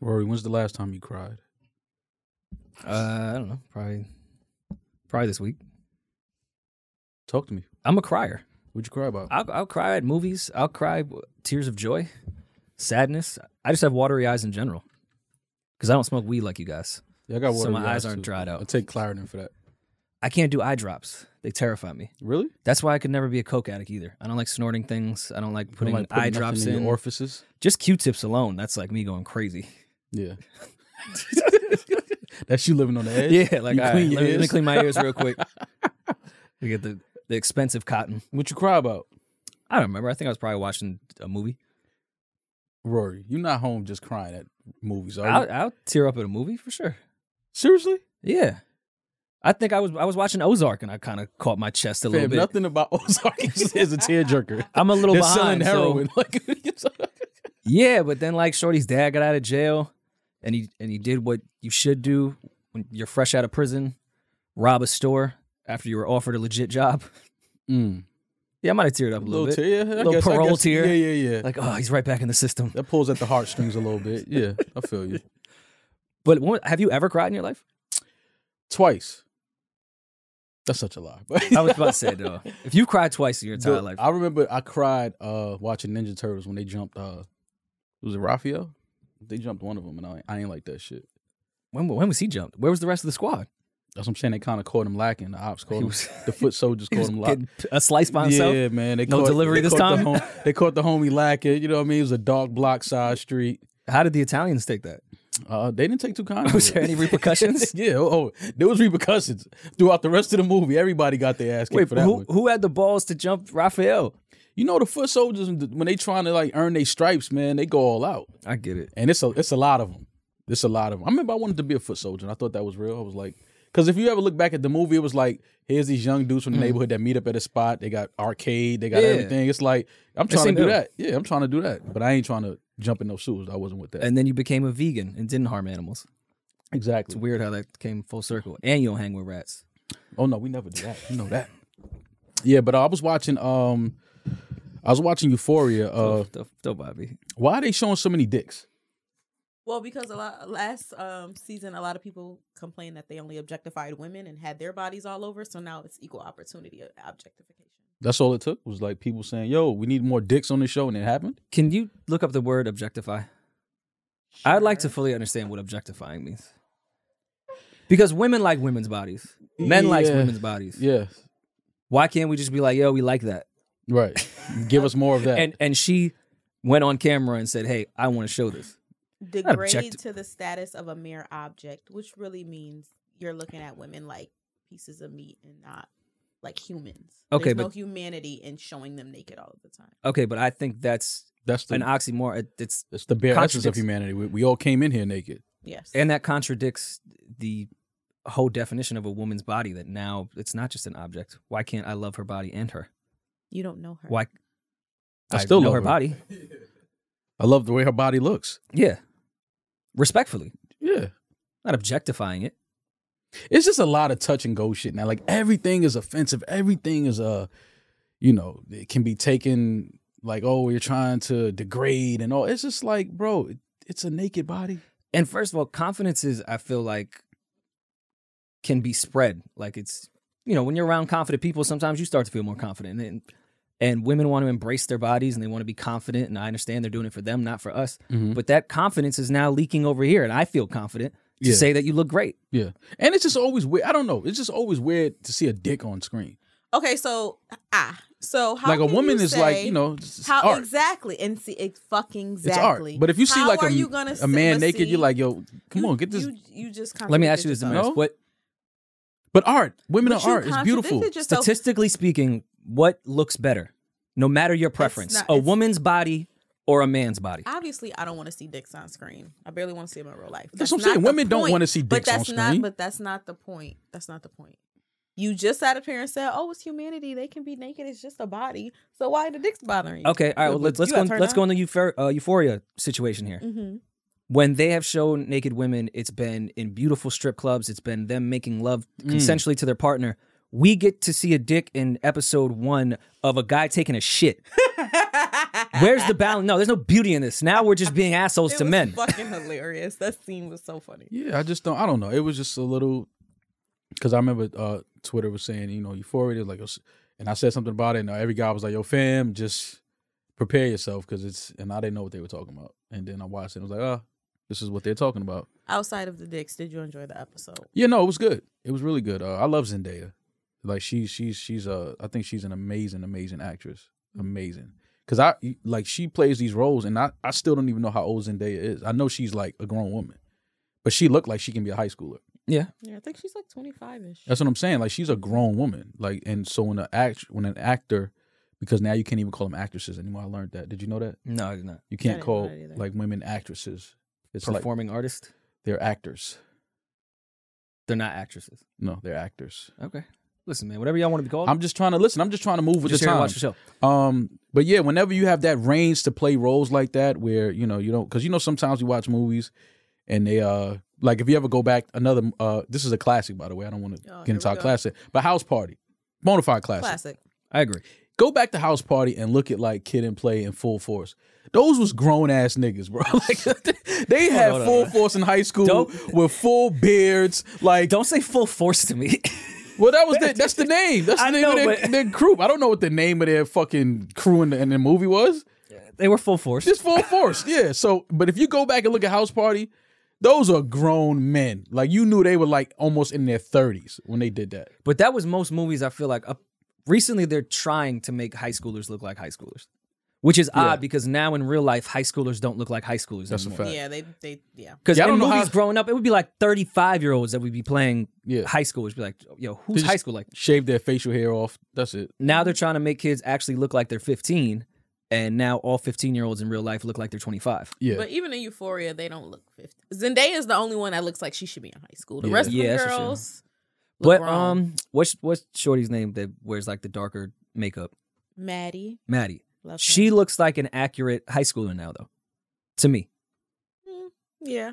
Rory, when's the last time you cried? Uh, I don't know. Probably, probably this week. Talk to me. I'm a crier. What'd you cry about? I'll, I'll cry at movies. I'll cry w- tears of joy, sadness. I just have watery eyes in general because I don't smoke weed like you guys. yeah, I got so watery my eyes aren't too. dried out. I take Claritin for that. I can't do eye drops. They terrify me. Really? That's why I could never be a coke addict either. I don't like snorting things. I don't like You don't putting, like eye nothing drops in in. your orifices. just Q-tips alone. That's like me going crazy. Yeah. That's you living on the edge. yeah, like You all right, clean your let, me, let me ears? clean my ears real quick. we get the the expensive cotton. What you cry about, I don't remember. I think I was probably watching a movie. Rory? You're not home just crying at movies, are you? I'll, I'll tear up at a movie for sure. Seriously? Yeah. I think I was I was watching Ozark and I kind of caught my chest a little Fam, bit. nothing about oh, Ozark is is a tearjerker. I'm a little They're selling behind. so- heroin. Like, yeah, but then like Shorty's dad got out of jail and he and he did what you should do when you're fresh out of prison, rob a store after you were offered a legit job. mm. Yeah, I might have teared up a little, bit. tear, yeah, I Little guess- I parole guess- tear. Yeah, yeah, yeah. Like, oh, he's right back in the system. that pulls at the heartstrings a little bit. Yeah, I feel you. But what, have you ever cried in your life? Twice. That's such a lie. But I was about to say though, if you cried twice in your entire Dude, life, I remember I cried uh, watching Ninja Turtles when they jumped. Uh, was it Raphael? They jumped one of them, and I, I ain't like that shit. when when was he jumped? Where was the rest of the squad? That's what I'm saying. They kind of caught him lacking. The ops caught He him. was- The foot soldiers He caught was him lacking. getting a slice by himself. Yeah, man. They No caught, delivery they this caught the time? hom- they caught the homie lacking. You know what I mean? It was a dark block side street. How did the Italians take that? Uh, they didn't take too kindly. Was to it. there any repercussions? yeah. Oh, oh, there was repercussions throughout the rest of the movie. Everybody got their ass kicked Wait, for that who, one. who had the balls to jump Raphael? You know the foot soldiers when they trying to like earn their stripes, man, they go all out, I get it. and it's a it's a lot of them. It's a lot of them. I remember I wanted to be a foot soldier, and I thought that was real. I was like, because if you ever look back at the movie, it was like here's these young dudes from the neighborhood that meet up at a spot. They got arcade, they got Mm. Yeah. everything. It's like I'm trying to seem do ill. that. Yeah, I'm trying to do that, but I ain't trying to jump in no shoes. I wasn't with that. And then you became a vegan and didn't harm animals. exactly. It's weird how that came full circle. And you don't hang with rats. Oh no, we never do that. You know that. Yeah, but I was watching um I was watching Euphoria. Uh don't, don't- don't bother me. why are they showing so many dicks? Well, because a lot last um, season, a lot of people complained that they only objectified women and had their bodies all over. So now it's equal opportunity of objectification. That's all it took was like people saying, Yo, we need more dicks on the show and it happened. Can you look up the word objectify? I'd like to fully understand what objectifying means. Because women like women's bodies. Men likes Yeah. women's bodies. Yeah. Why can't we just be like, yo, we like that? Right. Give us more of that. And and she went on camera and said, Hey, I want to show this. Degrade objecti- to the status of a mere object, which really means you're looking at women like pieces of meat and not like humans. Okay, There's no but- humanity in showing them naked all of the time. Okay, but I think that's that's the an oxymoron. It- It's that's the bare essence of contradicts- humanity. We, we all came in here naked. Yes. and that contradicts the whole definition of a woman's body that now it's not just an object why can't i love her body and her you don't know her. why I still know love her, her. body I love the way her body looks. yeah respectfully Yeah. not objectifying it It's just a lot of touch and go shit now. Like everything is offensive. Everything is uh, you know, it can be taken like, oh, you're trying to degrade and all. It's just like, bro, it- it's a naked body. and first of all confidence is i feel like can be spread like it's you know when you're around confident people sometimes you start to feel more confident and and women want to embrace their bodies and they want to be confident and i understand they're doing it for them not for us but that confidence is now leaking over here and i feel confident to Yeah. say that you look great Yeah, and it's just always weird. I don't know. It's just always weird to see a dick on screen. Okay, so ah, so how like a can woman you is like, say- you know, it's it's how art. exactly and see it fucking It's art. exactly. But if you see How like are a, you gonna a say- man but naked, see, you're like, yo, come you- on, get this. You, you just Let me ask you contradicted this, yourself. Damaris. No? What but art, women But are you art. It's beautiful. contradicted yourself. statistically speaking, what looks better? No matter your preference, not- a it's- woman's body or a man's body. Obviously, I don't want to see dicks on screen. I barely want to see them in real life. That's what I'm not saying. the Women don't point. wanna see but dicks on that's screen. Not, but that's not the point. That's not the point. You just sat up here and said, "Oh, it's humanity. They can be naked. It's just a body. So why are the dicks bothering you?" Okay, all right. Yeah, Well, but let's let's you go. got In, turned let's go on. in the euphor, uh, euphoria situation here. hmm When they have shown naked women, it's been in beautiful strip clubs. It's been them making love Hmm. consensually to their partner. We get to see a dick in episode one of a guy taking a shit. Where's the balance? No, there's no beauty in this. Now we're just being assholes It to was men. fucking hilarious. That scene was so funny. Yeah, I just don't. I don't know. It was just a little because I remember uh, Twitter was saying, you know, euphoria is like, a, and I said something about it, and every guy was like, "Yo, fam, just prepare yourself," because it's. And I didn't know what they were talking about, and then I watched it. and I was like, "Ah, this is what they're talking about." Outside of the dicks, did you enjoy the episode? Yeah, no, it was good. It was really good. Uh, I love Zendaya. Like she's she's she's uh I think she's an amazing amazing actress. Amazing. Cuz I like she plays these roles and I I still don't even know how old Zendaya is. I know she's like a grown woman. But she looked like she can be a high schooler. Yeah, I think she's like twenty five ish. That's what I'm saying. Like she's a grown woman. Like and so when an act when an actor because now you can't even call them actresses anymore. I learned that. Did you know that? No, it's not. You Yeah, I can't didn't know call that either. like women actresses. It's like Performing artist. they're actors. They're not actresses. No, they're actors. Okay. Listen, man, whatever y'all want to be called. I'm just trying to listen. I'm just trying to move with just the here time. to watch the show. Um, but yeah, whenever you have that range to play roles like that, where you know you don't, because you know sometimes you watch movies and they uh like if you ever go back another uh this is a classic by the way I don't want to Oh, get here into we our go. classic, but House Party, bona fide classic. Classic. I agree. Go back to House Party and look at like Kid and Play in full force. Those was grown ass niggas, bro. Like they had on, full hold on. force in high school Don't- with full beards. Like, Don't say full force to me. well, that was the, that's the name. That's the I name know, of their, but- their group. I don't know what the name of their fucking crew in the, in the movie was. they were full force. Just full force, yeah. So, but if you go back and look at House Party, those are grown men. Like you knew they were like almost in their thirties when they did that. But that was most movies. I feel like up recently they're trying to make high schoolers look like high schoolers, which is Yeah. odd because now in real life high schoolers don't look like high schoolers That's a anymore. fact. Yeah, they they yeah. Because Yeah, I in don't know movies how- growing up, it would be like thirty five year olds that would be playing Yeah, high schoolers. Be like, yo, who's just- high school like? shave their facial hair off. That's it. Now they're trying to make kids actually look like they're fifteen, and now all fifteen year olds in real life look like they're twenty five. Yeah, But even in Euphoria, they don't look 50. Zendaya is the only one that looks like she should be in high school. The Yeah. rest of Yeah, the that's for sure. girls. But look wrong. um, what's what's Shorty's name that wears like the darker makeup? Maddie, Maddie. love She her. looks like an accurate high schooler now, though. To me, yeah.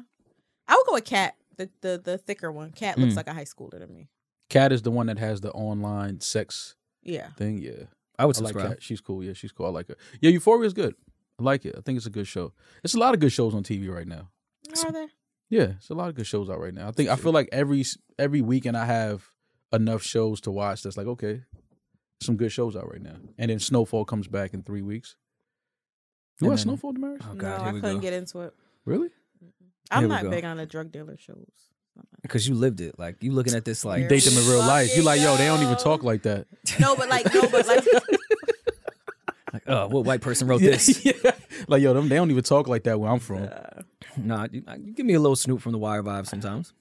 I would go with Cat, the the the thicker one. Cat looks Mm. like a high schooler to me. Kat is the one that has the online sex Yeah, thing. Yeah, I would I like subscribe. Kat. She's cool. Yeah, she's cool. I like her. Yeah, Euphoria is good. I like it. I think it's a good show. It's a lot of good shows on TV right now. are there? oh, Yeah, it's a lot of good shows out right now. I think I feel like every s- every weekend I have enough shows to watch. That's like okay, some good shows out right now. And then Snowfall comes back in three weeks. You And watch then- Snowfall, Damaris? Oh no, God, I here we couldn't go. get into it. Really? I'm Here we not go. big on the drug dealer shows. I'm not. Because you lived it. Like you looking at this You like There date them in real we life. You like, yo, they don't even go. talk like that. No, but like, no, but like, like, oh, what white person wrote Yeah, this? yeah. Like, yo, them they don't even talk like that where I'm from. uh, nah, you, you give me a little snoop from the wire vibe sometimes.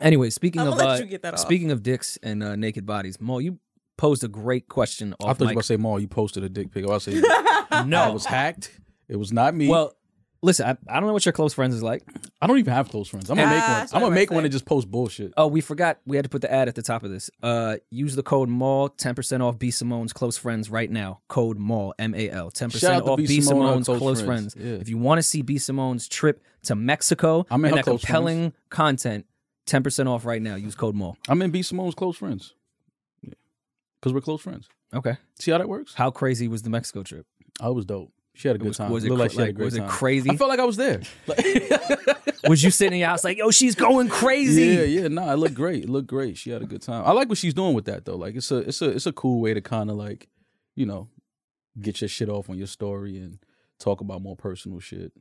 Anyway, speaking I'm of gonna let uh, you get that off. speaking of dicks and uh, naked bodies, Mo, you posed a great question I off thought you were mic. about to say, "Ma, you posted a dick pic." I was saying, "I no, was hacked. It was not me." well, listen, I, I don't know what your close friends is like. I don't even have close friends. I'm gonna Ah, make one. that's I'm what gonna I make said. one and just post bullshit. Oh, we forgot we had to put the ad at the top of this. Uh, use the code MAL, ten percent off B Simone's close friends right now. Code MAL, M A L, ten Shout percent out to off B. B Simone, our Simone's close close, friends. friends. Yeah. If you want to see B Simone's trip to Mexico I'm in and her that close compelling content, ten percent off right now. Use code MAL. I'm in B Simone's close friends. Because we're close friends. Okay. See how that works? How crazy was the Mexico trip? I was dope. She had a good was, time. was it Looked like cra- she had a like, great was it time. crazy? I felt like I was there. was you sitting in your house like, yo, she's going crazy? Yeah, yeah. Nah, it looked great. It looked great. She had a good time. I like what she's doing with that though. Like it's a it's a it's a cool way to kind of like, you know, get your shit off on your story and talk about more personal shit.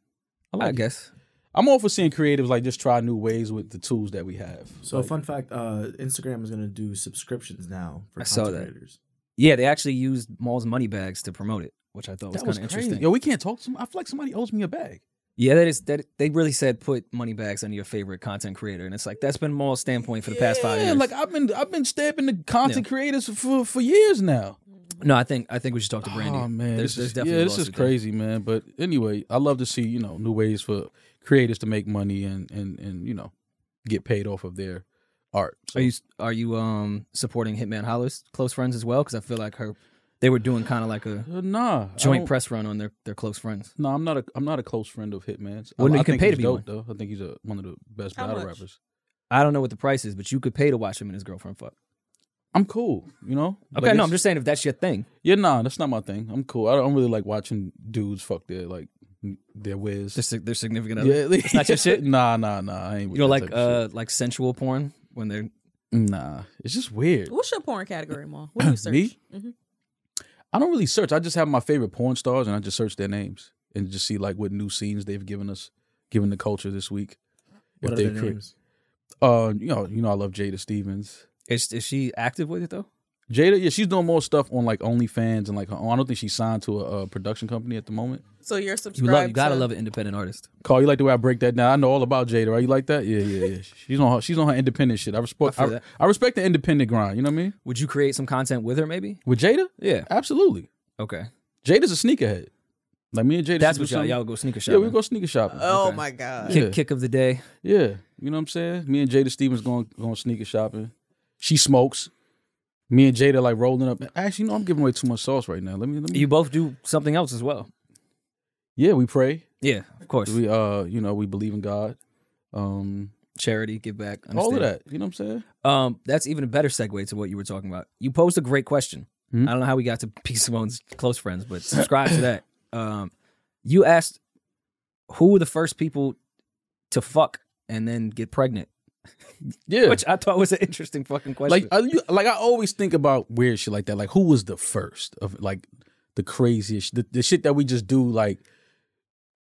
I like Oh, I it. guess. I'm all for seeing creatives like just try new ways with the tools that we have. So, Like, fun fact: uh, Instagram is going to do subscriptions now for I content saw that. creators. Yeah, they actually used Mall's money bags to promote it, which I thought was that kind was of crazy. interesting. Yo, we can't talk to some I feel like somebody owes me a bag. Yeah, that is that. They really said put money bags under your favorite content creator, and it's like that's been Maul's standpoint for the past five Yeah, years. Like I've been I've been stabbing the content creators for for years now. no, I think I think we should talk to Brandy. Oh man, this there's, there's is, definitely yeah, a this is lawsuit there. crazy, man. But anyway, I love to see you know new ways for creators to make money and and and you know get paid off of their art. So, Are you are you um supporting Hitman Hollow's close friends as well? Because I feel like her, they were doing kind of like a Uh, nah I joint don't- press run on their their close friends. No, I'm not a I'm not a close friend of Hitman's. Well, I, no, you I can think pay he's to be dope, though. I think he's a, one of the best How battle much? rappers. I don't know what the price is, but you could pay to watch him and his girlfriend fuck. I'm cool, you know. Okay, Like, no, it's- I'm just saying if that's your thing. yeah, nah, that's not my thing. I'm cool. I don't really like watching dudes fuck their like their whiz. There's their significant other. yeah, It's not your shit? Nah, nah, nah. I ain't with You know, that like type of uh, like sensual porn when they're shit. nah. It's just weird. What's your porn category, Ma? What do you search? Me? Mhm. I don't really search. I just have my favorite porn stars and I just search their names and just see like what new scenes they've given us, given the culture this week. What are they their cre- names? Uh, you know, you know, I love Jada Stevens. is is she active with it though? Jada, yeah, she's doing more stuff on like OnlyFans and like her own. I don't think she's signed to a, uh production company at the moment. So you're You subscribed. love you gotta to, love an independent artist. Carl, you like the way I break that down? I know all about Jada, right? You like that? Yeah, yeah, yeah. She's on her, she's on her independent shit. I respect I I, feel that. I respect the independent grind. You know what I mean? Would you create some content with her maybe? With Jada, Yeah. absolutely. Okay. Jada's a sneakerhead. Like me and Jada. That's should what do y'all something. y'all go sneaker Yeah, shopping. we go sneaker shopping. Oh Okay. my god. Kick Yeah. kick of the day. Yeah, you know what I'm saying. Me and Jada Stevens going going sneaker shopping. She smokes. Me and Jada like rolling up. Actually, no, I'm giving away too much sauce right now. Let me. Let me. You both do something else as well. yeah, we pray. Yeah, of course. We uh, you know, we believe in God. Um, Charity, give back, all of understand. that. You know what I'm saying? Um, that's even a better segue to what you were talking about. You posed a great question. Hmm? I don't know how we got to P. Simone's close friends, but subscribe to that. Um, you asked who were the first people to fuck and then get pregnant, Yeah. which I thought was an interesting fucking question. like uh, I, you- like I always think about weird shit like that. Like who was the first of like the craziest the, the shit that we just do like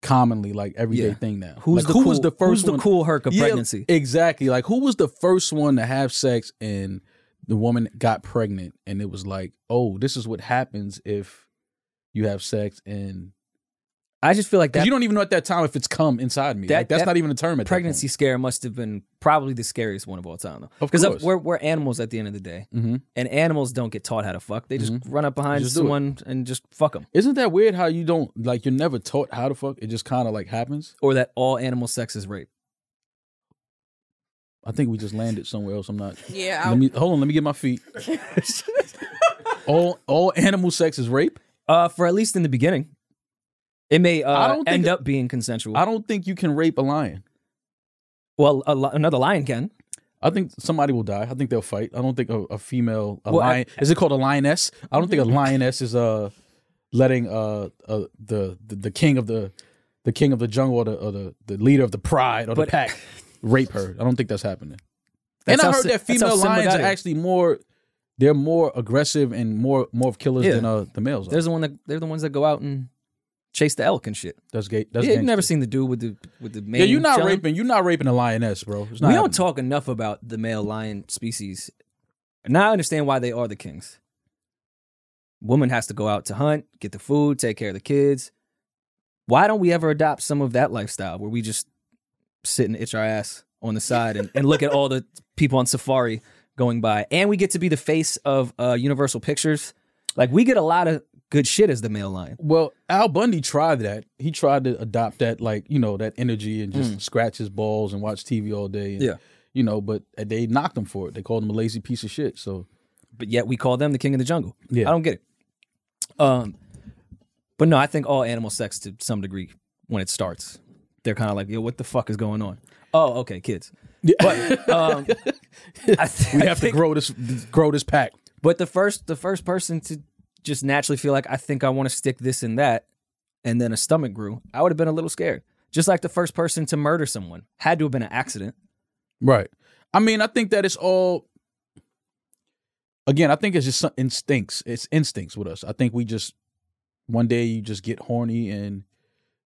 commonly like everyday Yeah. thing now. who's Like, the who cool, was the first who's the one- cool herc of Yeah, pregnancy? Exactly. Like who was the first one to have sex and the woman got pregnant and it was like, "Oh, this is what happens if you have sex and I just feel like cuz that you don't even know at that time if it's come inside me. That- like that's that not even a term at that pregnancy scare must have been probably the scariest one of all time, though. Of Because course. we're we're animals at the end of the day, point. Mhm. and animals don't get taught how to fuck. They just run up behind Mm-hmm. Just do it. someone and just fuck them. Isn't that weird how you don't like you're never taught how to fuck? It just kind of like happens. Or that all animal sex is rape. I think we just landed somewhere else. I'm not Yeah. I, Let me hold on. Let me get my feet. all all animal sex is rape. Uh, for at least in the beginning, it may uh, I don't think- end up being consensual. I don't think you can rape a lion. well, a li- another lion can. I think somebody will die. I think they'll fight. I don't think a, a female a Well, I- lion is it called a lioness. I don't think a lioness is uh letting uh, uh the, the the king of the the king of the jungle or the or the, the leader of the pride or But- the pack rape her. I don't think that's happening. and That's I how heard Sim- that that's how female Simba lions got are it. actually more they're more aggressive and more more of killers Yeah. than uh the males. Are. There's the one that they're the ones that go out and chase the elk and shit. That's gay. That's yeah, you've never gangster. seen the dude with the with the man. Yeah, you're not raping. You're not raping a lioness, bro. It's not we happening. don't talk enough about the male lion species. Now I understand why they are the kings. Woman has to go out to hunt, get the food, take care of the kids. Why don't we ever adopt some of that lifestyle where we just sit and itch our ass on the side and, and look at all the people on safari going by? And we get to be the face of uh, Universal Pictures. Like we get a lot of good shit as the male lion. Well, Al Bundy tried that. He tried to adopt that, like you know, that energy and just scratch his balls and watch TV all day. And, Mm. Yeah. you know, but they knocked him for it. They called him a lazy piece of shit. So but yet we call them the king of the jungle. Yeah. I don't get it. Um, but no, I think all animal sex to some degree when it starts, they're kind of like, yo, what the fuck is going on? Oh, okay, kids. But um, I th- we I have to think- grow this, grow this pack. But the first, the first person to just naturally feel like I think I want to stick this and that, and then a stomach grew, I would have been a little scared. Just like the first person to murder someone had to have been an accident. Right. I mean, I think that it's all. Again, I think it's just some instincts. It's instincts with us. I think we just one day you just get horny and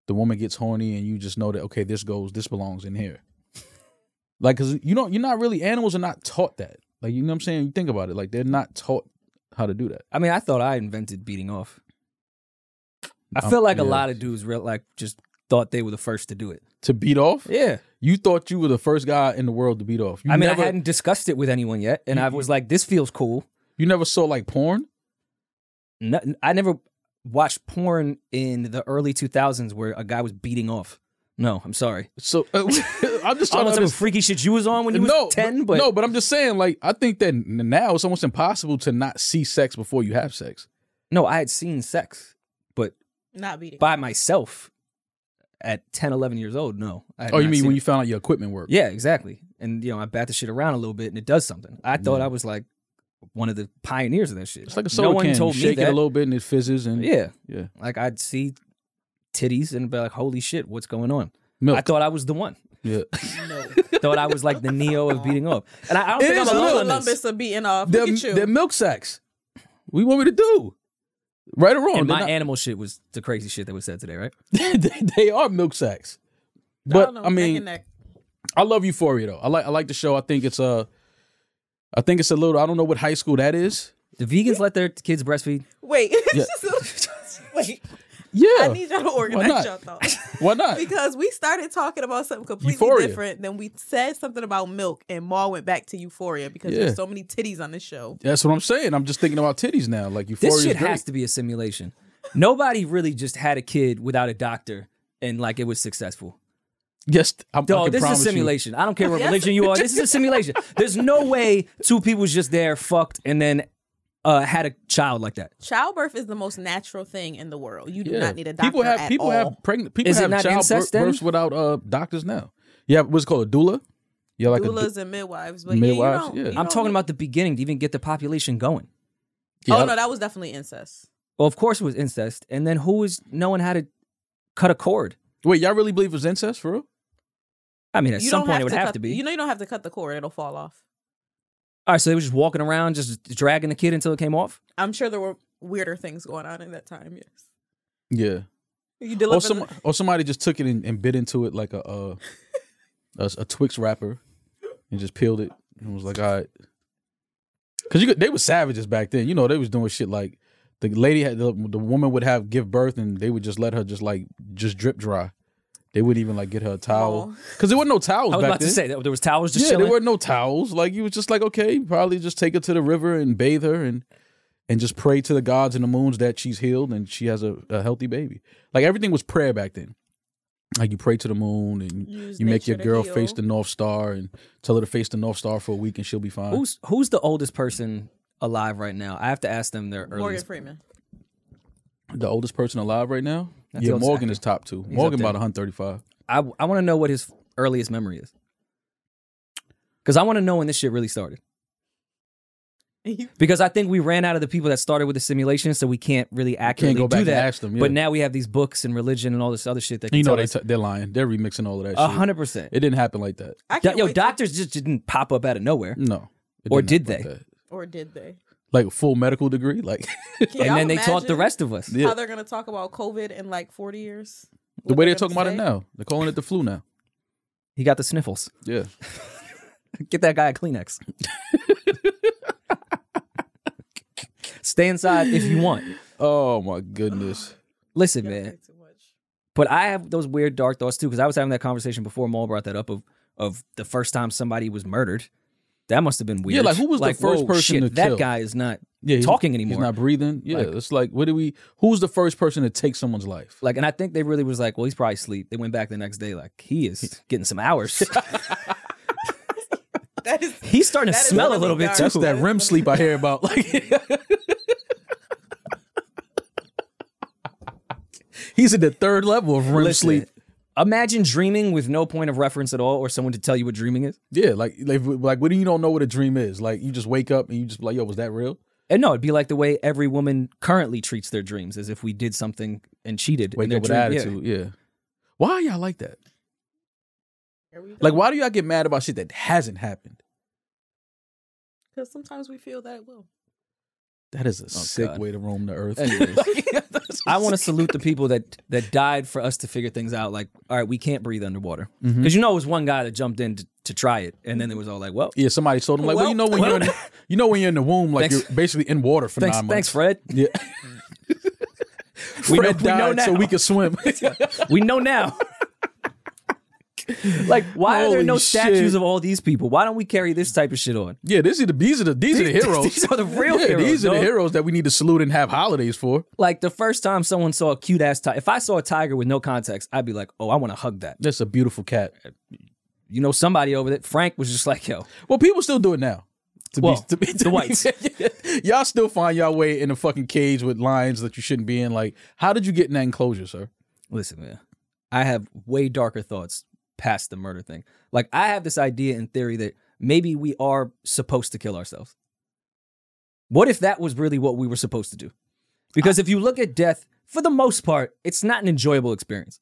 the woman gets horny and you just know that okay, this goes, this belongs in here. like, cause you don't, you're not really animals are not taught that. Like, you know what I'm saying? You think about it. Like, they're not taught how to do that. I mean, I thought I invented beating off. I Um, feel like a yeah. lot of dudes real like just thought they were the first to do it. To beat off, Yeah. you thought you were the first guy in the world to beat off. You I mean, never, Mm-hmm. I hadn't discussed it with anyone yet, and I was like, "This feels cool." you never saw like porn. No, I never watched porn in the early 2000s where a guy was beating off. No, I'm sorry. So uh, I'm just I don't trying know to some understand. freaky shit you was on when you was no, 10, but no, but I'm just saying, like, I think that n- now it's almost impossible to not see sex before you have sex. no, I had seen sex, but not beating. by myself at 10, 11 years old. No, I had Oh, you not mean seen when it. you found out your equipment worked? Yeah, exactly. And you know, I bat the shit around a little bit, and it does something. I thought Yeah. I was like one of the pioneers of that shit. It's like a no soda one can. told you me shake that. it a little bit and it fizzes and Yeah, yeah. like I'd see titties and be like, "Holy shit, what's going on?" milk. I thought I was the one. yeah. No. thought I was like the Neo of beating up, and I, I don't It think is I'm a alone little- on this. Columbus are beating off. They're, Look at you. they're milk sacks. We want me to do right or wrong. And they're my not- animal shit was the crazy shit that was said today, right? they, they are milk sacks. I But don't know, I mean, neck I love Euphoria though. I like I like the show. I think it's a, I think it's a little. I don't know what high school that is. The vegans let their kids breastfeed. Wait, Yeah. wait. Yeah, I need y'all to not? organize your thoughts why not? because we started talking about something completely Euphoria. different. Then we said something about milk, and Maul went back to Euphoria because Yeah. there's so many titties on this show. That's what I'm saying. I'm just thinking about titties now. Like Euphoria. This shit is great. has to be a simulation. Nobody really just had a kid without a doctor and like it was successful. Yes, I'm, I Dog, can this is a promise you. simulation. I don't care what Yes. religion you are. This is a simulation. There's no way two people was just there, fucked, and then uh, had a child like that. Childbirth is the most natural thing in the world. You do Yeah. not need a doctor People have at people all. have pregnant people Is it have not child birth- incest then? births without uh doctors now. You have what's it called a doula. Yeah, like a doulas and midwives, but Midwives, yeah, you don't- yeah. you I'm don't talking need- about the beginning to even get the population going. yeah, oh no, that was definitely incest. Well, of course it was incest. And then who was knowing how to cut a cord? Wait, y'all really believe it was incest for real? I mean, at you some don't point have it would to have cut- to be. You know, you don't have to cut the cord; it'll fall off. All right, so they were just walking around, just dragging the kid until it came off. I'm sure there were weirder things going on in that time. Yes, Yeah. you Or deliver. some or somebody just took it and, and bit into it like a uh, a, a Twix wrapper and just peeled it and was like, all right. Cause you could, they were savages back then. You know, they was doing shit like the lady had the, the woman would have give birth and they would just let her just like just drip dry. They wouldn't even like get her a towel. Aw. Cause there were no towels I was back about then. to say that there was towels just yeah, chilling. there were no towels. Like you was just like, okay, probably just take her to the river and bathe her and and just pray to the gods and the moons that she's healed and she has a, a healthy baby. Like everything was prayer back then. Like you pray to the moon and you, Use make nature your to girl heal. face the North Star and tell her to face the North Star for a week and she'll be fine. Who's who's the oldest person alive right now? I have to ask them their Morgan earliest. Freeman. the oldest person alive right now? That's the yeah, oldest Morgan actor. is top two. up Morgan there. about 135. I I want to know what his earliest memory is, because I want to know when this shit really started. You Because I think we ran out of the people that started with the simulation, so we can't really accurately Can't go back do and that. ask them. Yeah. But now we have these books and religion and all this other shit that can you know tell they us t- they're lying. They're remixing all of that a shit. hundred percent. It didn't happen like that. I Do- can't Yo, wait till- doctors just didn't pop up out of nowhere. No. It Or didn't did happen they? Like, that. or did they? Like full medical degree? Like Can y'all and then they taught the imagine rest of us. Yeah. How they're gonna talk about COVID in like 40 years? The What way they're gonna talking about it say? now, they're calling it the flu now. He got the sniffles. Yeah, Get that guy a Kleenex. Stay inside if you want. Oh my goodness. Listen, Y'all man. think too much. But I have those weird dark thoughts too, because I was having that conversation before Maul brought that up of of the first time somebody was murdered. That must have been weird. Yeah, like, who was the first whoa, person shit, to that kill? guy is not Yeah, he's- talking anymore. He's not breathing. Yeah, Like- it's like, what do we? Who's the first person to take someone's life? like, and I think they really was like, well, he's probably asleep. They went back the next day, like he is getting some hours. That is he's starting to That is smell a really little bit dark. too. That's that REM sleep I hear about. Like, he's at the third level of REM Listen, sleep. Imagine dreaming with no point of reference at all, or someone to tell you what dreaming is. Yeah, like, like, like, what do you don't know what a dream is? Like, you just wake up and you just be like, yo, was that real? And no, it'd be like the way every woman currently treats their dreams, as if we did something and cheated. in Wake their up with dream. Yeah. attitude. Yeah. Why are y'all like that? Here we go. Like, why do y'all get mad about shit that hasn't happened? because sometimes we feel that it will. That is a sick Oh, God. way to roam the earth. Anyways. That's I want to salute the people that that died for us to figure things out. Like, all right, we can't breathe underwater because Mhm. you know it was one guy that jumped in to, to try it, and then it was all like, well, Yeah, somebody told him like, well, you know when Well- you're in, you know when you're in the womb, like Thanks. you're basically in water for thanks, nine thanks, months. Fred. Yeah. We know- Fred we know died so now. we could swim. We know now. like, why are there Holy no statues shit. of all these people? Why don't we carry this type of shit on? yeah, these are the these are the these are the These- heroes. these are the real yeah, heroes, These are the dog. heroes that we need to salute and have holidays for. Like the first time someone saw a cute ass tiger, if I saw a tiger with no context, I'd be like, oh, I want to hug that. That's a beautiful cat. You know, somebody over there. Frank was just like, yo, Well, people still do it now. To Well, to to the whites. fair. y'all still find y'all way in a fucking cage with lions that you shouldn't be in. Like, how did you get in that enclosure, sir? Listen, man, I have way darker thoughts past the murder thing. Like, I have this idea in theory that maybe we are supposed to kill ourselves. What if that was really what we were supposed to do? Because if you look at death, for the most part, it's not an enjoyable experience.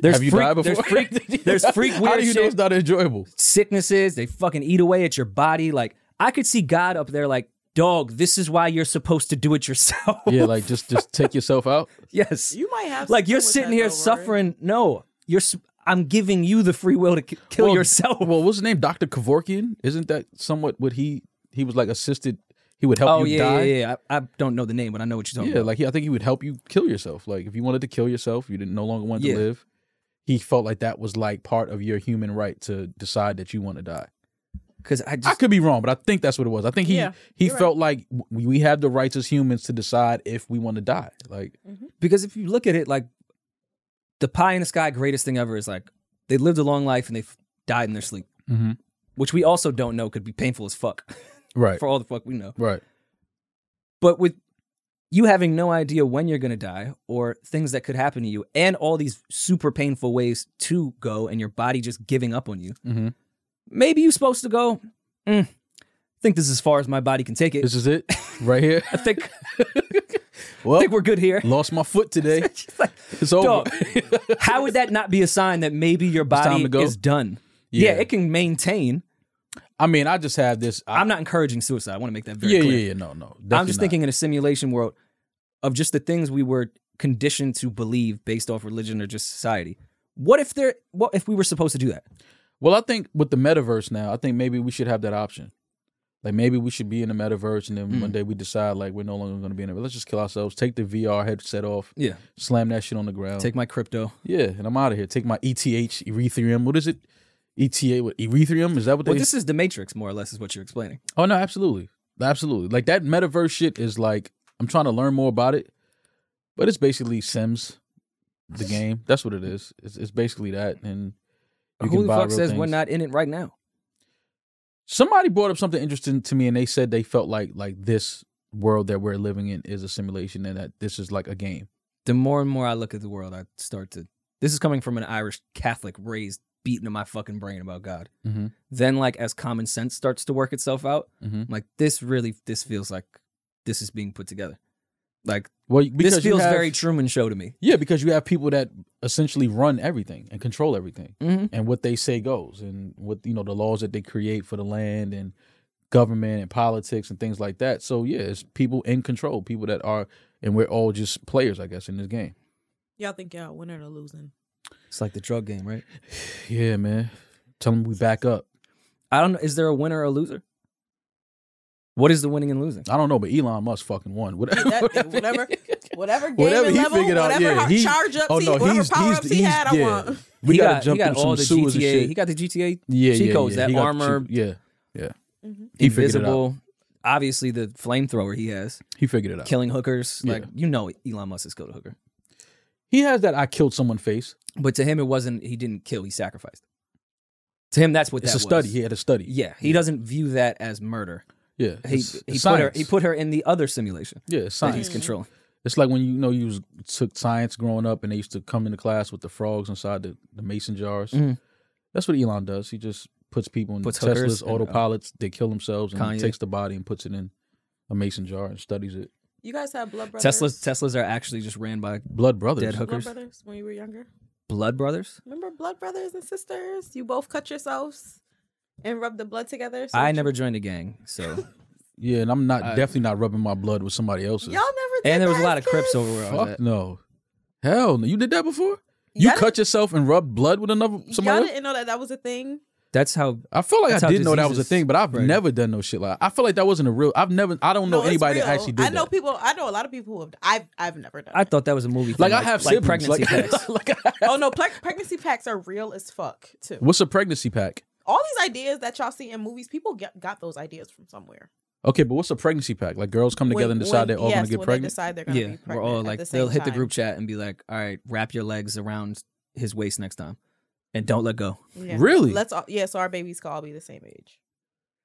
There's Have you freak- died before? There's freak, there's freak How weird do you know shit. it's not enjoyable? sicknesses. They fucking eat away at your body. Like I could see God up there, like dog. This is why you're supposed to do it yourself. Yeah, like just just take yourself out. yes. You might have like you're something sitting with here that, though, Rory. suffering. No, you're. s- I'm giving you the free will to k- kill Well, yourself. Well, what's his name? Doctor Kevorkian. Isn't that somewhat what he he was like assisted? He would help oh you yeah, die. yeah, yeah. I, I don't know the name, but I know what you're talking Yeah, about. like he, I think he would help you kill yourself. Like if you wanted to kill yourself, you didn't no longer wanted Yeah. to live. He felt like that was like part of your human right to decide that you want to die. Because I I just could be wrong, but I think that's what it was. I think he Yeah, he you're right. felt like we we have the rights as humans to decide if we want to die. Like because if you look at it, like the pie in the sky greatest thing ever is like they lived a long life and they f- died in their sleep, which we also don't know could be painful as fuck. right, For all the fuck we know. right, But with you having no idea when you're going to die or things that could happen to you and all these super painful ways to go and your body just giving up on you, hmm maybe you're supposed to go, mm, I think this is as far as my body can take it. this is it right here. I think, I Well, think we're good here. lost my foot today. Just like, It's over. Dog. how would that not be a sign that maybe your Oh. time body to go. is done? Yeah. Yeah. it can maintain. I mean, I just have this. I, I'm not encouraging suicide. I want to make that very yeah, clear. yeah, yeah. No, no. I'm just definitely not. thinking in a simulation world of just the things we were conditioned to believe based off religion or just society. What if there? What if we were supposed to do that? Well, I think with the metaverse now, I think maybe we should have that option. Like maybe we should be in the metaverse, and then Hmm. one day we decide like we're no longer going to be in it. Let's just kill ourselves. Take the VR headset off. Yeah. Slam that shit on the ground. Take my crypto. yeah, and I'm out of here. Take my ETH Ethereum. What is it? ETA what Ethereum? Is that what they? Well, this is the Matrix, more or less, is what you're explaining. oh no, absolutely, absolutely. Like that metaverse shit is like I'm trying to learn more about it, but it's basically Sims, the game. That's what it is. It's, it's basically that, and you Who can the buy fuck real says we're things. not in it right now? somebody brought up something interesting to me and they said they felt like like this world that we're living in is a simulation and that this is like a game The more and more I look at the world, I start to. This is coming from an Irish Catholic raised, beaten in my fucking brain about God. Mhm. Then, like, as common sense starts to work itself out, mm-hmm. I'm like, this really, this feels like this is being put together. Like, well because this you feels have- very Truman Show to me. yeah because you have people that essentially run everything and control everything Mm-hmm. and what they say goes and what you know the laws that they create for the land and government and politics and things like that so yeah it's people in control people that are and we're all just players i guess in this game Y'all think y'all winning or losing? It's like the drug game, right? yeah man tell them we back up I don't know. Is there a winner or a loser? What is the winning and losing? i don't know but elon musk fucking won whatever That, whatever, whatever game Whatever and he level, figured out, whatever yeah, har- he- charge ups, oh, he, no, whatever he's- power he's- ups he he's- had, yeah. I want. we he gotta got, jump he got through some all the sewers and GTA. shit He got the GTA Yeah, yeah, Chico's, yeah. that He got armor- Chi- yeah, Mm-hmm. He figured it out. invisible. Obviously, the flamethrower he has, he figured it out. killing hookers. Yeah. Like you know, Elon Musk is killed a hooker, He has that "I killed someone" face. but to him, it wasn't. He didn't kill. He sacrificed. To him, that's what It's that a study. was. He had a study. Yeah, he doesn't view that as murder. yeah. He it's- he it's put her science. he put her in the other simulation yeah, it's that he's science. controlling. It's like when you know you was, took science growing up, and they used to come into class with the frogs inside the, the mason jars. Mhm. That's what Elon does. He just Mm-hmm. puts people in Puts hookers Tesla's and, uh, autopilots. they kill themselves, and Kanye. he takes the body and puts it in a mason jar and studies it. You guys have blood brothers. Teslas Teslas are actually just ran by Blood brothers. Dead hook- blood hookers. brothers when you were younger. blood brothers. Remember blood brothers and sisters? You both cut yourselves and rub the blood together. so I that never joined a gang, so Yeah, and I'm not I- definitely not rubbing my blood with somebody else's. you- Y'all never. Did and there was that a lot of as Crips kids? over where I was Fuck at. no. Hell no. You did that before? You Y'all cut yourself and rubbed blood with another didn't- somebody Y'all else? didn't know that that was a thing. That's how I feel like That's I how did know that was a diseases thing, but I've spread. never done no shit like. I feel like that wasn't a real. I've never. I don't know it's anybody that real. actually did I know that. people. I know a lot of people who have. I've I've never done. I it. thought that was a movie. Thing, Like, I have like siblings. pregnancy like, packs. like I have- Oh no, pre- pregnancy packs are real as fuck too. what's a pregnancy pack? All these ideas that y'all see in movies, people get, got those ideas from somewhere. Okay, but what's a pregnancy pack? Like girls come together When- and decide when- they're all yes, going to get when They pregnant. decide they're gonna yeah, be we're pregnant. all at like the same they'll hit the time. group chat and be like, "All right, wrap your legs around his waist next time, and don't let go." Yeah. Really? Let's all yeah. So our babies could all be the same age.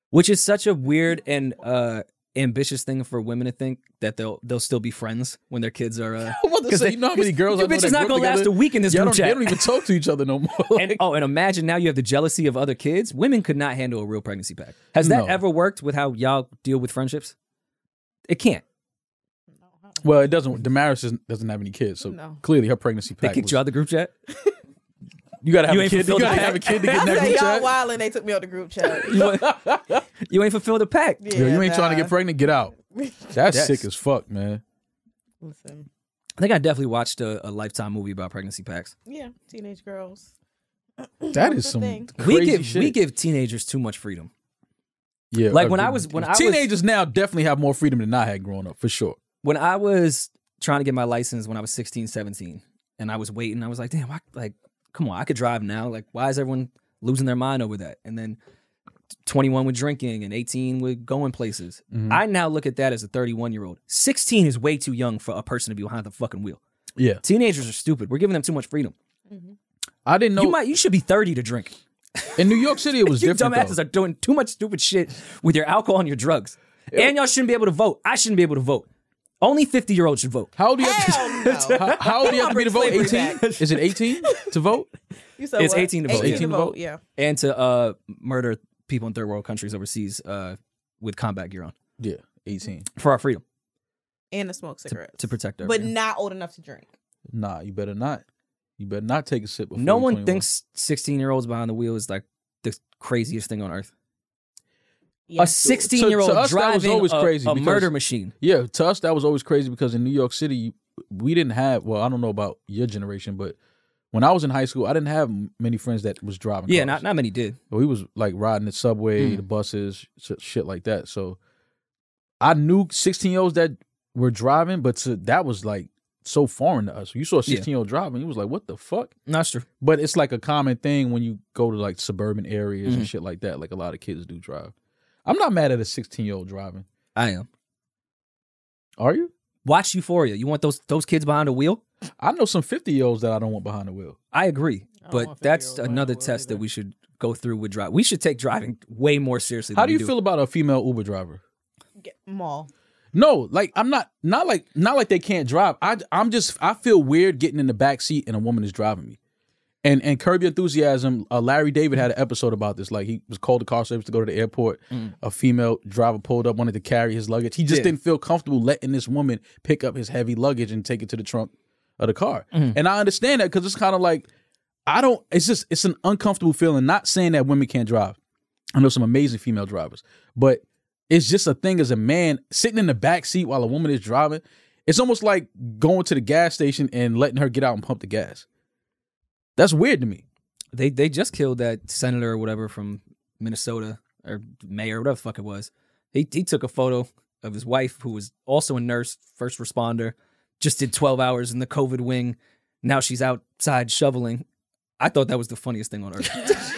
Which is such a weird and uh, ambitious thing for women to think that they'll they'll still be friends when their kids are. Uh, I want to 'cause say, they- you know how many girls I your know bitch that is not grow gonna last together? a week in this Y'all group don't, they chat. don't even talk to each other no more. And, oh, and imagine now you have the jealousy of other kids. Women could not handle a real pregnancy pack. Has No. that ever worked with how y'all deal with friendships? It can't. Well, it doesn't. Damaris isn't- doesn't have any kids, so No. clearly her pregnancy They pact. kicked was- you out of the group chat. You gotta have You a ain't kid. You fulfilled the gotta pact. have a kid to get in I that said group y'all chat. wild and they took me out the group chat. You, ain't- you ain't fulfilled the pact. Yeah, Yo, you ain't trying to nah. get pregnant. Get out. That's Yes. sick as fuck, man. Listen, I think I definitely watched a, a lifetime movie about pregnancy packs. yeah, teenage girls. That It's is a some thing. crazy we give shit. we give teenagers too much freedom. yeah. like, when I agree. was- when I was- teenagers now definitely have more freedom than I had growing up for sure. When I was trying to get my license when I was 16, 17, and I was waiting, I was like, damn, why, like, come on, I could drive now. Like, why is everyone losing their mind over that? And then 21 with drinking and 18 with going places. Mhm. I now look at that as a 31 year old. 16 is way too young for a person to be behind the fucking wheel. yeah, Teenagers are stupid. We're giving them too much freedom. I didn't know You might you should be 30 to drink. in New York City it was you different. dumbasses though. are doing too much stupid shit with your alcohol and your drugs. And y'all shouldn't be able to vote. I shouldn't be able to vote. Only 50 year olds should vote. How old do you have to, Hell no. how, how old do you have to be to vote? Bring slavery Eighteen? Is it eighteen to vote? You said It's what? 18 to vote, 18 yeah. to vote. Yeah. And to uh, murder people in third world countries overseas uh, with combat gear on Yeah, eighteen. for our freedom And to smoke cigarettes. to protect Oh, our but freedom. not old enough to drink. Nah, you better not. You better not take a sip. Before No you're one 21. thinks 16 year olds behind the wheel is like the craziest thing on earth. Yeah. A 16 year To- to old us, that was driving always a, crazy a because- murder machine. Yeah, to us that was always crazy because in New York City you- we didn't have. Well, I don't know about your generation, but when I was in high school, I didn't have m- many friends that was driving. Yeah, cars. not, not many did. We was like riding the subway, Mm. the buses, sh- shit like that. So I knew 16 year olds that were driving, but to, that was like so foreign to us. You saw a 16 year old driving, you was like, what the fuck? No, That's true. But it's like a common thing when you go to like suburban areas Mhm. and shit like that. Like a lot of kids do drive. I'm not mad at a 16 year old driving. I am. Are you? Watch Euphoria. You want those those kids behind the wheel? I know some 50 year olds that I don't want behind the wheel. I agree, I don't but want that's 50-year-old another driving a test wheel that we should go through with drive. We should take driving way more seriously. How than do we you feel about a female Uber driver? Get mall. No, like I'm not not like not like they can't drive. I I'm just I feel weird getting in the back seat and a woman is driving me. And and curb your enthusiasm. Uh, Larry David had an episode about this. Like he was called the car service to go to the airport. Mm. A female driver pulled up, wanted to carry his luggage. He just Yeah. didn't feel comfortable letting this woman pick up his heavy luggage and take it to the trunk of the car. Mhm. And I understand that because it's kind of like I don't. It's just it's an uncomfortable feeling. Not saying that women can't drive. I know some amazing female drivers, but it's just a thing as a man sitting in the back seat while a woman is driving. It's almost like going to the gas station and letting her get out and pump the gas. That's weird to me. They they just killed that senator or whatever from Minnesota or mayor whatever the fuck it was. He he took a photo of his wife who was also a nurse, first responder, just did 12 hours in the COVID wing. Now she's outside shoveling. I thought that was the funniest thing on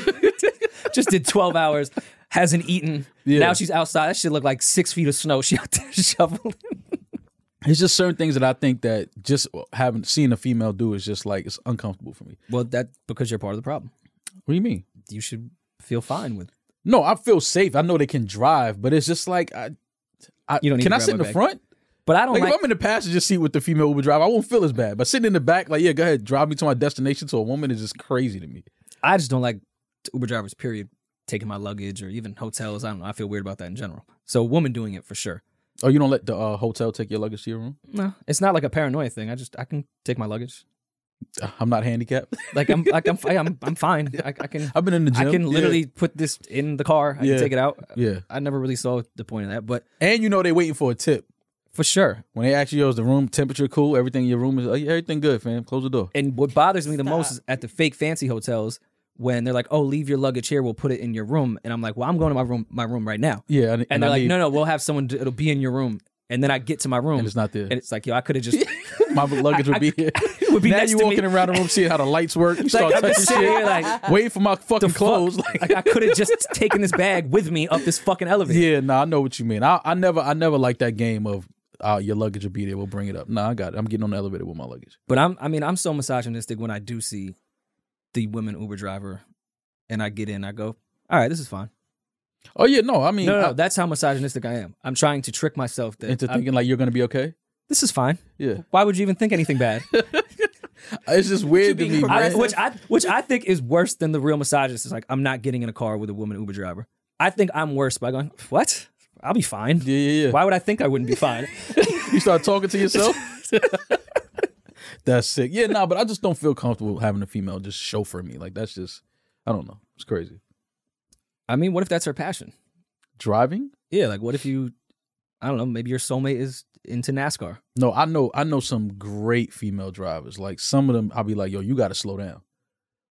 earth. just did 12 hours, hasn't eaten. Yeah. Now she's outside. That shit looked like six feet of snow. She out there shoveling. It's just certain things that I think that just having seen a female do is just like it's uncomfortable for me. Well, that because you're part of the problem. What do you mean? You should feel fine with. No, I feel safe. I know they can drive, but it's just like I. I You don't need can to I grab sit my in the bag. front? But I don't Like, like. if I'm in the passenger seat with the female Uber driver, I won't feel as bad. But sitting in the back, like, yeah, go ahead, drive me to my destination to a woman is just crazy to me. I just don't like Uber drivers. Period. Taking my luggage or even hotels. I don't know. I feel weird about that in general. So a woman doing it for sure. Oh, you don't let the uh, hotel take your luggage to your room? No, it's not like a paranoia thing. I just I can take my luggage. I'm not handicapped. Like I'm like I'm fi- I'm I'm fine. I, I can I've been in the I gym. can Yeah. literally put this in the car. I Yeah. can take it out. Yeah. I never really saw the point of that, but And you know they waiting for a tip. for sure. When they ask you, yo, is the room temperature cool? Everything in your room is, oh, yeah, everything good, fam. Close the door. And what bothers me the most Stop. is at the fake fancy hotels when they're like, "Oh, leave your luggage here. We'll put it in your room." And I'm like, "Well, I'm going to my room my room right now." Yeah. And, they're like, "No, no, we'll have someone. Do, it'll be in your room." And then I get to my room, And it's not there. and it's like, "Yo, I could have just." my luggage would be here. it would be now next you to walking me. around the room, seeing how the lights work. You start Like, I'm touching just sitting shit. here like Waiting for my fucking fuck? clothes. Like, like, I could have just taken this bag with me up this fucking elevator. yeah, no, I know what you mean. I, I never, I never liked that game of uh, your luggage will be there. We'll bring it up. No, I got it. I'm getting on the elevator with my luggage. But I'm I mean, I'm so misogynistic when I do see the women Uber driver and I get in, I go, All right, this is fine. Oh yeah, no, I mean, No, no, I- no that's how misogynistic I am. I'm trying to trick myself that into I- thinking like you're gonna be okay. this is fine. Yeah, Why would you even think anything bad? it's just weird to being me. progressive. I, man. which I which I think is worse than the real misogynist. It's like I'm not getting in a car with a woman Uber driver. I think I'm worse by going, What? I'll be fine. Yeah, yeah, yeah. Why would I think I wouldn't be fine? You start talking to yourself. that's sick. Yeah, nah, but I just don't feel comfortable having a female just chauffeur me. Like that's just, I don't know. It's crazy. I mean, what if that's her passion? Driving? Yeah, like what if you, I don't know, maybe your soulmate is into NASCAR. No, I know. I know some great female drivers. Like some of them, I'll be like, yo, you got to slow down.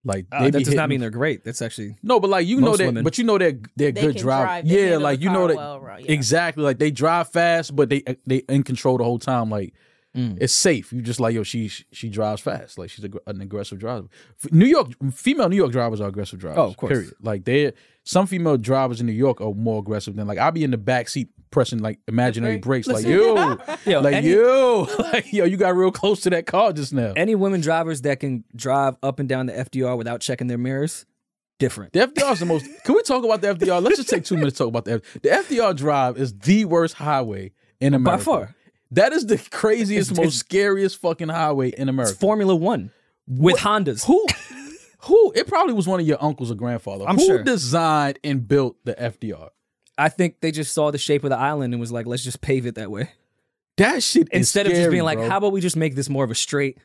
Like Uh, they that be does not hitting- mean they're great. That's actually No, but like you know Most that, women. but you know they're they're They good can drive. drive. They yeah, handle like the you know car that well, right, yeah. exactly. Like they drive fast, but they they in control the whole time. Like Mm. it's safe. You just like yo, she she drives fast. Like she's a, an aggressive driver. F- New York female New York drivers are aggressive drivers. Oh, of course. Period. Like they are some female drivers in New York are more aggressive than like I'll be in the back seat pressing like imaginary brakes. Like yo, yeah. like any, yo, like yo, you got real close to that car just now. any women drivers that can drive up and down the FDR without checking their mirrors, different. The FDR is the most. Can we talk about the FDR? Let's just take two minutes to talk about the FDR. The FDR drive is the worst highway in America. By far, That is the craziest, It's- most it's- scariest fucking highway in it's America. Formula One with Hondas. who, who, it probably was one of your uncles or grandfather. I'm who sure. designed and built the FDR? I think they just saw the shape of the island and was like, let's just pave it that way That shit is instead of just scary, being like, bro. how about we just make this more of a straight?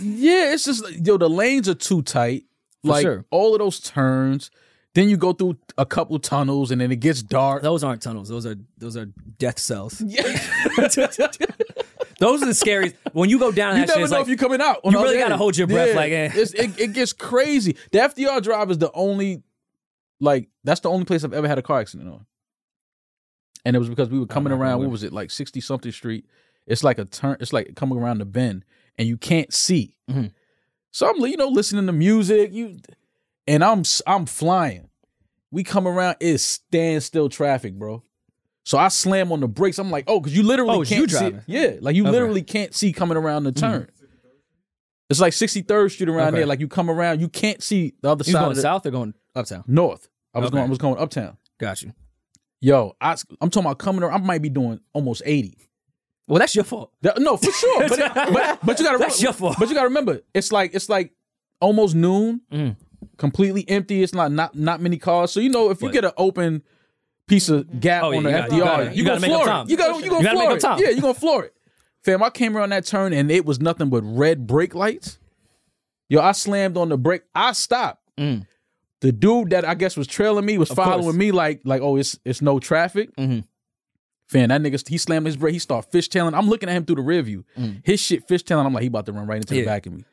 Yeah, it's just like, yo, the lanes are too tight. For Like sure. all of those turns. Then you go through a couple tunnels and then it gets dark. Those aren't tunnels. Those are those are death cells. Yeah. Those are the scariest. When you go down, You that shit, never know it's like, if you're coming out. on you the really other gotta end. hold your breath, like, eh. it's, it, it gets crazy. The FDR drive is the only, like, that's the only place I've ever had a car accident on. And it was because we were coming not around. nowhere. What was it like, sixty something street? It's like a turn. It's like coming around the bend, and you can't see. Mhm. So I'm, you know, listening to music. You, and I'm, s- I'm flying. We come around. It's standstill traffic, bro. So I slam on the brakes. I'm like, oh, because you literally Oh, it's can't you see- driving. Yeah, like you Okay. Mm-hmm. literally can't see coming around the turn. It's like 63rd Street around Okay. there. Like you come around, you can't see the other you side going of the south or going uptown? north. I was Okay. going. I was going uptown. Got you. Yo, I, I'm talking about coming around. I might be doing almost 80. Well, that's your fault. That- no, for sure. But, but, but you gotta. That's your fault. But you gotta remember, it's like it's like almost noon, Mm. completely empty. It's not not not many cars. So you know, if you But- get an open piece of gap Oh, yeah, on you the gotta- FDR, you you, gotta- you gotta gonna make up floor time. it. You gotta you gonna You gotta make floor up it. time. Yeah, you gonna floor it. Fam, I came around that turn and it was nothing but red brake lights. Yo, I slammed on the brake. I stopped. Mm. The dude that I guess was trailing me was Of following course. me like like oh it's it's no traffic. Mhm. Fan, that nigga, he slammed his brake. He started fishtailing. I'm looking at him through the rear view. Mm. His shit fishtailing. I'm like, he about to run right into Yeah. the back of me.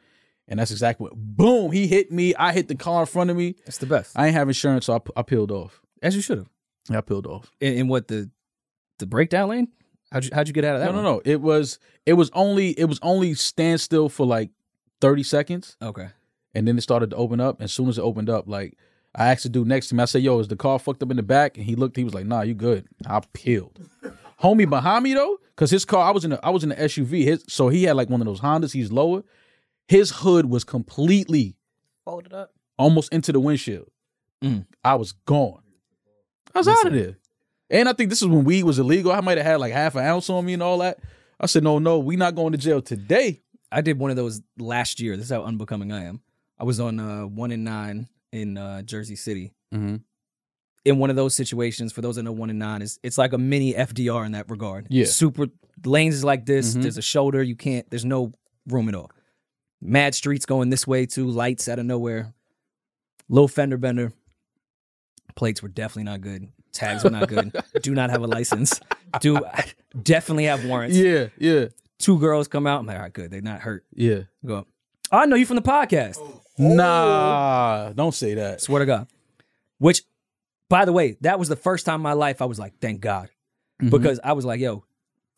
And that's exactly what. Boom! He hit me. I hit the car in front of me. That's the best. I ain't have insurance, so I, p- I peeled off. As you should have. I peeled off. In, in what the the breakdown lane? How'd you how'd you get out of that? no, no, one? no. It was it was only it was only standstill for like 30 seconds, Okay. and then it started to open up. And as soon as it opened up, like I asked the dude next to me, I said, "Yo, is the car fucked up in the back?" And he looked. He was like, "Nah, you good." I peeled. Homie behind me though, because his car, I was in a I was in an SUV. His so he had like one of those Hondas. He's lower. His hood was completely Fold it up. almost into the windshield. Mm. I was gone. I was out of there. And I think this is when weed was illegal. I might have had like half an ounce on me and all that. I said, no, no, we not going to jail today. I did one of those last year. This is how unbecoming I am. I was on uh, one and nine in uh, Jersey City. Mm-hmm. In one of those situations, for those that know one and nine is, it's like a mini FDR in that regard. Yeah. Super lanes is like this. Mhm. There's a shoulder. You can't. There's no room at all. Mad streets going this way too. Lights out of nowhere. Low fender bender. Plates were definitely not good. Tags were not good. Do not have a license. Do definitely have warrants. Yeah, yeah, Two girls come out. I'm like, all right, good. They're not hurt. yeah. Go up. "Oh, I know you from the podcast. Nah, don't say that. Swear to God. Which, by the way, that was the first time in my life I was like, thank God. Mm-hmm. Because I was like, yo,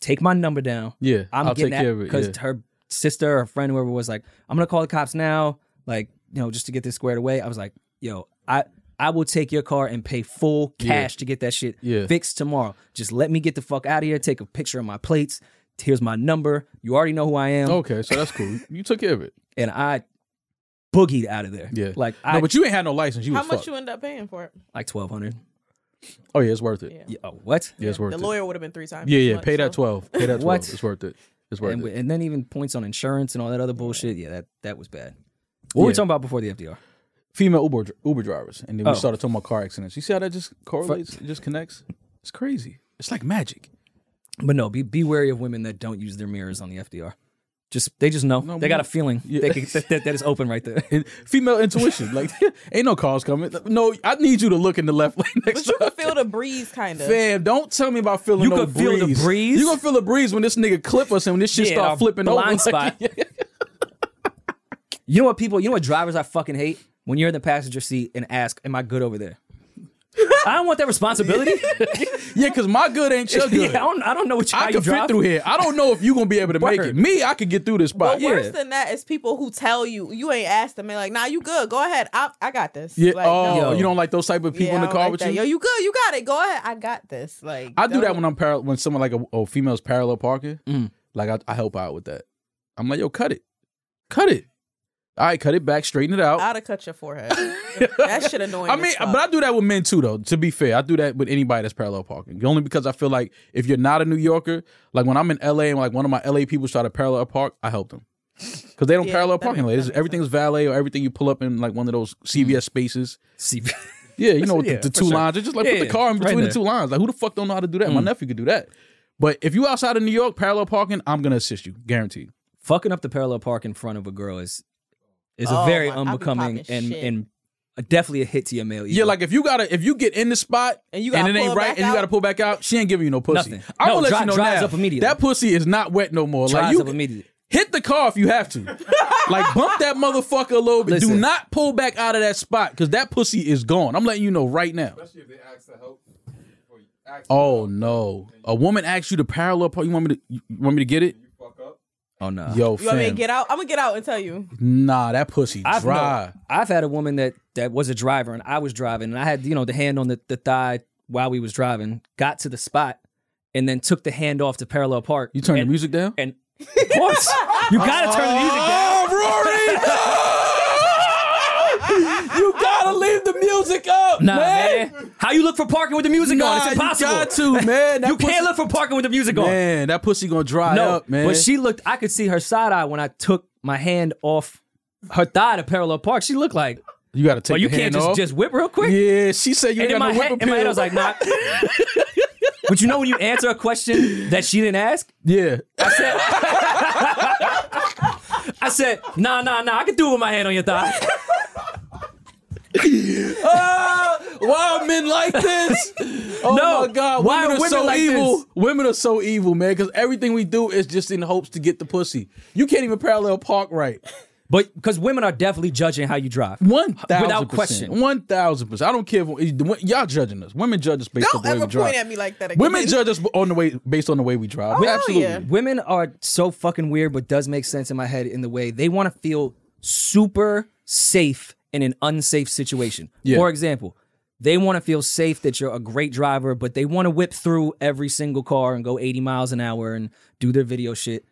take my number down. Yeah, I'm will getting take at care of it. because Yeah. her sister or friend, whoever was like, I'm gonna call the cops now, like, you know, just to get this squared away. I was like, yo, I I will take your car and pay full Yeah. cash to get that shit Yeah. fixed tomorrow. Just let me get the fuck out of here, take a picture of my plates. Here's my number. You already know who I am. Okay, so that's cool. You took care of it. And I boogied out of there. Yeah. Like I No, but you ain't had no license. You How was much fucked. you end up paying for it? like twelve hundred. oh yeah, it's worth it. Yeah, Yeah. Yeah, oh, what? it's worth the it. lawyer would have been three times. yeah, as yeah. much, Pay that so- twelve. Pay that twelve. What? It's worth it. It's worth And, it. and then even points on insurance and all that other bullshit. Yeah, that that was bad. What were we Yeah. talking about before the FDR? female Uber dr- Uber drivers, and then we Oh. started talking about car accidents. You see how that just correlates? It just connects. It's crazy. It's like magic. But no, be be wary of women that don't use their mirrors on the FDR. Just they just know No, they got a feeling Yeah. they could, that, that that is open right there. And female intuition, like ain't no calls coming. No, I need you to look in the left lane next But you time. can feel the breeze, kind of. Fam, don't tell me about feeling You no could feel the breeze? You gonna feel the breeze when this nigga clip us and when this shit Yeah, our start flipping over. blind spot. You know what people? You know what drivers I fucking hate when you're in the passenger seat and ask, "Am I good over there?" I don't want that responsibility. yeah, because my good ain't your good. Yeah, I don't. I don't know what you, how I you can drive fit through here. I don't know if you gonna be able to make Word. it. Me, I could get through this spot. But Yeah. worse than that is people who tell you you ain't asked them. They're like, "Nah, you good. Go ahead. I, I got this." Yeah. Like, oh, no. you don't like those type of people Yeah, in the I don't car like with that. you? Yo, you good? You got it. Go ahead. I got this. Like I do that don't- when I'm par- when someone like a oh, female's parallel parking. Mm. Like I, I help out with that. I'm like, yo, cut it, cut it. All right, cut it back, straighten it out. I'd have cut your forehead. that shit annoying. I mean, but I do that with men too, though. To be fair, I do that with anybody that's parallel parking. Only because I feel like if you're not a New Yorker, like when I'm in LA and like one of my LA people try to parallel park, I help them because they don't Yeah, parallel that parking. makes- Like, that it's- makes everything's valet or everything you pull up in like one of those CVS spaces. See, Yeah, you know, with Hmm. Yeah, the, the for two sure. lines. It's just like Yeah, put the car in right between there. Hmm. the two lines. Like who the fuck don't know how to do that? My nephew could do that. But if you outside of New York, parallel parking, I'm gonna assist you, guaranteed. fucking up the parallel park in front of a girl is is a Oh very my- I be unbecoming popping and shit. and definitely a hit to your male ego. Yeah, like if you gotta if you get in the spot And you and gotta it ain't pull right back and you gotta out? pull back out, she ain't giving you no pussy. Nothing. I'm No, gonna let dry- you know dries now. up immediately. That pussy is not wet no more. Tries Like you up immediately. hit the car if you have to. like bump that motherfucker a little bit. Do Listen. not pull back out of that spot because that pussy is gone. I'm letting you know right now. Especially if they ask to help. Or you ask Oh to help, no. A woman asks you to parallel park. You want me to you want me to get it? You fuck up. oh no, Yo, You want me to fam. get out? I'm gonna get out and tell you. Nah, that pussy I've no- dry. I've had a woman that that was a driver and I was driving and I had you know the hand on the, the thigh while we was driving. Got to the spot and then took the hand off to parallel park. You turn and, the music down? Oh, and of course you gotta turn the music down. Rory! you gotta leave the music up, Nah, man. How you look for parking with the music on? It's impossible. Oh, You got to, man. That You pussy, can't look for parking with the music on. Man, that pussy gonna dry No, up, man. but she looked. I could see her side eye when I took my hand off her thigh to parallel park. She looked like, you gotta take. "Oh, you the can't hand just off. just whip real quick." Yeah, she said you and ain't in got my, no head, whip in my head, I appeal. was like, "Not." but you know when you answer a question that she didn't ask, yeah, I said, "Nah, nah, nah. I can do it with my hand on your thigh." why are men like this? Oh No. my God, Why women are are women so like evil. this? Women are so evil, man. Because everything we do is just in hopes to get the pussy. You can't even parallel park right. But because women are definitely judging how you drive. One thousand Without percent. question. One thousand percent. I don't care. If, the- y'all judging us. Women judge us based on Don't the way ever we drive. point at me like that again. Women judge us on the way based on the way we drive. hell Absolutely. yeah. Women are so fucking weird, but does make sense in my head in the way they want to feel super safe in an unsafe situation. Yeah. For example, they want to feel safe that you're a great driver, but they want to whip through every single car and go 80 miles an hour and do their video shit.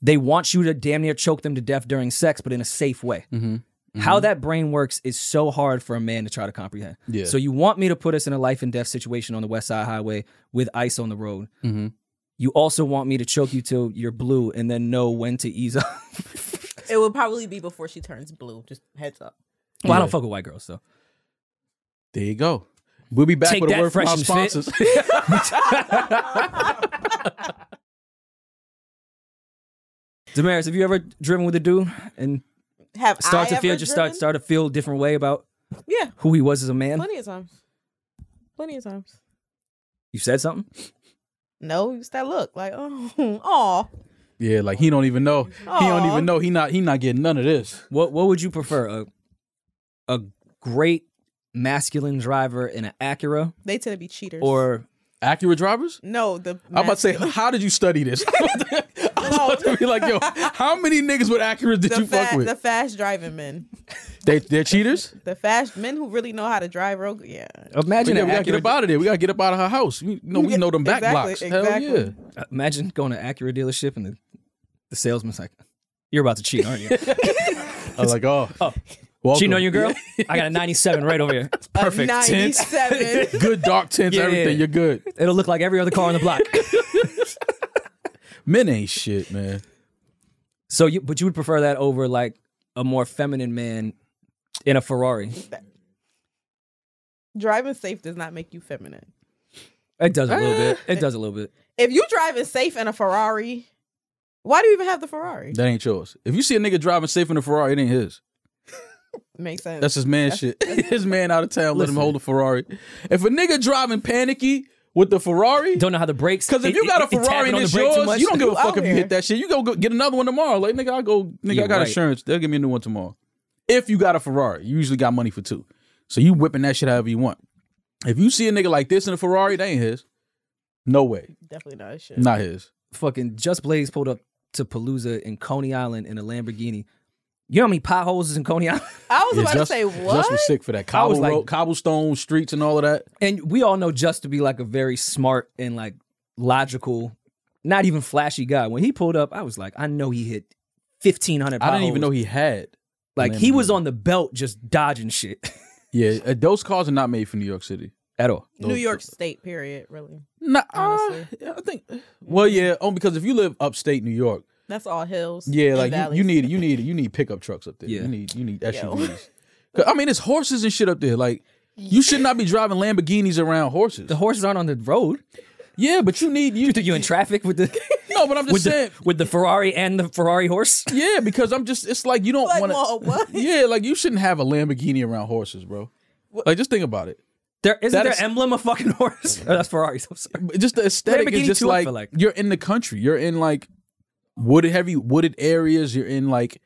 They want you to damn near choke them to death during sex, but in a safe way. Mm-hmm. How that brain works is so hard for a man to try to comprehend. Yeah. So you want me to put us in a life and death situation on the West Side Highway with ice on the road. Mm-hmm. You also want me to choke you till you're blue and then know when to ease up. it would probably be before she turns blue. Just heads up. well, I don't Yeah. fuck with white girls, though. There you go. We'll be back Take with a that, word from our Fresh and Fit. sponsors. Damaris, have you ever driven with a dude and Have start I to feel ever just driven? start start to feel a different way about Yeah, who he was as a man? plenty of times. Plenty of times. You said something? No, it's that look like oh, aw. yeah, like he don't even know. He don't Aw. even know. He not. He not getting none of this. What what would you prefer? A a great masculine driver in an Acura They tend to be cheaters. or Accurate drivers. no, the I'm about to say, how did you study this? I was about to be like, yo, how many niggas with Acuras did the, you fuck fa- with? the fast driving men, they, they're cheaters. the fast men who really know how to drive real. good. Yeah, But imagine yeah, an we gotta get Acura up out of there. We gotta get up out of her house. You know, we Yeah, know them back exactly, blocks. Hell exactly. yeah. Imagine going to Acura dealership and the, the salesman's like, "You're about to cheat, aren't you? I was like, oh, welcome. cheating on your girl? I got a 97 right over here. It's perfect. ninety seven. Good dark tints, Yeah, yeah, everything. yeah. You're good. It'll look like every other car on the block." Men ain't shit, man. so you, but you would prefer that over like a more feminine man in a Ferrari? Driving safe does not make you feminine. It does a little bit. It does a little bit. If you driving safe in a Ferrari, why do you even have the Ferrari? That ain't yours. If you see a nigga driving safe in a Ferrari, it ain't his. Makes sense. That's his man shit. his man out of town. Let him Listen. hold the Ferrari. If a nigga driving panicky with the Ferrari, Don't know how the brakes. because if it- you got a it- it Ferrari tapping and on the it's brake too yours, much. you don't give a You fuck out if you here. hit that shit. You go go get another one tomorrow. Like nigga, I go. Nigga, Yeah, I got right. insurance. They'll give me a new one tomorrow. If you got a Ferrari, you usually got money for two. So you whipping that shit however you want. If you see a nigga like this in a Ferrari, that ain't his. No way, definitely not his shit. not his. fucking Just Blaze pulled up to Palooza in Coney Island in a Lamborghini. You know how many potholes is in Coney Island? I was Yeah, about Just- to say Just what? was sick for that. I was Cobble like- road, cobblestone streets and all of that. And we all know Just to be like a very smart and like logical, not even flashy guy. When he pulled up, I was like, I know he hit fifteen hundred. I didn't even know he had. like he was Lamborghini. on the belt just dodging shit Yeah, uh, those cars are not made for New York City. at all. Those- New York State. Period. Really. Nah, Honestly. uh, I think. Well, yeah, oh, because if you live upstate New York, That's all hills. yeah, and like you, valleys. you need you need you need pickup trucks up there. Yeah. You need you need Yo. SUVs. 'Cause, I mean, it's horses and shit up there. Like you should not be driving Lamborghinis around horses. The horses aren't on the road. yeah, but you need you. You think you in traffic with the No, but I'm just with saying. the with the Ferrari and the Ferrari horse? Yeah, because I'm just. It's like you don't Like, want whoa, to. what? Yeah, like you shouldn't have a Lamborghini around horses, bro. Like just think about it. There isn't That their is- emblem a fucking horse. Oh, that's Ferraris. I'm sorry. But just the aesthetic is Lamborghini just too, I like, feel like. you're in the country. You're in like wooded, heavy wooded areas. You're in like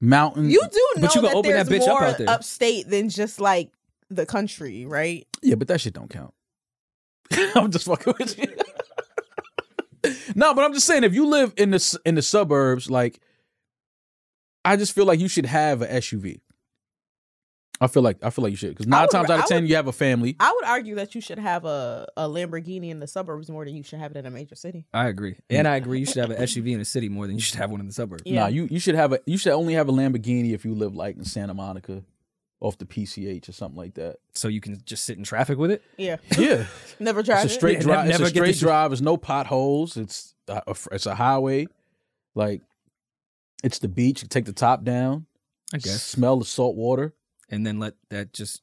mountains. You do know But you gonna that open that there's bitch up more out there. upstate than just like the country, right? yeah, but that shit don't count. I'm just fucking with you. no, but I'm just saying, if you live in the s- in the suburbs, like, I just feel like you should have a SUV. I feel like I feel like you should because nine would- times out I of would- ten you have a family. I would argue that you should have a, a Lamborghini in the suburbs more than you should have it in a major city. I agree, and I agree. You should have an SUV in the city more than you should have one in the suburbs. Yeah. Nah, you you should have a you should only have a Lamborghini if you live like in Santa Monica, off the PCH or something like that. So you can just sit in traffic with it. Yeah, Yeah. never drive It's a it. straight Yeah, drive. never it's a get straight this- drive. There's no potholes. It's a, a fr- it's a highway. Like it's the beach. You take the top down. I Smell the salt water. and then let that just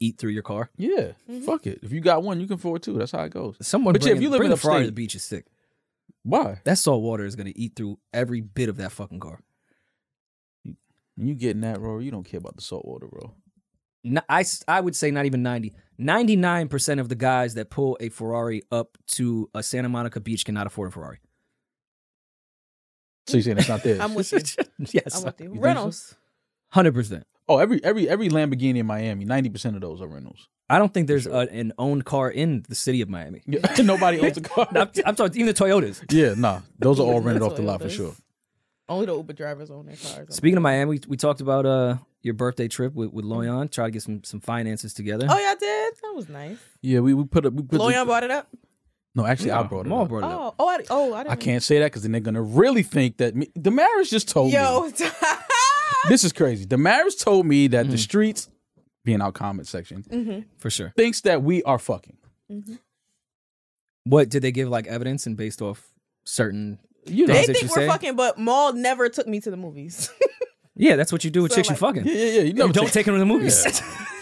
eat through your car. Yeah. Mhm. Fuck it. If you got one, you can afford two. That's how it goes. Someone, But yeah, bring, if you live bring in a Ferrari to upstate- the beach is sick. Why? That salt water is gonna eat through every bit of that fucking car. When you getting that, Rory, you don't care about the salt water, bro. N- I s- I would say not even 90. 99% of the guys that pull a Ferrari up to a Santa Monica beach cannot afford a Ferrari. So you saying it's not there? I'm with you. yes. I'm with you. so? Reynolds. 100%. oh, every every every Lamborghini in Miami, ninety percent of those are rentals. I don't think there's a, an owned car in the city of Miami. Yeah. Nobody owns a car. I'm, I'm talking even the Toyotas. yeah, nah. Those are all Yeah, rented that's off the what lot it for is. sure. Only the Uber drivers own their cars. Speaking of Miami, we, we talked about uh your birthday trip with, with Loyan, try to get some some finances together. oh, y'all did. That was nice. Yeah, we, we put up. We put the- Loyan brought it up. no, actually, I brought it. Maul up. brought it up. Oh, oh, I, oh, I didn't. I can't say that because then they're gonna really think that me, Damaris just told me. Yo, This is crazy. Damaris told me that Mm. the streets, being our comment section, Mm-hmm, For sure. thinks that we are fucking. What did they give like evidence and based off certain You know, they That's what think you say? we're fucking, but Maul never took me to the movies. Yeah, that's what you do with So, chicks like- you fucking. yeah, yeah, yeah. You, You never don't take them to the movies.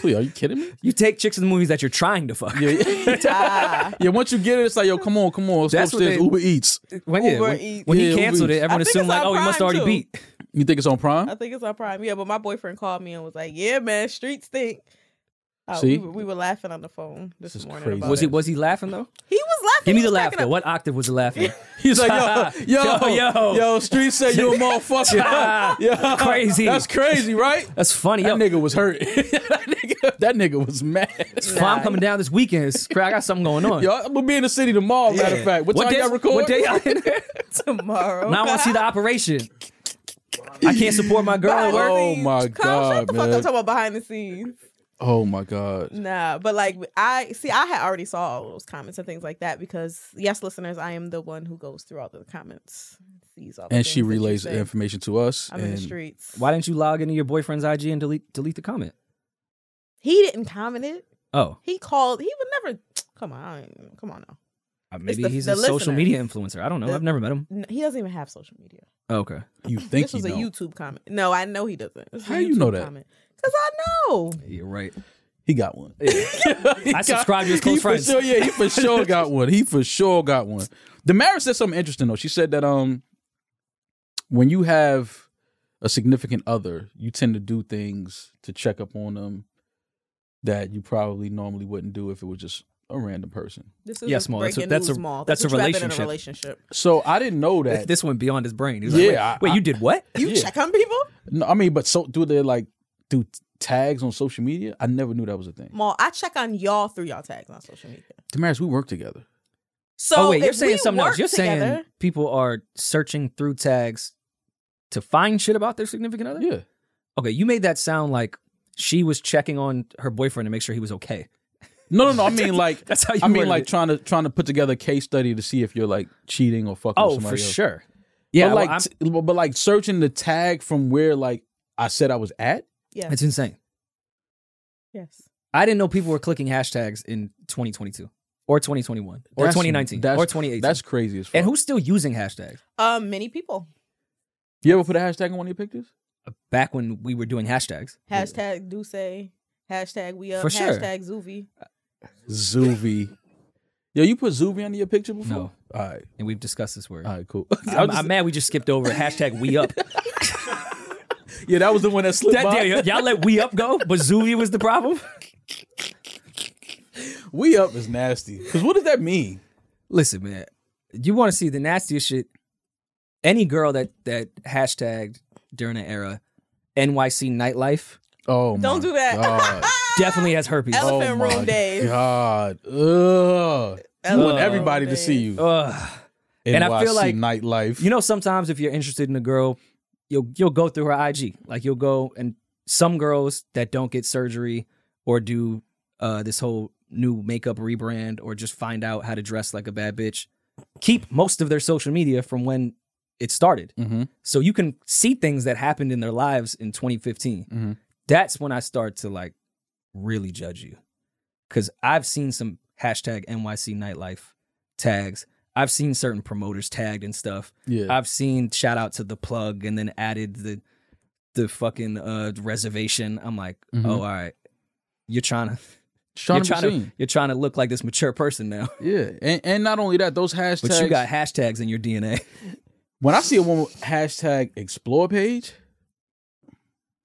Please, are you kidding me? you take chicks to the movies that you're trying to fuck. Yeah, yeah. Ah. yeah. Once you get it, it's like, yo, come on, come on. Let's That's go what upstairs. they- Uber Eats. When, yeah, Uber when- Eats. when Yeah, he canceled Uber it, Eats. everyone I think assumed it's like, on oh, he must Prime, already too. beat. You think it's on I Prime? think it's on Prime. Yeah, but my boyfriend called me and was like, "Yeah, man, streets stink." Uh, See? we, were, we were laughing on the phone this, This is morning. crazy. About Was he it. was he laughing though? He was laughing. Give me he the was laugh cracking though. up. What octave was the laughing? He's like, yo, yo, Yo, yo. yo, yo. Street said you a motherfucker. yeah, Crazy. That's crazy, right? That's funny. Yo, That nigga was hurt. that, nigga, that nigga was mad. Fam coming down this weekend. It's crack. I got something going on. Yo, I'm gonna be in the city tomorrow. Matter of fact, what, What time day- y'all record? What day y'all in there? tomorrow. Now I want to see the operation. I can't support my girl at work. Oh my Kyle, God, shut the fuck man. up talking about behind the scenes. Oh my god. Nah, but like I see, I had already saw all those comments and things like that because yes, listeners, I am the one who goes through all the comments, sees all, the And she things that you relays the say. information to us. I'm in and the streets. Why didn't you log into your boyfriend's IG and delete delete the comment? He didn't comment it. Oh, He called. He would never. Come on, I don't- come on now. uh, maybe the- he's the a social listener. media influencer. I don't know. The- I've never met him. N- He doesn't even have social media. Oh, okay. You think this was you a know? YouTube comment. No, I know he doesn't. This was a How you know YouTube that? Comment. Cause I know. You're right. He got one. He I got- subscribe to his close he friends. For sure, yeah, he for sure got one. He for sure got one. Damaris said something interesting though. She said that um, when you have a significant other, you tend to do things to check up on them that you probably normally wouldn't do if it was just a random person. This is Yes, yes, Maul, that's a- breaking that's a- news, Maul. that's what a you have been in relationship. a relationship. So I didn't know that. This went beyond his brain. He was Yeah, like, wait, I- wait, I- you did what? You Yeah. check on people? no, I mean, but so do they like do t- tags on social media? I never knew that was a thing. Maul, I check on y'all through y'all tags on social media. Damaris, we work together. So oh wait, you're if we saying something else. work You're saying together- people are searching through tags to find shit about their significant other. Yeah. Okay, you made that sound like she was checking on her boyfriend to make sure he was okay. No, no, no. I mean, like, That's how you. I mean, worded like it. trying to trying to put together a case study to see if you're like cheating or fucking. with oh, somebody for else. sure. Yeah, but well, like, I'm- t- but but, like searching the tag from where like I said I was at. Yeah. it's insane. Yes. I didn't know people were clicking hashtags in 2022 or 2021 or That's- 2019 that's- or 2018. That's crazy as fuck. and who's still using hashtags? Um, many people. you ever put a hashtag on one of your pictures? Back when we were doing hashtags, Hashtag do say. Hashtag we up. For sure. hashtag Zuvi. Zuvi. Yo, you put Zuvi under your picture before? No. All right. and we've discussed this word. All right. Cool. Uh, I I'm, was just- I'm mad we just skipped over hashtag we up. yeah, that was the one that slipped That- by. yeah, y'all let we up go, but Zuvi was the problem. We up is nasty. Because what does that mean? Listen, man, you want to see the nastiest shit? Any girl that that hashtagged during the era NYC nightlife Oh, my Don't do God. that. definitely has herpes. Ele- Oh. oh Elephant my room days. God. Ugh. You want Elephant everybody room to see days. you. Ugh. and I feel NYC like- nightlife. You know, sometimes if you're interested in a girl, you'll you'll go through her IG. Like you'll go and some girls that don't get surgery or do uh, this whole new makeup rebrand or just find out how to dress like a bad bitch keep most of their social media from when it started. Mhm. So you can see things that happened in their lives in 2015. Mhm. That's when I start to like really judge you. Cause I've seen some hashtag NYC nightlife tags. I've seen certain promoters tagged and stuff. Yeah. I've seen shout out to the plug and then added the the fucking uh reservation. I'm like, Mhm. oh, all right. You're trying to Trying you're to be trying to seen. you're trying to look like this mature person now. Yeah. And, and not only that, those hashtags. But you got hashtags in your DNA. When I see a woman with hashtag explore page,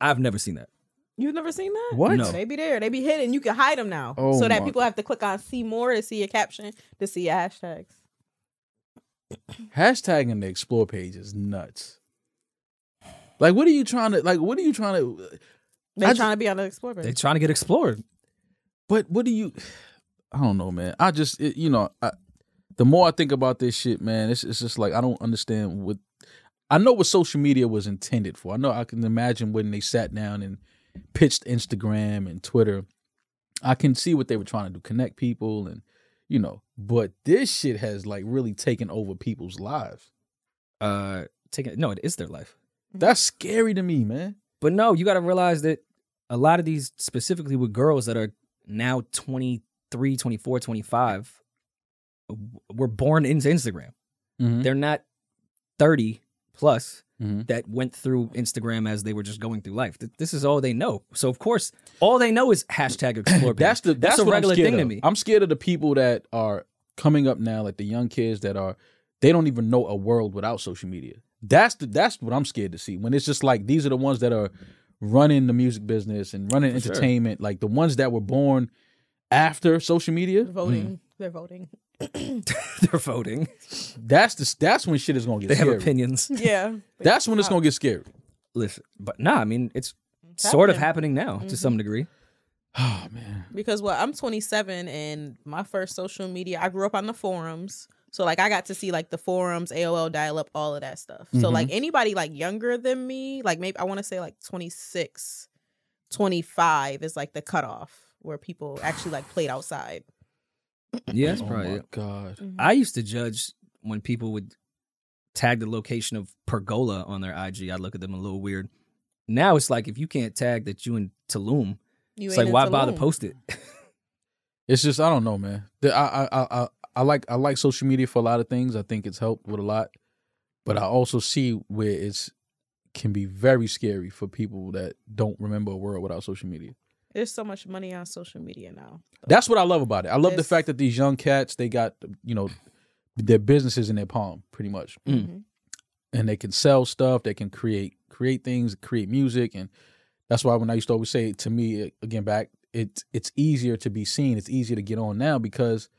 I've never seen that. You've never seen that? What? No. They be there. They be hidden. You can hide them now, Oh so that my- people have to click on see more to see your caption to see your hashtags. hashtagging the explore page is nuts. Like, what are you trying to? Like, what are you trying to? They I trying to be on the explorer. They're trying to get explored. But what do you? I don't know, man. I just, it, you know, I, the more I think about this shit, man, it's it's just like I don't understand what. I know what social media was intended for. I know I can imagine when they sat down and pitched Instagram and Twitter. I can see what they were trying to do, connect people and you know, but this shit has like really taken over people's lives. Uh, taking no, it is their life. That's scary to me, man. But no, you got to realize that a lot of these, specifically with girls that are now 23, 24, 25, w- were born into Instagram. Mm-hmm. They're not 30 plus Mhm. that went through Instagram as they were just going through life. Th- This is all they know. So of course, all they know is hashtag explore. page. That's the that's, a what regular I'm scared thing to of. me. I'm scared of the people that are coming up now, like the young kids that are they don't even know a world without social media. That's the that's what I'm scared to see. When it's just like these are the ones that are running the music business and running For sure. entertainment, like the ones that were born after social media. voting. They're voting. They're voting. That's the that's when shit is gonna get They have scary. opinions. Yeah. That's when it's gonna get scary. Listen, but nah, I mean, it's It's sort of happening now to some degree. Oh man. because well, I'm 27 and my first social media. I grew up on the forums, so like I got to see like the forums, AOL, dial up, all of that stuff. So Mhm. like Mm-hmm. anybody like younger than me, like maybe I want to say like 26, 25 is like the cutoff where people actually like played outside. Yeah, that's oh probably my it. God. I used to judge when people would tag the location of pergola on their IG. I'd look at them a little weird. Now it's like if you can't tag that you in Tulum, You it's ain't like why into bother Loom. post it? It's just I don't know, man. The- I I I I- I like I like social media for a lot of things. I think it's helped with a lot, but I also see where it's can be very scary for people that don't remember a world without social media. There's so much money on social media now. That's what I love about it. I love the It's- fact that these young cats they got you know their businesses in their palm pretty much, Mm. Mhm. and they can sell stuff. They can create create things, create music, and that's why when I used to always say to me a- again back, it's it's easier to be seen. It's easier to get on now because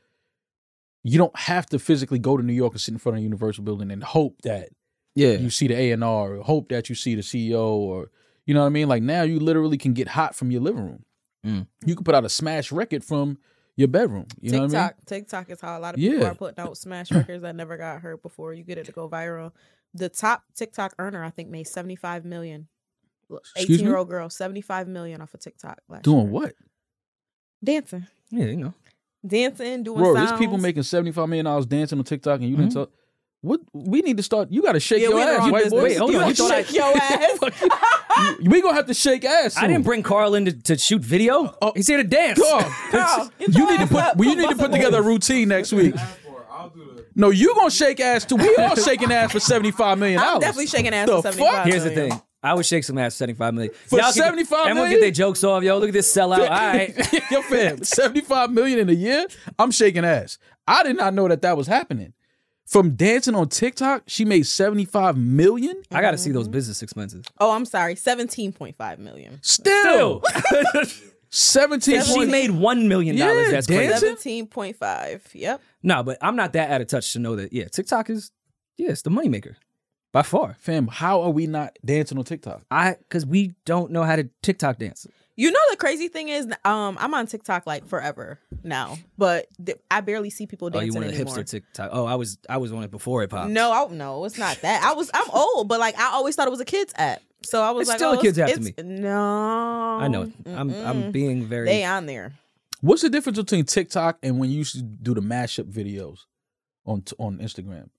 you don't have to physically go to New York and sit in front of a Universal building and hope that Yeah. you see the A and R, or hope that you see the CEO, or you know what I mean. Like now, you literally can get hot from your living room. Mm. You can put out a smash record from your bedroom. You know TikTok, what I mean? TikTok is how a lot of people Yeah. are putting out smash records that never got heard before. You get it to go viral. The top TikTok earner, I think, made 75 million. Excuse me? 18 year old girl, 75 million off of TikTok. Last Doing year. what? Dancing. Yeah, you know. Dancing, doing Bro, sounds. Mm-hmm. there's people making seventy five million dollars dancing on TikTok, and you Mhm. didn't tell. What we need to start? You got to shake Yeah, your we in the ass, wrong white business. boy. Wait, hold You on, you gotta thought I- shake your ass. we gonna have to shake ass. I didn't bring Carl in to, to shoot video. Oh. He's here to dance. Dog, Girl, get you your need to ass put. up. well, you Come need to bust a put together a move. routine next week. Ask for it. I'll do the No, you gonna shake ass too. We all shaking ass for seventy five million dollars. I'm definitely shaking ass The for 75 fuck? Here's the million. thing. I would shake some ass for 75 million. For Y'all can- 75 Everyone million? get their jokes off. Yo, look at this sellout. All right. Yo, fam, 75 million in a year? I'm shaking ass. I did not know that that was happening. From dancing on TikTok, she made 75 million? I got to see those business expenses. Oh, I'm sorry. 17.5 million. Still, And 17 she made $1 million. Yeah, That's crazy. dancing. 17.5. Yep. No, but I'm not that out of touch to know that, yeah, TikTok is, yeah, it's the moneymaker by far. Fam, how are we not dancing on TikTok? I, because we don't know how to TikTok dance. You know the crazy thing is, um, I'm on TikTok like forever now, but th- I barely see people Oh, you dancing want a anymore. hipster TikTok? Oh, I was, I was on it before it popped. No, I, no, it's not that. I was I'm old, but like I always thought it was a kids app. So I was It's like, still oh, a kids app to it's- No, I know. it. I'm, I'm Mm-mm. being very. They on there. What's the difference between TikTok and when you used to do the mashup videos on on Instagram?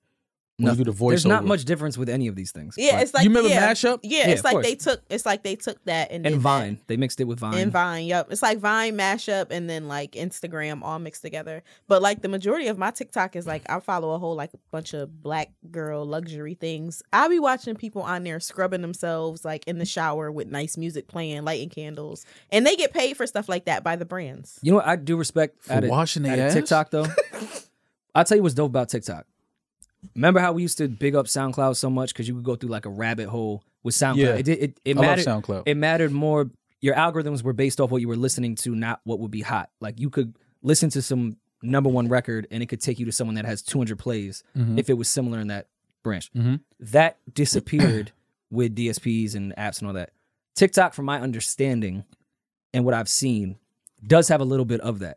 When you do the voiceover. There's not much difference with any of these things. Yeah, Like- it's like you remember yeah, mashup? Yeah, Yeah, it's of like course. they took. It's like they took that and and did that. Vine. They mixed it with Vine. and Vine. Yep, it's like Vine mashup and then like Instagram all mixed together. But like the majority of my TikTok is like I follow a whole like bunch of black girl luxury things. I'll be watching people on there scrubbing themselves like in the shower with nice music playing, lighting candles, and they get paid for stuff like that by the brands. You know what? I do respect For out of- washing out they of ass? TikTok though. I'll tell you what's dope about TikTok. Remember how we used to big up SoundCloud so much because you could go through like a rabbit hole with SoundCloud. Yeah. It, did- it, it I love mattered. SoundCloud. It mattered more. Your algorithms were based off what you were listening to, not what would be hot. Like you could listen to some number one record and it could take you to someone that has 200 plays Mhm. if it was similar in that branch. Mhm. That disappeared with DSPs and apps and all that. TikTok, from my understanding and what I've seen, does have a little bit of that. Mm-hmm.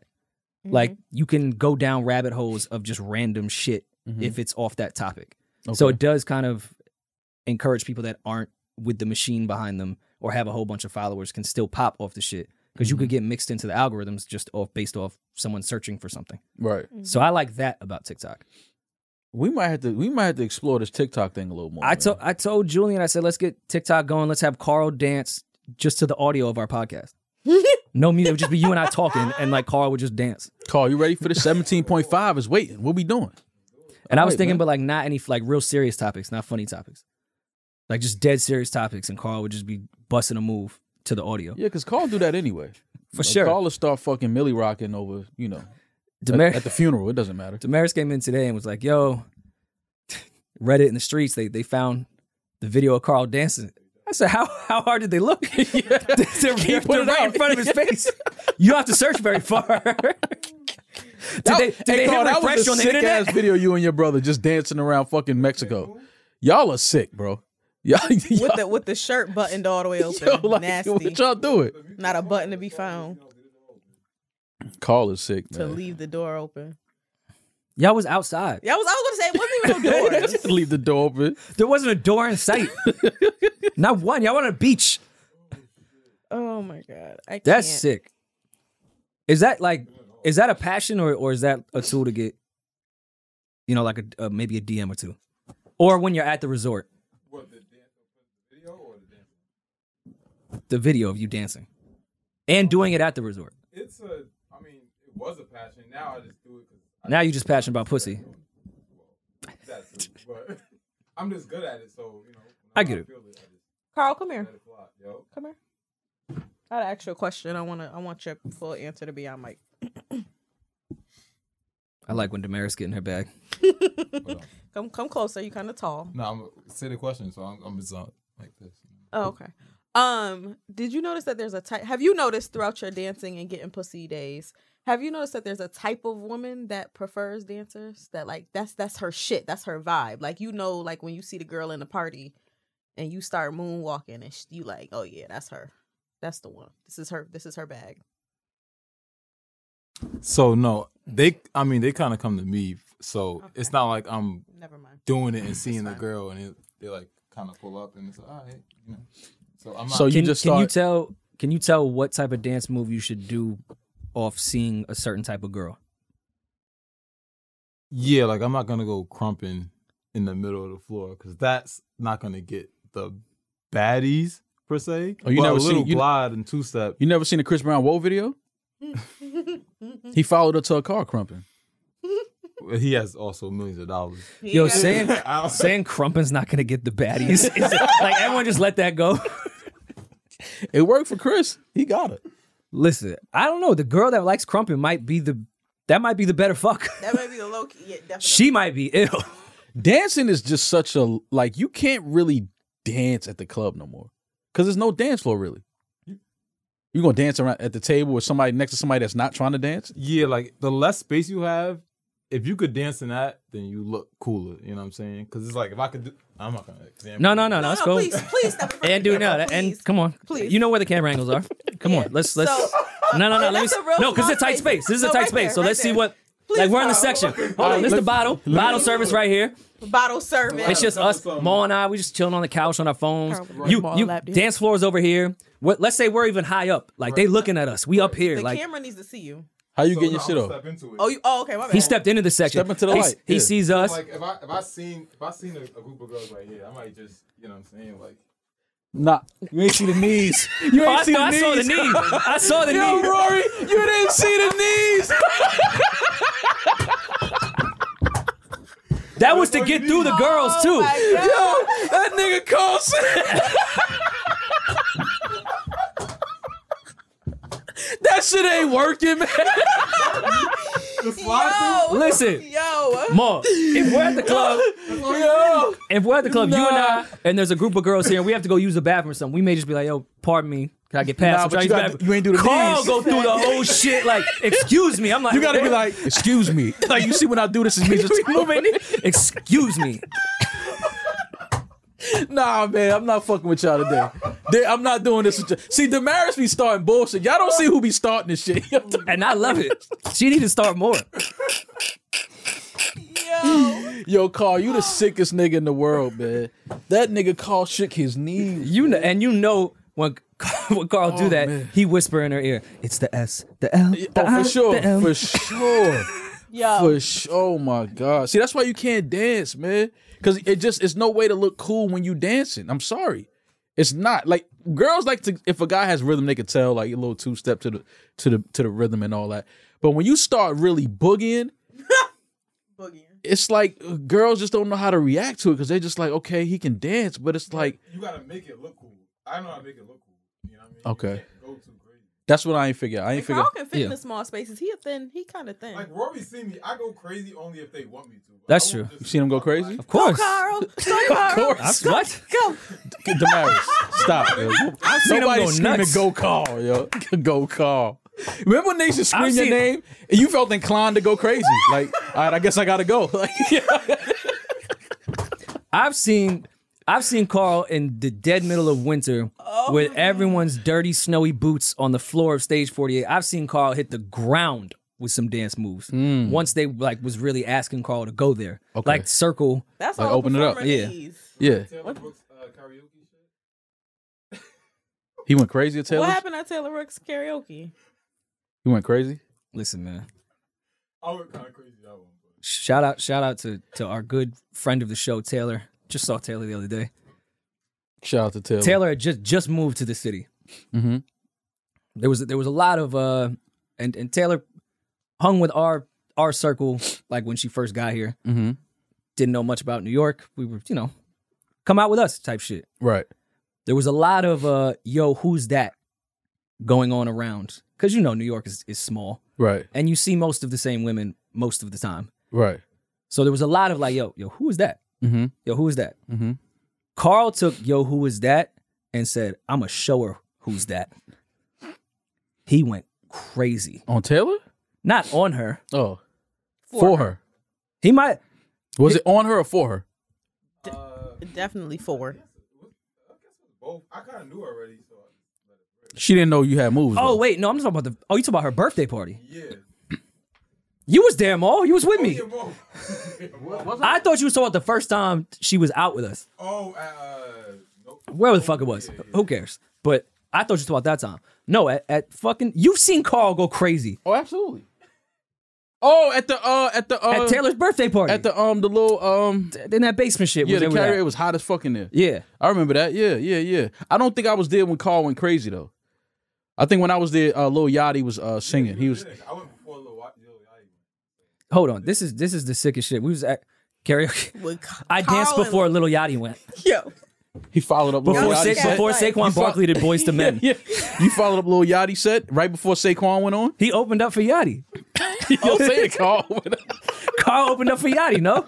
Mm-hmm. Like you can go down rabbit holes of just random shit Mhm. if it's off that topic. So Okay. it does kind of encourage people that aren't with the machine behind them or have a whole bunch of followers can still pop off the shit because you could Mm-hmm. get mixed into the algorithms just off based off someone searching for something. right. So I like that about TikTok. We might have to we might have to explore this TikTok thing a little more. I man. told I told Julian I said let's get TikTok going. Let's have Carl dance just to the audio of our podcast. No music, it would just be you and I talking, and like Carl would just dance. Carl, you ready for the 17.5 is waiting. What we doing? And I was Alright, thinking, man. but like not any like real serious topics, not funny topics, like just dead serious topics, and Carl would just be busting a move to the audio Yeah, because Carl do that anyway. for Like, sure. Carl will start fucking Millie rocking over, you know, at, Demer- at the funeral. It doesn't matter. Damaris came in today and was like, "Yo, Reddit in the streets, they they found the video of Carl dancing." I said, "How how hard did they look?" They're- They're, they're put it right in out. front of his face. You don't have to search very far. did they, did Hey, they Carl, hit that refresh was a on the sick internet? ass video you and your brother just dancing around fucking Mexico. Y'all are sick, bro. Y'all, y'all, with the with the shirt buttoned all the way open, yo, like, nasty, what y'all doing? not a button to be found Carl is sick, to man. leave the door open. Y'all was outside. Yeah, I was I was gonna say it wasn't even no doors. Leave the door open. There wasn't a door in sight. Not one. Y'all on a beach. oh my god, I can't. That's sick. Is that like is that a passion or or is that a tool to get you know like a, a maybe a DM or two? Or when you're at the resort, What the dance video or the dance? the video of you dancing and doing it at the resort. It's a. I mean, it was a passion. Now I just do it because. Now you just passionate about pussy. That's it. But I'm just good at it, so you know. when I get it. feel I just Carl, come here. let it fly, yo. Come here. I had an actual question. I want to. I want your full answer to be on mic. I like when Damaris get in her bag. Hold on. Come come closer. You kind of tall. No, I'm say the question, so I'm, I'm just uh, like this. Oh, okay. Um, did you notice that there's a type? Have you noticed throughout your dancing and getting pussy days? Have you noticed that there's a type of woman that prefers dancers? That like that's that's her shit. That's her vibe. Like you know, like when you see the girl in the party, and you start moonwalking, and sh- you like, oh yeah, that's her. That's the one. This is her. This is her bag. So no, they. I mean, they kind of come to me, so it's not like I'm Never mind. doing it and seeing the fine. girl, and it, they like kind of pull up, and it's like, all right, you know. So I'm So not. So Oh, you Can, just can you start- tell? Can you tell what type of dance move you should do off seeing a certain type of girl? yeah, like I'm not gonna go crumping in the middle of the floor because that's not gonna get the baddies per se. Oh, you never But a little seen- you- glide and two step. You never seen a Chris Brown Woe video? He followed her to a car crumping. He has also millions of dollars. Yo, saying I don't- saying crumpin's not gonna get the baddies. Is it- like everyone just let that go. It worked for Chris. He got it. Listen, I don't know. The girl that likes crumpin might be the that might be the better fuck. that might be the low key. Yeah, definitely. She might be ill. Dancing is just such a like you can't really dance at the club no more because there's no dance floor really. You gonna dance around at the table with somebody next to somebody that's not trying to dance? Yeah, like the less space you have, if you could dance in that, then you look cooler. You know what I'm saying? Because it's like if I could do, I'm not gonna. example. No, no, no, no, no. no, Let's go. please, please stop. in front And of do the no. camera, that- And please. come on. Please. You know where the camera angles are. Come on. Let's let's. So, no, no, no. uh, Let me. that's a real No, because it's oh, a small tight space. space. This is a No, tight right space. there, so right let's see there. what. Please like we're in the stop. section. Hold on. This is the bottle. Bottle service right here. bottle service. It's just us, Mo and I. We just chilling on the couch on our phones. Right. You, Ball you lap dance. dance floors over here. What, let's say we're even high up. Like they looking at us. We up here. the like camera needs to see you. How you So, getting your no, shit I'ma off? step into it. Oh, you. Oh, okay. My bad. he stepped into the section. Step into the He- light. He Yeah. sees us. Like if I if I seen if I seen a, a group of girls right here, I might just you know what I'm saying like. Nah, you ain't see the knees. You Oh, ain't I, see no, the I knees. saw the knee. I saw the knee. Rory, you didn't see the knees. That was to get through the girls Oh too. my God. that nigga calls. that shit ain't working, man. The slide Yo, Listen. yo. Ma, if we're at the club, Yo, if we're at the club, you and I, Nah. and there's a group of girls here, and we have to go use the bathroom or something, we may just be like, yo, pardon me. Can I get past? Nah, I'm but trying you to use gotta- bathroom." you ain't do the Carl knees. go through the whole shit. Like, excuse me. I'm like, you gotta be like, excuse me. Like you see when I do this, it's me just moving. excuse me. Nah, man, I'm not fucking with y'all today. They- I'm not doing this. With y'all. See, Damaris be starting bullshit. Y'all don't see who be starting this shit. And I love it. She need to start more. Yo. Yo, Carl, you the sickest nigga in the world, man. That nigga Carl shook his knees. You know, and you know when when Carl do that, Oh, man. he whisper in her ear, "It's the S, the L, the Oh, I, for sure, the M." for sure. Yo. For sure. Oh my god. See, that's why you can't dance, man. Cause it just it's no way to look cool when you dancing. I'm sorry. It's not like girls like to if a guy has rhythm, they could tell like a little two step to the to the to the rhythm and all that. But when you start really boogieing, Boogie. it's like uh, girls just don't know how to react to it because they're just like, okay, he can dance, but it's like You gotta make it look cool. I know how to make it look cool. You know what I mean? Okay. You can't go too crazy. that's what I ain't figure. out. I ain't And figure. Carl can fit yeah. in the small spaces. He a thin. He kind of thin. Like Rory see me, I go crazy only if they want me to. That's I won't true. just- You seen him go crazy? of Go, course. Oh, Carl. Go, Carl. course. That's what. Go. Damaris, stop. Yo. seen him Somebody go screaming, nuts. "Go call, yo, go call." Remember when they used to scream I've your seen- name and you felt inclined to go crazy? Like, all right, I guess I gotta go. Like, I've seen I've seen Carl in the dead middle of winter with everyone's dirty snowy boots on the floor of stage 48. I've seen Carl hit the ground with some dance moves once they like was really asking Carl to go there. Hmm. Okay. Like circle. That's Like, all. open it up. performer Yeah. needs. yeah, Taylor Brooks uh, karaoke shit. he went crazy. At Taylor, What happened at Taylor Rook's karaoke? he went crazy. Listen, man. I went kind of crazy that one. But. Shout out shout out to to our good friend of the show Taylor. Just saw Taylor the other day. Shout out to Taylor. Taylor had just just moved to the city. hmm There was there was a lot of uh and and Taylor hung with our our circle like when she first got here. hmm didn't know much about New York. We were, you know, come out with us type shit. Right. There was a lot of uh, yo, who's that? going on around because you know New York is, is small Right. and you see most of the same women most of the time. Right. So there was a lot of like, yo, yo, who is that? Mm-hmm. Yo, who is that? Mm-hmm. Carl took yo, who is that? And said, I'm going to show her who's that. He went crazy. On Taylor? Not on her. Oh, for, her. He might Was it on her or for her? Definitely four. I kind of knew already, so She didn't know you had moves. Oh though. wait, no, I'm talking about the Oh, you talking about her birthday party. yeah. You was there, Mo. You was with me. what was I thought you was talking about the first time she was out with us. Oh, uh, nope. Wherever the fuck it was. Who cares? But I thought you was talking about that time. No, at, at fucking you've seen Carl go crazy. Oh, absolutely. Oh, at the uh, at the uh, at Taylor's birthday party. at the um, the little um, in that basement shit. yeah, was the it with carrier. that? It was hot as fuck in there. Yeah. I remember that. Yeah, yeah, yeah. I don't think I was there when Carl went crazy though. I think when I was there, uh, Lil Yachty was uh singing. He was. I went before Lil Wa- Lil Yachty. Hold on. This is this is the sickest shit. We was at karaoke. With I danced before Little Yachty went. Yo, He followed up Lil Before, Yachty Sa- Yachty's set. before set. Saquon Barkley did Boys to Men. Yeah, you followed up Lil Yachty set right before Saquon went on. He opened up for Yachty. Oh, Yo, say it, Carl. Carl opened up for Yachty, no?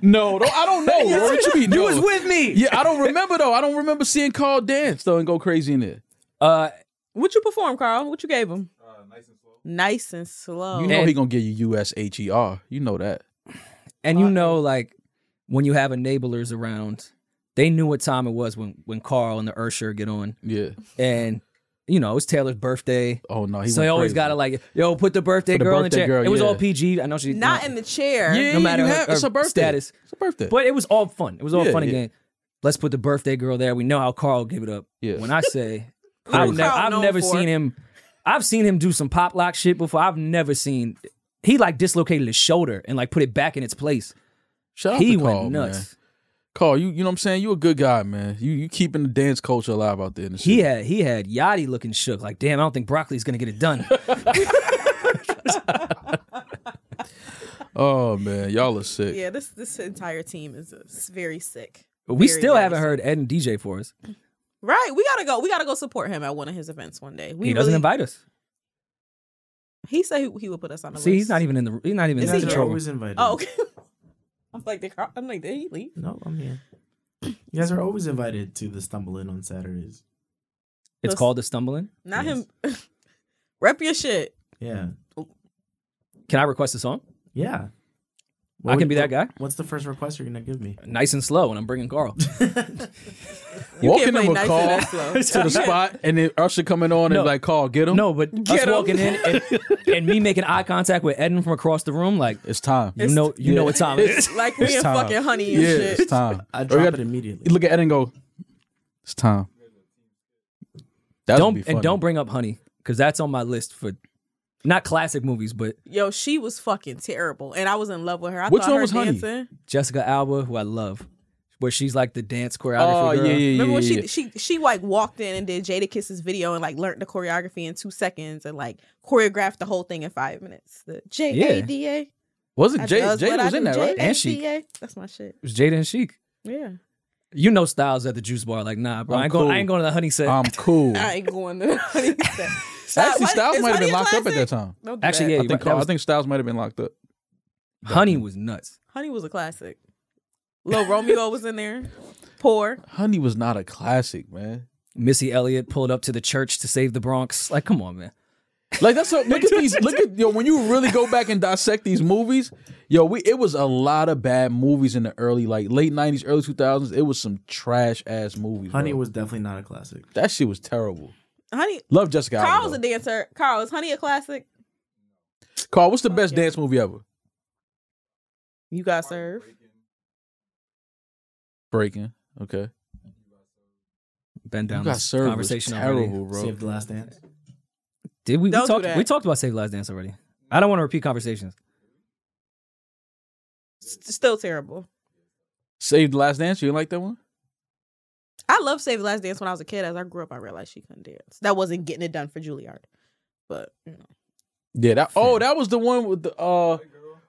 no, don't, I don't know. What you mean? You No. was with me. Yeah, I don't remember though. I don't remember seeing Carl dance though and go crazy in there. Uh, what you perform, Carl? What you gave him? nice and slow. You Nice and slow. know And- he gonna give you US H E R. You know that. and you know, like when you have enablers around, they knew what time it was when when Carl and the Ursher get on, Yeah. and you know it was Taylor's birthday, Oh no. He so they went always crazy. gotta like, yo, put the birthday Put the girl in the birthday chair. girl, it was yeah. all PG. I know she Not in the chair. Yeah, yeah, no matter you her- have, it's her a birthday. status. It's a birthday. But it was all fun. It was all Yeah, fun yeah. again. Let's put the birthday girl there. We know how Carl gave it up. Yeah. When I say I've, Who's nev- Carl I've known never for? seen him I've seen him do some pop lock shit before. I've never seen he like dislocated his shoulder and like put it back in its place. Shout out to he went Carl, Man. nuts. Carl, you you know what I'm saying? You a good guy, man. You you keeping the dance culture alive out there. In the He city. had he had Yachty looking shook. Like, damn, I don't think broccoli's gonna get it done. Oh man, y'all are sick. Yeah, this this entire team is uh, s- very sick. we Very, still very haven't sick. heard Ed and DJ for us. Right, we gotta go. We gotta go support him at one of his events one day. We he doesn't really- invite us. He said he, he would put us on the See, list. he's not even in the he's not even Is in he the here? control You're room. always invited. Oh, okay. I'm like, did Carl, I'm like, did he leave? No, I'm here. You guys are always invited to the Stumble In on Saturdays. It's called the stumbling. Not Yes. him. Rep your shit. Yeah. Can I request a song? Yeah. I can be that guy. What's the first request you're going to give me? Nice and slow, and I'm bringing Carl. Walking play him a nice call and that slow. to the spot, and then Usher coming on No. and like, Carl, get him. No, but Get us 'em. walking in and, and me making eye contact with Eden from across the room, like it's time. you know, you know Yeah. what time it is. Like we It's in time. fucking honey yeah, and shit. it's time. I Or you drop got- it immediately. You look at Ed and go, it's time. That would be Don't funny. and don't bring up Honey because that's on my list for not classic movies, but Yo, she was fucking terrible, and I was in love with her. I Which thought one her was Honey? dancing. Jessica Alba, who I love, where she's like the dance choreography Oh yeah, girl. yeah, yeah. Remember when yeah, she yeah. she she like walked in and did Jada Kiss's video and like learned the choreography in two seconds and like choreographed the whole thing in five minutes. The J A D A. was it I Jay? does Jay what I was in do, that, right? And she- JADA. That's my shit. It was Jada and Chic. Yeah. You know Styles at the juice bar, like nah, bro. I I'm ain't, going, cool. Um, I ain't going to the Honey set. I'm cool. I ain't going to honey set. Actually, Styles might have been locked up at that time. time. Actually, yeah, I you think right, that Carl, I was- think Styles might have been locked up. honey was nuts. Honey was a classic. Lil Romeo was in there. Poor. Honey was not a classic, man. Missy Elliott pulled up to the church to save the Bronx. Like, come on, man. Like that's what look at these look at yo when you really go back and dissect these movies, yo, we it was a lot of bad movies in the early like late nineties, early two thousands. It was some trash ass movies. Honey bro. was definitely not a classic. that shit was terrible. Honey. Love Jessica. Alba, Carl's though. a dancer. Carl, is Honey a classic? Carl, what's the best yeah. dance movie ever? You got served. Breaking. Okay. Bend You down. got this served. conversation was already. terrible, bro. Save the Last Dance. Did we, we Don't do talked that. we talked about Save the Last Dance already? I don't want to repeat conversations. S- Still terrible. Save the Last Dance. You didn't like that one? I love Save the Last Dance when I was a kid. As I grew up, I realized she couldn't dance. That wasn't getting it done for Juilliard. But you know. Yeah. That. Oh, that was the one with the uh.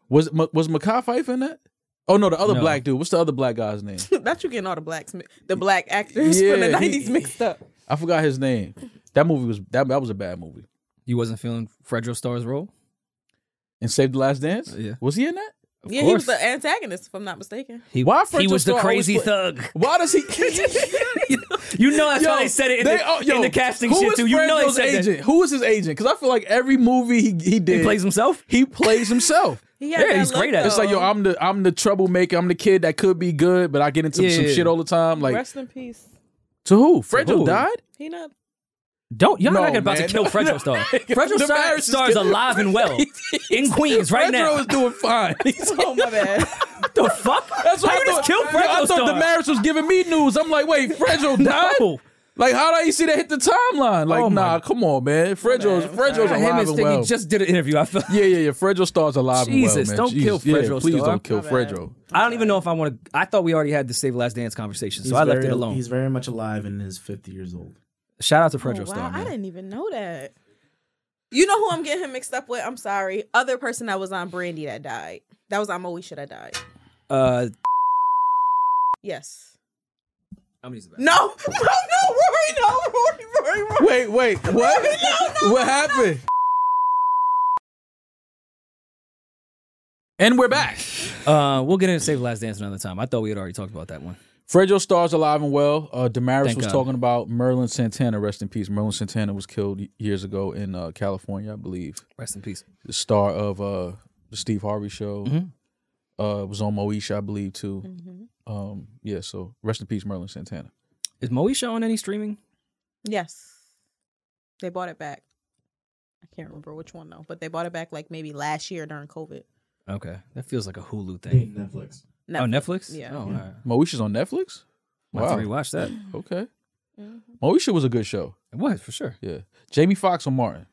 Was was Makai Fife in that? Oh no, the other No. black dude. What's the other black guy's name? not you getting all the blacks, mi- the black actors from Yeah, the he- nineties mixed up. I forgot his name. That movie was that that was a bad movie. You wasn't feeling Fredro Starr's role? And Save the Last Dance? Yeah. Was he in that? Of yeah, he was course. the antagonist, if I'm not mistaken. He, Why he Fredro was the Starr always crazy put- thug. Why does he You know that's Yo, why they said it in, they- the, oh, yo, in the casting who shit is too. You know they Franco's said that. agent? Who is his agent? Because I feel like every movie he he did, He plays himself. he plays himself. He Yeah, that he's look, um, great at it. It's like yo, I'm the I'm the troublemaker. I'm the kid that could be good, but I get into Yeah, some yeah, shit yeah. all the time. Like Rest in peace. to who? Fredo who? died. He not. Don't y'all No, not about man. to kill No, Fredro no. Starr. The Fredro Starr marriage is stars good. alive and well in Queens right Fredro now. is doing fine. He's Oh my bad. What the fuck? That's How why you just killed I thought Fredro Starr. Damaris was giving me news. I'm like, wait, Fredro died. No. Like, how did I see that hit the timeline? Like, Oh, my- nah, come on, man. Fredro's Man, Fredro's Him alive and and Stinky well. just did an interview. I feel. yeah, yeah, yeah. Fredro stars alive Jesus, and well, man. don't kill yeah, Fredro Please Starr. don't kill My bad. Fredro. I don't even know if I want to. I thought we already had the Save the Last Dance conversation, so He's I left very- it alone. He's very much alive and is 50 years old. Shout out to Oh, Fredro wow, Starr. I Man. didn't even know that. You know who I'm getting him mixed up with? I'm sorry. Other person that was on Brandy that died. That was on Moe should have died. Uh, Yes. how many's the best? No, no, no, Rory, no, Rory, Rory, Rory. Wait, wait, what? what happened? And we're back. Uh, we'll get into Save the Last Dance another time. I thought we had already talked about that one. Fredro stars alive and well. Uh, Damaris Thank was God. talking about Merlin Santana. Rest in peace. Merlin Santana was killed y- years ago in uh, California, I believe. Rest in peace. The star of uh, the Steve Harvey Show. Mhm. Uh, was on Moesha, I believe, too. Mhm. Um, yeah. So rest in peace, Merlin Santana. Is Moesha on any streaming? Yes. They bought it back. I can't remember which one though, but they bought it back like maybe last year during COVID. Okay, that feels like a Hulu thing. Netflix. Netflix. Oh, Netflix. Yeah. Oh, all right. Moesha's on Netflix. Might have to Wow. rewatch that. Okay. Mhm. Moesha was a good show. It was for sure. Yeah. Jamie Foxx on Martin.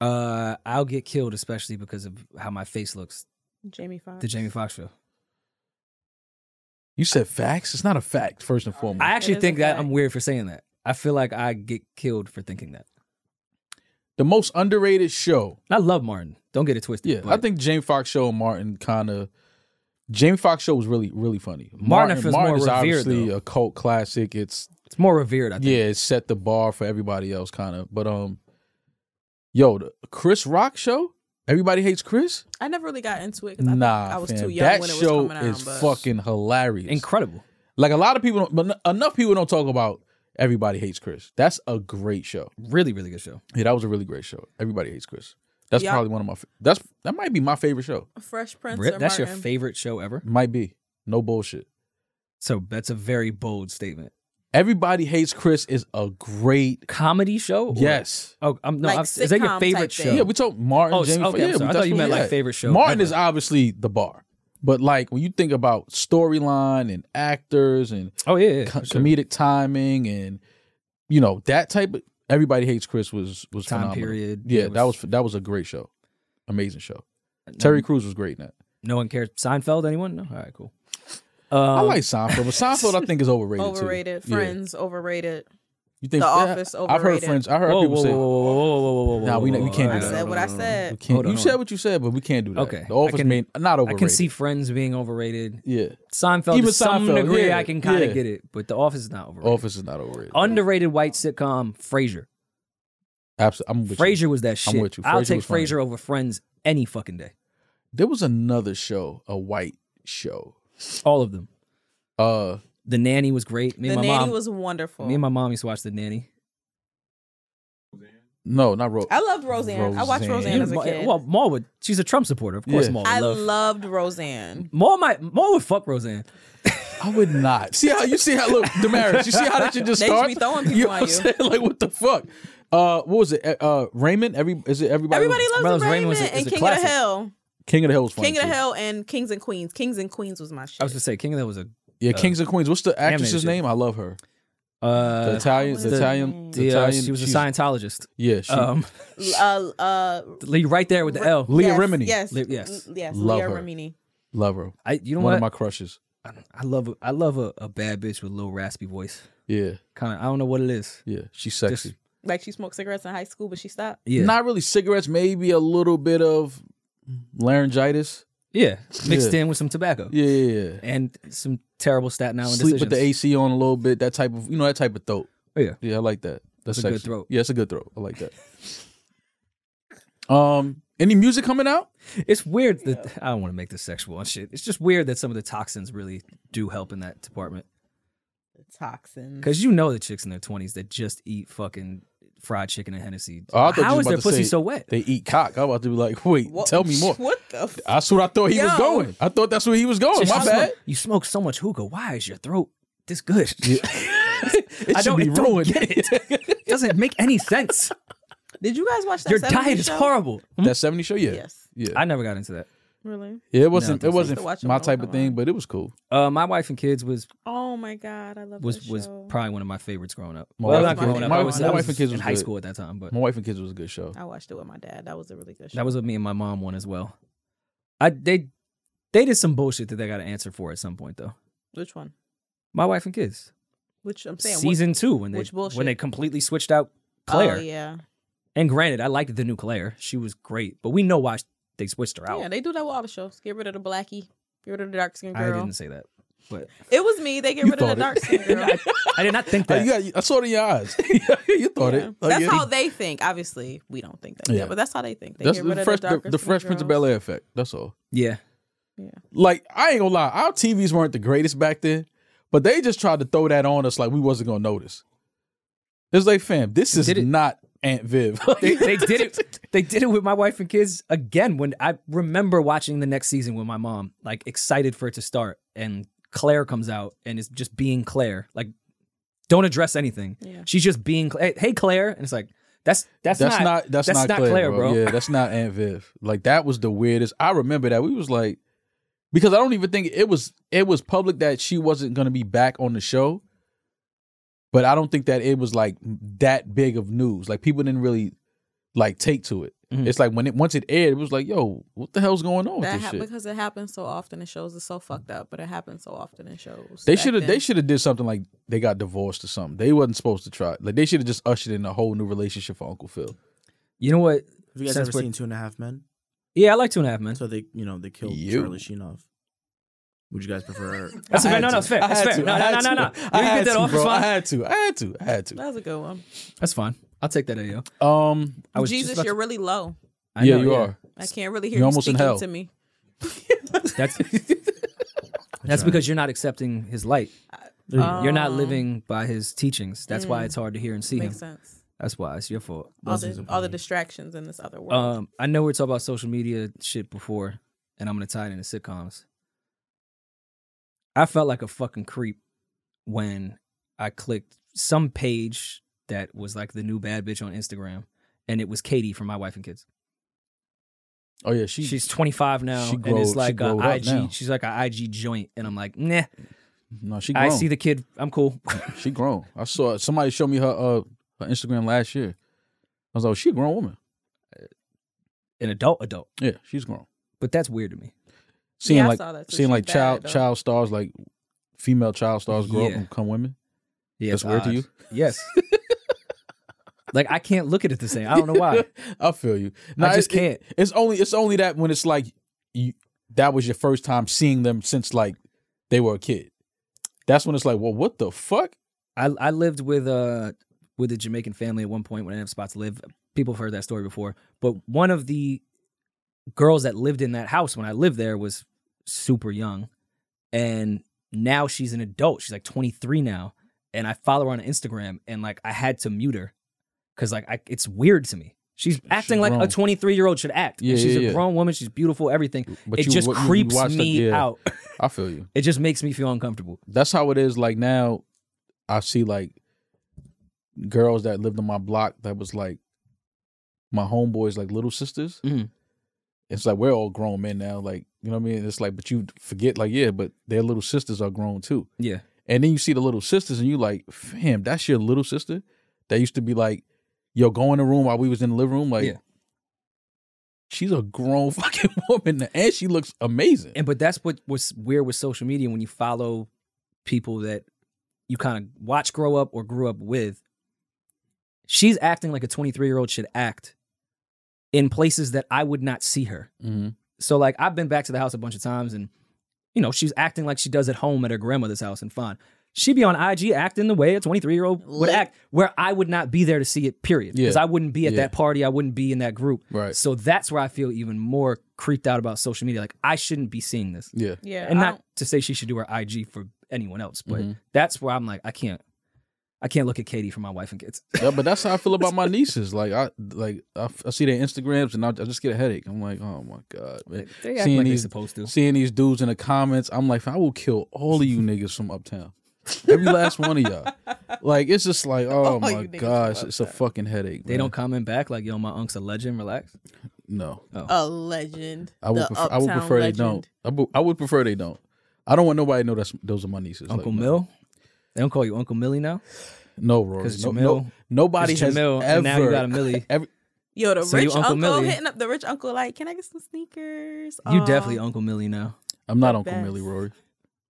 Uh, I'll get killed, especially because of how my face looks. Jamie Foxx. The Jamie Foxx show. You said facts. It's not a fact. First and foremost. I It actually is think a that fact. I'm weird for saying that. I feel like I get killed for thinking that. the most underrated show. And I love Martin. Don't get it twisted. Yeah, I but think Jamie Foxx show and Martin kind of. Jamie Foxx show was really really funny. Martin feels more is revered, obviously though. a cult classic. It's it's more revered. I think. yeah, it set the bar for everybody else kind of. But um, yo, the Chris Rock show. Everybody hates Chris. I never really got into it because I, Nah, think I was fam, too young that when it was show coming out. is but- fucking hilarious. incredible. like a lot of people, don't, but n- enough people don't talk about. Everybody hates Chris. That's a great show. Really, really good show. Yeah, that was a really great show. Everybody hates Chris. That's Yeah. probably one of my. fa- That's that might be my favorite show. Fresh Prince. Re- or that's your Martin. favorite show ever. Might be no bullshit. So that's a very bold statement. Everybody Hates Chris is a great Comedy show. or- yes. Oh, I'm, no. Like I was- is that sitcom your type favorite show? thing. Yeah, we told Martin. Oh, Jamie okay, Foxx- yeah, I'm sorry. I that's thought you what meant, we like, had. favorite show Martin ever. is obviously the bar, but like when you think about storyline and actors and oh yeah. yeah co- for sure. comedic timing and you know that type of Everybody Hates Chris was was Time phenomenal. period. Yeah, It that was that was a great show, amazing show. Mm-hmm. Terry Crews was great in that. No one cares. Seinfeld. Anyone? No. All right. Cool. Um, I like Seinfeld, but Seinfeld I think is overrated. too. Overrated. Yeah. Friends overrated. You think The yeah, Office I've heard overrated. Friends. I heard Whoa, whoa, people whoa, say whoa, whoa, whoa, whoa, whoa, whoa, Nah, we- whoa, we whoa, can't all do that. right, all I said right, all what I right, all said. right. Can't- Hold on, you hold said on. what you said, but we can't do that. Okay. The I Office can- made not I overrated. can see Friends being overrated. Yeah, Seinfeld, Even to some Seinfeld, degree, yeah, I can kind of yeah. get it, but The Office is not overrated. Office is not overrated. Underrated white sitcom, Frasier. Absolutely, I'm with you. Frasier was that shit. with you. I'll Frasier take was funny. Frasier over Friends any fucking day. There was another show, a white show. All of them. Uh, The Nanny was great. Me the and my nanny mom. was wonderful. me and my mom used to watch The Nanny. no, not Ro. I loved Roseanne. I watched Roseanne You- as a Ma- kid. Well, Maul would. She's a Trump supporter, of course. Yeah. Maul would I love. loved Roseanne. Maul might. Maul would fuck Roseanne. I would not see how you see how look Damaris. You see how that should just They should start. be throwing people you know on what I'm you. saying? Like what the fuck? Uh, what was it? Uh, Uh, Raymond. Every is it everybody? Everybody Loves- loves Brothers, Raymond Raymond was a- is and a King of classic. the Hill. King of the Hill was funny. King of the too. Hill and Kings and Queens. Kings and Queens was my shit. I was gonna say King of the Hill was a. Yeah, Uh, Kings and Queens. What's the actress's animated name? I love her. The Uh, Italian. was The her Italian. name? The the, uh, Italian. she was a she's- Scientologist. Yeah, she. Um, uh, uh, you right there with the L. Leah yes, Remini. Yes, Le- yes. L- yes. Love Leah her. Remini. Love her. I, you know One what? of my crushes. I love. a- I love a, a bad bitch with a little raspy voice. Yeah, Kind of. I don't know what it is. yeah. She's sexy. Just- Like she smoked cigarettes in high school, but she stopped. Yeah. Not really cigarettes. Maybe a little bit of laryngitis. Yeah, mixed Yeah. in with some tobacco Yeah, yeah. yeah. and some terrible Staten Island Sleep decisions. with the AC on a little bit. That type of you know that type of throat. Oh, yeah. yeah. I like that. That's It's a good sexy. throat. Yeah, it's a good throat. I like that. um, any music coming out? It's weird that I don't want to make this sexual and shit. It's just weird that some of the toxins really do help in that department Toxins. because you know the chicks in their twenties that just eat fucking fried chicken and Hennessy. Oh, I thought you How was is about their to pussy say- so wet? They eat cock. I was about to be like, wait, What- tell me more. What the? F- That's what I thought he was Yo. going. I thought that's where he was going. Just- Oh, My you bad. Smoke, you smoke so much hookah. Why is your throat this good? It I should don't, be it don't ruined. get it. Doesn't make any sense. Did you guys watch that? Your 70s diet is show? horrible. That 70 show, yeah. Yes. Yeah. Mm-hmm. I never got into that. Really? yeah, it wasn't No, it I don't wasn't think so. Watch it my when I type come of thing, out. but it was cool. Uh, my wife and kids was Oh my god, I love was that was show. probably one of my favorites growing up. My well, wife not and growing kids- up. my- I was, my I wife was and kids in was high good. school at that time, but My wife and kids was a good show. I watched it with my dad. That was a really good show. that was what me and my mom one as well. I they they did some bullshit that they got to answer for at some point though. which one? My wife and kids Which I'm saying. what- season two when they which bullshit? when they completely switched out Oh, Claire. yeah. And granted, I liked the new Claire; she was great, but we know why sh- they switched her out. Yeah, they do that with all the shows. Get rid of the blackie. Get rid of the dark skinned I girl. didn't say that, but It was me. They get You rid thought of the it. dark skinned girl. I, I did not think Oh, that. you got, I saw it in your eyes. you thought Yeah. it. Like, That's Oh, yeah. how they think. Obviously, we don't think that, Yeah. yeah. but that's how they think. They That's get rid the of fresh the the, darker the fresh Prince of Bel Air effect. That's all. yeah, Like I ain't gonna lie, our TVs weren't the greatest back then, but they just tried to throw that on us like we wasn't gonna notice. It's like, fam, this is did it- not Aunt Viv. they, they did it. They did it with my wife and kids again. When I remember watching the next season with my mom, like excited for it to start, and Claire comes out and is just being Claire, like don't address anything. Yeah. She's just being Cla- hey, hey Claire, and it's like that's that's, That's, not, that's, not, Claire, bro. Yeah, that's not Aunt Viv. Like that was the weirdest. I remember that we was like, because I don't even think it was it was public that she wasn't gonna be back on the show. But I don't think that it was like that big of news. Like people didn't really like take to it. Mhm. It's like when it once it aired, it was like, yo, what the hell's going on with That this ha- shit? because it happens so often in shows. It's so fucked up, but it happens so often in shows. They back should have. They then. should have did something like they got divorced or something. They wasn't supposed to try. Like they should have just ushered in a whole new relationship for Uncle Phil. You know what? Have you guys Since ever we're- seen Two and a Half Men? Yeah, I like Two and a Half Men. So they, you know, they killed You. Charlie Sheen off. Would you guys prefer? That's I fair. had No, to. no, it's fair. I It's had fair. to. No, I no, had no, no, to. no. I You had get that to, off, bro. it's I fine. had to. I had to. I had to. That was a good one. That's fine. I'll take that AO. Um. I was just Jesus, about to- you're really low. I yeah, know, you are. I can't really hear You're you almost in speaking hell. to me. That's that's because you're not accepting his light. There you go. Um, You're not living by his teachings. That's why it's hard to hear and see him. Makes sense. That's why it's your fault. All Blessings the, upon all the you. distractions in this other Oh, world. Um, I know we are talking about social media shit before, and I'm gonna tie it into sitcoms. I felt like a fucking creep when I clicked some page that was like the new bad bitch on Instagram, and it was Katie from My Wife and Kids. Oh yeah, she. she's 25 now, she and grow- she it's like a growed up now. IG. She's like a IG joint, and I'm like, nah. no, she. Grown. I see the kid. I'm cool. She grown. I saw somebody showed me her uh her Instagram last year. I was like, oh, she a grown woman. An adult, adult. Yeah, she's grown. But that's weird to me. Seeing Yeah, I like saw that too. seeing She's like bad, child though. child stars like female child stars grow up Yeah. and become women. Yeah, That's it's weird to odd. you? Yes. like I can't look at it the same. I don't know why. I feel you. I just it- it- can't. It's only it's only that when it's like you, that was your first time seeing them since like they were a kid. That's when it's like, well, what the fuck? I I lived with uh with a Jamaican family at one point when I didn't have spots to live. People have heard that story before. But one of the girls that lived in that house when I lived there was super young. And now she's an adult. She's like 23 now. And I follow her on Instagram and like I had to mute her because like I, it's weird to me. She's acting like grown. a 23 year old should act. Yeah, And she's yeah, a yeah. grown woman. She's beautiful, everything. But it just what- creeps watched, like, me yeah, out. I feel you. It just makes me feel uncomfortable. That's how it is. Like now, I see like girls that lived on my block that was like my homeboys, like little sisters. Mhm. It's like we're all grown men now. Like you know what I mean? It's like, but you forget, like yeah, but their little sisters are grown too. Yeah. And then you see the little sisters, and you like, fam, that's your little sister that used to be like, yo, go in the room while we was in the living room. Like, Yeah. she's a grown fucking woman, now, and she looks amazing. And but that's what what's weird with social media when you follow people that you kind of watch grow up or grew up with. She's acting like a 23 year old should act in places that I would not see her. Mhm. So like I've been back to the house a bunch of times and you know, she's acting like she does at home at her grandmother's house and fine. She be on IG acting the way a 23 year old would Lit. act, where I would not be there to see it, period. Because Yeah. I wouldn't be at Yeah. that party, I wouldn't be in that group. Right. So that's where I feel even more creeped out about social media. Like, I shouldn't be seeing this. Yeah. Yeah. And I not don't- to say she should do her IG for anyone else, but Mhm. that's where I'm like, I can't. I can't look at Katie for my wife and kids. yeah, Uh, but that's how I feel about my nieces. Like I like I, I see their Instagrams and I, I just get a headache. I'm like, oh my god, man. they act Seeing like they're these- supposed to. Seeing these dudes in the comments, I'm like, I will kill all of you niggas from uptown. Every last one of y'all. Like it's just like, oh All you my niggas from gosh, it's a Uptown. fucking headache. They man. don't comment back like, "Yo, my unc's a legend." Relax. No, a legend. I would. The Prefer, I would uptown prefer legend. they don't. I bu- I would prefer they don't. I don't want nobody to know that's those are my nieces. Uncle Like, no. Mill. They don't call you Uncle Millie now No, Rory. because No, Jamil. no, nobody 'cause has Jamil, ever. and now you got a Millie. Yo, the So you rich Uncle uncle, Millie. hitting up the rich uncle like, can I get some sneakers? Um, You Aw. definitely Uncle Millie now. I'm not the Uncle best. Millie, Rory.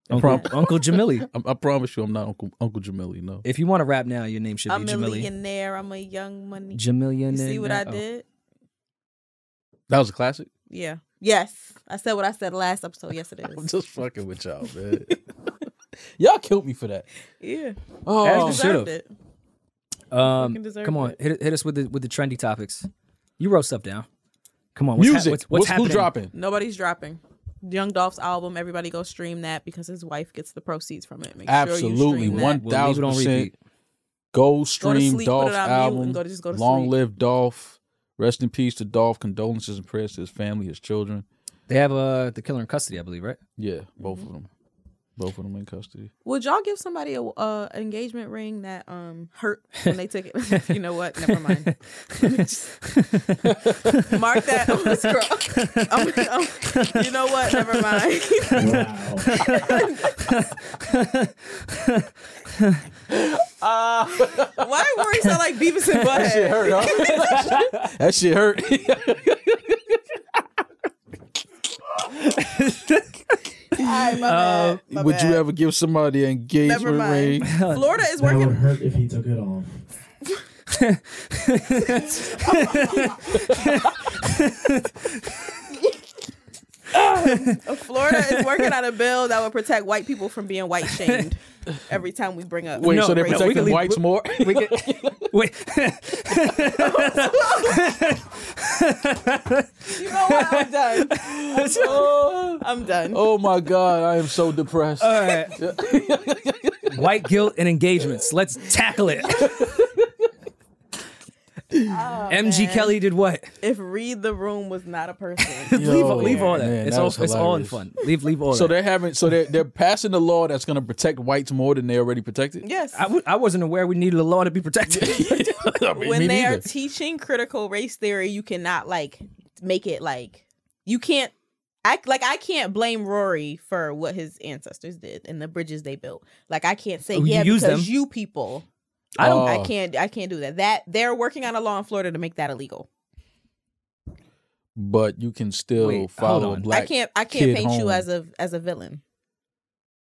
Uncle, Prob- Uncle Jamili. I, I promise you, I'm not Uncle Uncle Jamili. No. If you want to rap now, your name should I'm be a Jamili. millionaire. I'm a young money. Jamilian. You see what Oh. I Oh. did? That was a classic. Yeah. Yes. I said what I said last episode. Yes, it I'm is. just fucking with y'all, man. y'all killed me for that. yeah. Oh, You As should've. deserved it. Um, Fucking deserved come on, it. hit, hit us with the with the trendy topics. You wrote stuff down. Come on, what's hap- music. what's, what's what's who happening? dropping? Nobody's dropping. Young Dolph's album. Everybody go stream that because his wife gets the proceeds from it. Make Sure you Absolutely, stream that. one We'll leave it thousand on repeat. percent. Go Go to stream sleep. Put Dolph's it on mute album. and go to just go to Long sleep. live Dolph. Rest in peace to Dolph. Condolences and prayers to his family, his children. They have uh the killer in custody, I believe, right? Yeah, both Mm-hmm. of them. Both of them in custody. Would y'all give somebody a uh, engagement ring that um hurt when they took it? you know what? Never mind. Mark that on the scroll. I'm- I'm- you know what? Never mind. Wow. Why Rory sound like Beavis and Shit Butthead? hurt, that shit hurt. All right, my bad. My Uh, Would you bad. ever give somebody an Never engagement ring? mind. Florida is that would working. hurt if he took it off. Florida is working on a bill that would protect white people from being white shamed. Every time we bring up Wait, No, so they're no, we protecting can leave- whites more? We get, wait, you know what? I'm done. I'm done. oh my God, I am so depressed. all right. White guilt and engagements. Let's tackle it. MG Kelly did what? If read the room was not a person, leave, Yo, leave all that. man, it's that all. was It's all in hilarious. fun. Leave. Leave all So that. they're having, so they're they're passing a law that's going to protect whites more than they already protected. yes. I w- I wasn't aware we needed a law to be protected. I mean, me when they are neither. teaching critical race theory, you cannot like make it like you can't act like I can't blame Rory for what his ancestors did and the bridges they built. Like I can't say Oh, you yeah use because them. you people. I don't. Oh. I can't. I can't do that. That they're working on a law in Florida to make that illegal. but you can still Wait, hold follow a on. black. I can't. I can't kid paint you home. as a as a villain.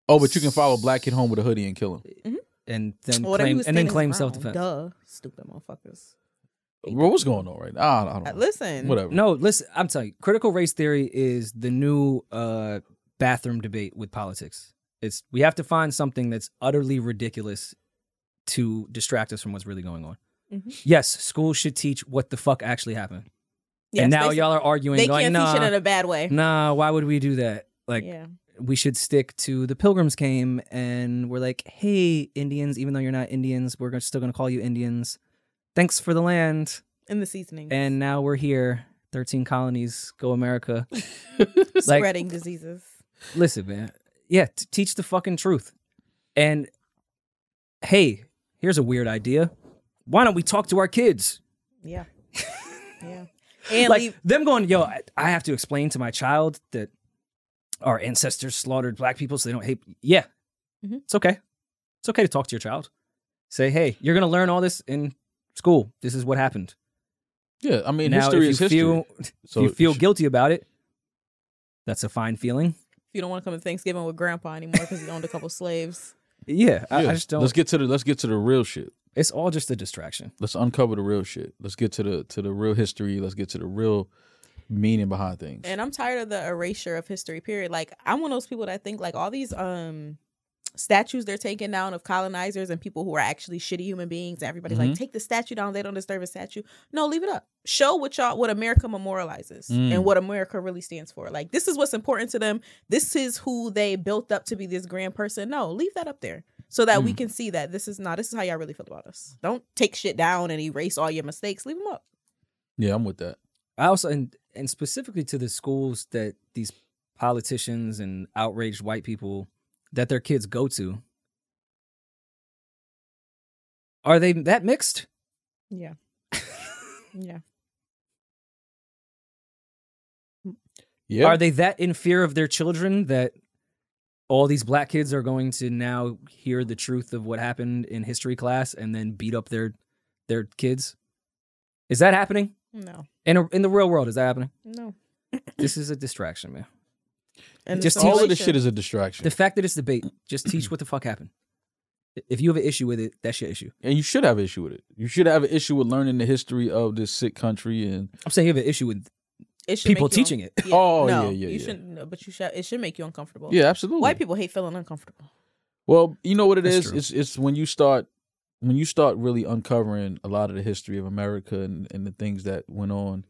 Oh, but you can follow a black kid home with a hoodie and kill him. And then Whatever he claim. was And then thinking is claim wrong. self defense. Duh, stupid motherfuckers. Bro, what's going on right now? I, I don't Uh, know. Listen, Whatever. No, listen, I'm telling you, critical race theory is the new uh, bathroom debate with politics. It's we have to find something that's utterly ridiculous to distract us from what's really going on. Mhm. Yes, schools should teach what the fuck actually happened. Yes, and now they, y'all are arguing they like, can't nah, teach it in a bad way. nah, why would we do that? Like yeah, we should stick to the pilgrims came and we're like, hey, Indians, even though you're not Indians, we're still gonna call you Indians. Thanks for the land in the seasoning and now we're here 13 colonies go america like spreading diseases. listen man yeah t- teach the fucking truth and hey here's a weird idea why don't we talk to our kids Yeah, yeah, and like leave. them going yo I, I have to explain to my child that our ancestors slaughtered black people so they don't hate yeah Mhm. it's okay it's okay to talk to your child say hey you're gonna learn all this in school this is what happened Yeah, I mean, now history if is you history. feel so if you it feel should- guilty about it that's a fine feeling You don't want to come to Thanksgiving with Grandpa anymore because he owned a couple slaves. Yeah, I, yeah. I just don't. Let's get to the let's get to the real shit. it's all just a distraction. Let's uncover the real shit. Let's get to the to the real history. Let's get to the real meaning behind things. And I'm tired of the erasure of history. Period. Like I'm one of those people that think like all these um statues they're taking down of colonizers and people who are actually shitty human beings. And Everybody's like, take the statue down. They don't disturb a statue. No, leave it up. Show what y'all what America memorializes Mm. and what America really stands for. Like this is what's important to them. This is who they built up to be this grand person. No, leave that up there so that we can see that this is not this is how y'all really feel about us. Don't take shit down and erase all your mistakes. Leave them up. Yeah, I'm with that. I also and and specifically to the schools that these politicians and outraged white people that their kids go to. Are they that mixed? Yeah. yeah. Yeah. Are they that in fear of their children that all these black kids are going to now hear the truth of what happened in history class and then beat up their their kids? Is that happening? No. In a, in the real world is that happening? No. This is a distraction, man. And Just it's all of this relation- shit is a distraction. The fact that it's debate, just teach what the fuck happened. If you have an issue with it, that's your issue. and you should have an issue with it. You should have an issue with learning the history of this sick country and I'm saying you have an issue with it should people make you teaching it. Yeah, Oh, no, yeah, yeah, yeah. You shouldn't, no, but you should. It should make you uncomfortable. yeah, absolutely. white people hate feeling uncomfortable. Well, you know what it That's is. true. It's it's when you start when you start really uncovering a lot of the history of America and, and the things that went on.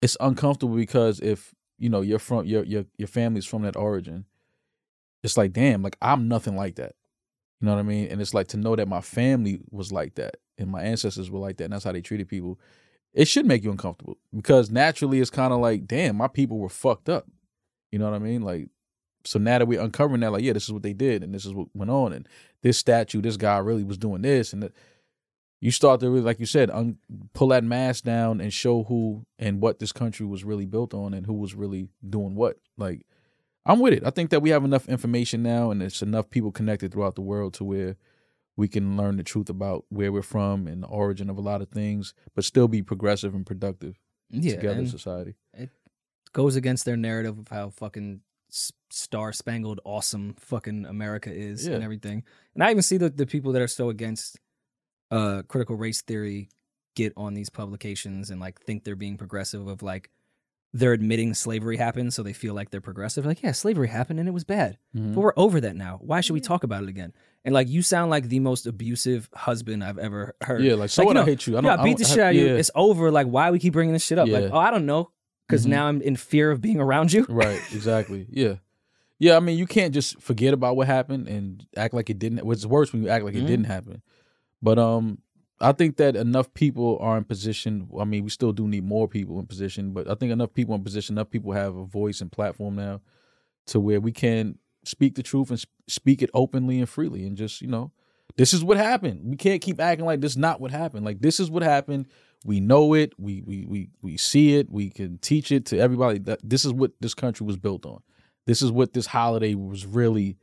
It's uncomfortable because if you know you're from your your your family's from that origin, it's like damn, like I'm nothing like that. You know what I mean? And it's like to know that my family was like that and my ancestors were like that, and that's how they treated people. It should make you uncomfortable because naturally it's kind of like, damn, my people were fucked up. You know what I mean? Like so now that we're uncovering that, like, yeah, this is what they did, and this is what went on, and this statue, this guy really was doing this, and that you start to really, like you said, un- pull that mask down and show who and what this country was really built on, and who was really doing what. Like, I'm with it. I think that we have enough information now, and it's enough people connected throughout the world to where we can learn the truth about where we're from and the origin of a lot of things, but still be progressive and productive Yeah, together and as society. goes against their narrative of how fucking star spangled awesome fucking America is and Yeah. everything. And I even see the the people that are so against uh critical race theory get on these publications and like think they're being progressive of like they're admitting slavery happened so they feel like they're progressive like yeah slavery happened and it was bad Mm-hmm. but we're over that now why should we Yeah. talk about it again and like you sound like the most abusive husband i've ever heard Yeah, like so Like, what? you I know, hate you. I yeah, don't- beat the I- shit out of you. yeah. It's over. Like, why we keep bringing this shit up? Yeah. Like, oh, I don't know, because Mhm. now I'm in fear of being around you. Right, exactly. Yeah. Yeah, I mean, you can't just forget about what happened and act like it didn't. What's worse when you act like it Mhm. didn't happen. But um I think that enough people are in position. I mean, we still do need more people in position, but I think enough people in position, enough people have a voice and platform now to where we can speak the truth and sp- speak it openly and freely and just, you know, this is what happened. We can't keep acting like this is not what happened. Like this is what happened. We know it. We we we we see it. We can teach it to everybody that this is what this country was built on. This is what this holiday was really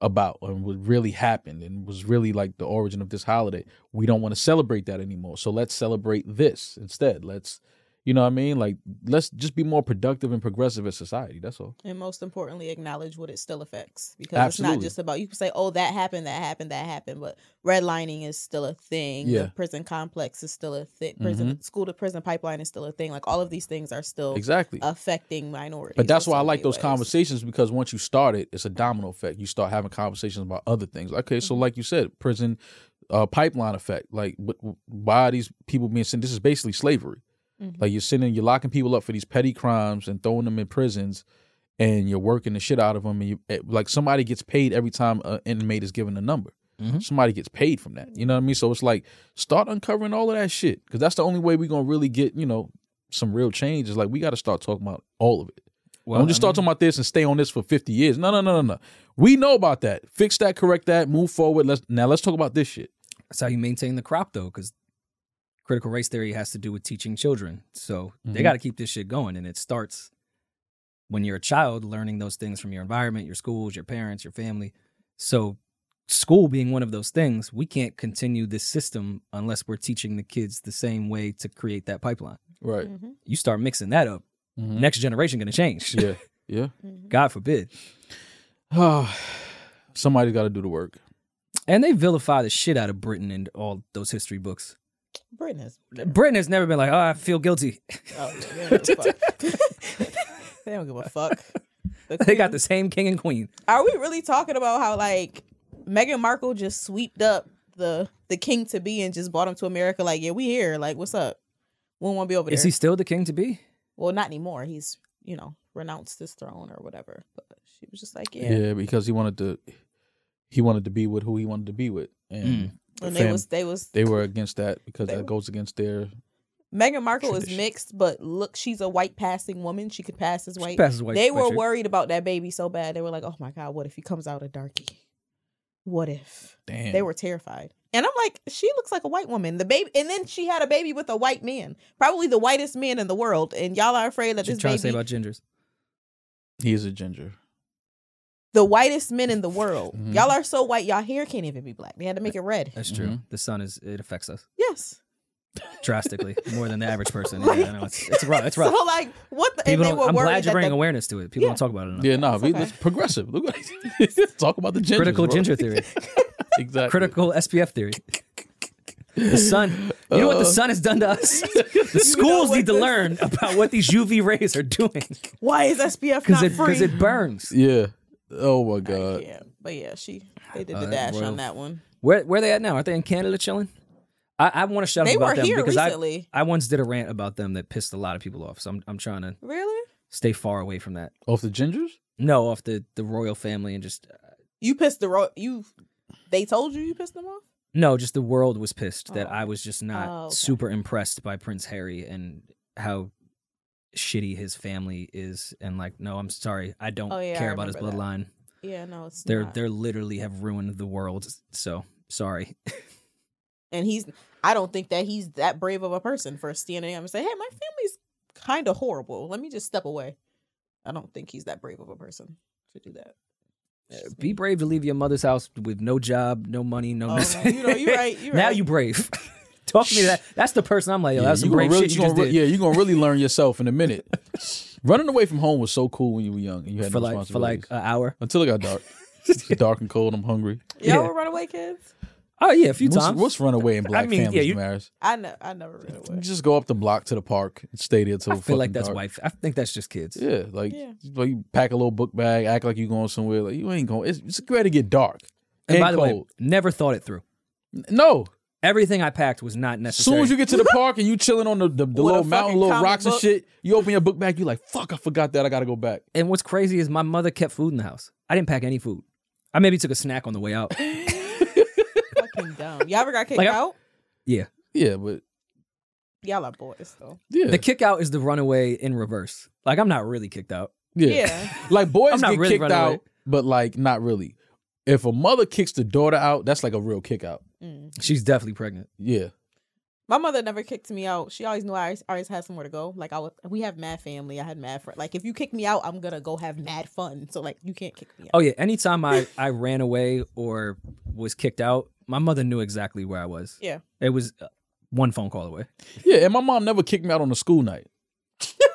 about and what really happened and was really like the origin of this holiday. We don't want to celebrate that anymore. So let's celebrate this instead. Let's you know what I mean? Like let's just be more productive and progressive as society. That's all. And most importantly, acknowledge what it still affects because it's Absolutely. not just about you can say, "Oh, that happened, that happened, that happened," but redlining is still a thing. Yeah. Mm-hmm. The prison complex is still a thing. Prison school to prison pipeline is still a thing. Like all of these things are still Exactly. affecting minorities. But that's in why I so like many those ways. conversations because once you start it, it's a domino effect. You start having conversations about other things. Okay, so like you said, prison uh, pipeline effect. Like, what, why are these people being sent? This is basically slavery. Mhm. Like you're sending, you're locking people up for these petty crimes and throwing them in prisons, and you're working the shit out of them. And you, eh, like somebody gets paid every time an inmate is given a number. Mhm. Somebody gets paid from that. You know what I mean? So it's like start uncovering all of that shit because that's the only way we're gonna really get you know some real change. Is like we got to start talking about all of it. Don't just start talking about this and stay on this for 50 years. No, no, no, no, no. We know about that. Fix that, correct that, move forward. Let's now let's talk about this shit. That's how you maintain the crop, though, because critical race theory has to do with teaching children. So they got to keep this shit going, and it starts when you're a child, learning those things from your environment, your schools, your parents, your family. So school being one of those things, we can't continue this system unless we're teaching the kids the same way to create that pipeline. Right. Mhm, You start mixing that up, Mhm. next generation gonna change. Yeah. Yeah. mhm. God forbid. Ah, Somebody's got to do the work. And they vilify the shit out of Britain in all those history books. Britain is. Britain has never been like, oh, I feel guilty. Oh, they don't give a fuck. they don't give a fuck. The They got queen. the same king and queen. Are we really talking about how like Meghan Markle just sweeped up the the king to be and just brought him to America? Like, yeah, we here. Like, what's up? We don't want to be over Is there. he still the king to be? well, not anymore. He's you know renounced his throne or whatever. But she was just like, Yeah. yeah. because he wanted to he wanted to be with who he wanted to be with. And Mm. the And fam- they was they was they were against that because They that were- goes against their Meghan Markle is Tradition. mixed, but look, she's a white passing woman. She could pass as white. Passes away. they were worried about that baby so bad. They were like, "Oh my god, what if he comes out a darkie? What if?" damn. They were terrified. And I'm like, she looks like a white woman. The baby, and then she had a baby with a white man, probably the whitest man in the world. And y'all are afraid that What you this trying to say baby, about gingers? he is a ginger. the whitest men in the world. Mm-hmm. Mhm. Y'all are so white, y'all hair can't even be black. They had to make it red. That's true. Mhm. Mm-hmm. The sun is it affects us Yes, drastically more than the average person. Yeah, I know it's it's rough. It's rough. So like, what? The, and People they don't, were I'm worried glad you're that bringing the- awareness to it. People Yeah. don't talk about it enough. Yeah, no, It's we okay. it's progressive. Look what I- talk about the ginger. Critical bro. ginger theory. Exactly. Critical SPF theory. The sun. You know what the Uh. sun has done to us? The know schools what need to the- learn about what these UV rays are doing Why is SPF because not it free? because it burns. Yeah. Oh my god. yeah, but yeah, she they did Uh, the that dash royal- on that one. Where where they at now? Aren't they in Canada chilling? I, I want to shout out They about were them here because I recently. I once did a rant about them that pissed a lot of people off. So I'm I'm trying to Really? stay far away from that. Off the gingers? No, off the the royal family and just You pissed the ro- you. They told you you pissed them off. No, just the world was pissed that Oh. I was just not Oh, okay. super impressed by Prince Harry and how shitty his family is. And like, no, I'm sorry, I don't Oh, yeah, care I about his remember that. bloodline. Yeah, no, it's They're not. they're literally have ruined the world. So sorry. and he's I don't think that he's that brave of a person for standing up and say, "Hey, my family's kind of horrible. Let me just step away." I don't think he's that brave of a person to do that. It's just Uh, Be me. brave to leave your mother's house with no job, no money, no Oh, no, nothing. you know, you're right. You're eh, now right. you brave. Talk to me that. That's the person I'm like, yo, that's some gonna brave really, shit you gonna just re- did. Yeah, you're gonna really learn yourself in a minute. Running away from home was so cool when you were young and you had for no like for like responsibilities. an hour. until it got dark. it's dark and cold. I'm hungry. Y'all yeah. were runaway kids. Oh yeah, a few what's, times. what's runaway in black mean, yeah, families, you- Maris? I know. I never ran away. Just go up the block to the park and stay there till I feel like fucking that's dark. wife. I think that's just kids. Yeah, like, Yeah. like you pack a little book bag, act like you going somewhere. Like you ain't going. It's, it's ready to get dark. And, by the way, cold. never thought it through. N- no. Everything I packed was not As necessary. soon as you get to the park and you chilling on the, the, the a little fucking mountain, little comic rocks and book. shit, you open your book bag, you like, fuck, I forgot that. I gotta go back. and what's crazy is my mother kept food in the house. I didn't pack any food. I maybe took a snack on the way out. Fucking dumb. Y'all ever got kicked Like, I- out? Yeah, but Y'all are boys though. yeah, The kick out is the runaway in reverse. Like I'm not really kicked out. yeah. Yeah. Like boys I'm not get really kicked running out, away. but like not really. If a mother kicks the daughter out, that's like a real kick out. Mm. She's definitely pregnant. Yeah. My mother never kicked me out. She always knew I always- always had somewhere to go. Like I was, we have mad family. I had mad friends. Like if you kick me out, I'm gonna go have mad fun. So like you can't kick me out. Oh yeah. Anytime I I ran away or was kicked out, my mother knew exactly where I was. Yeah. It was uh, one phone call away. Yeah, and my mom never kicked me out on a school night. Oh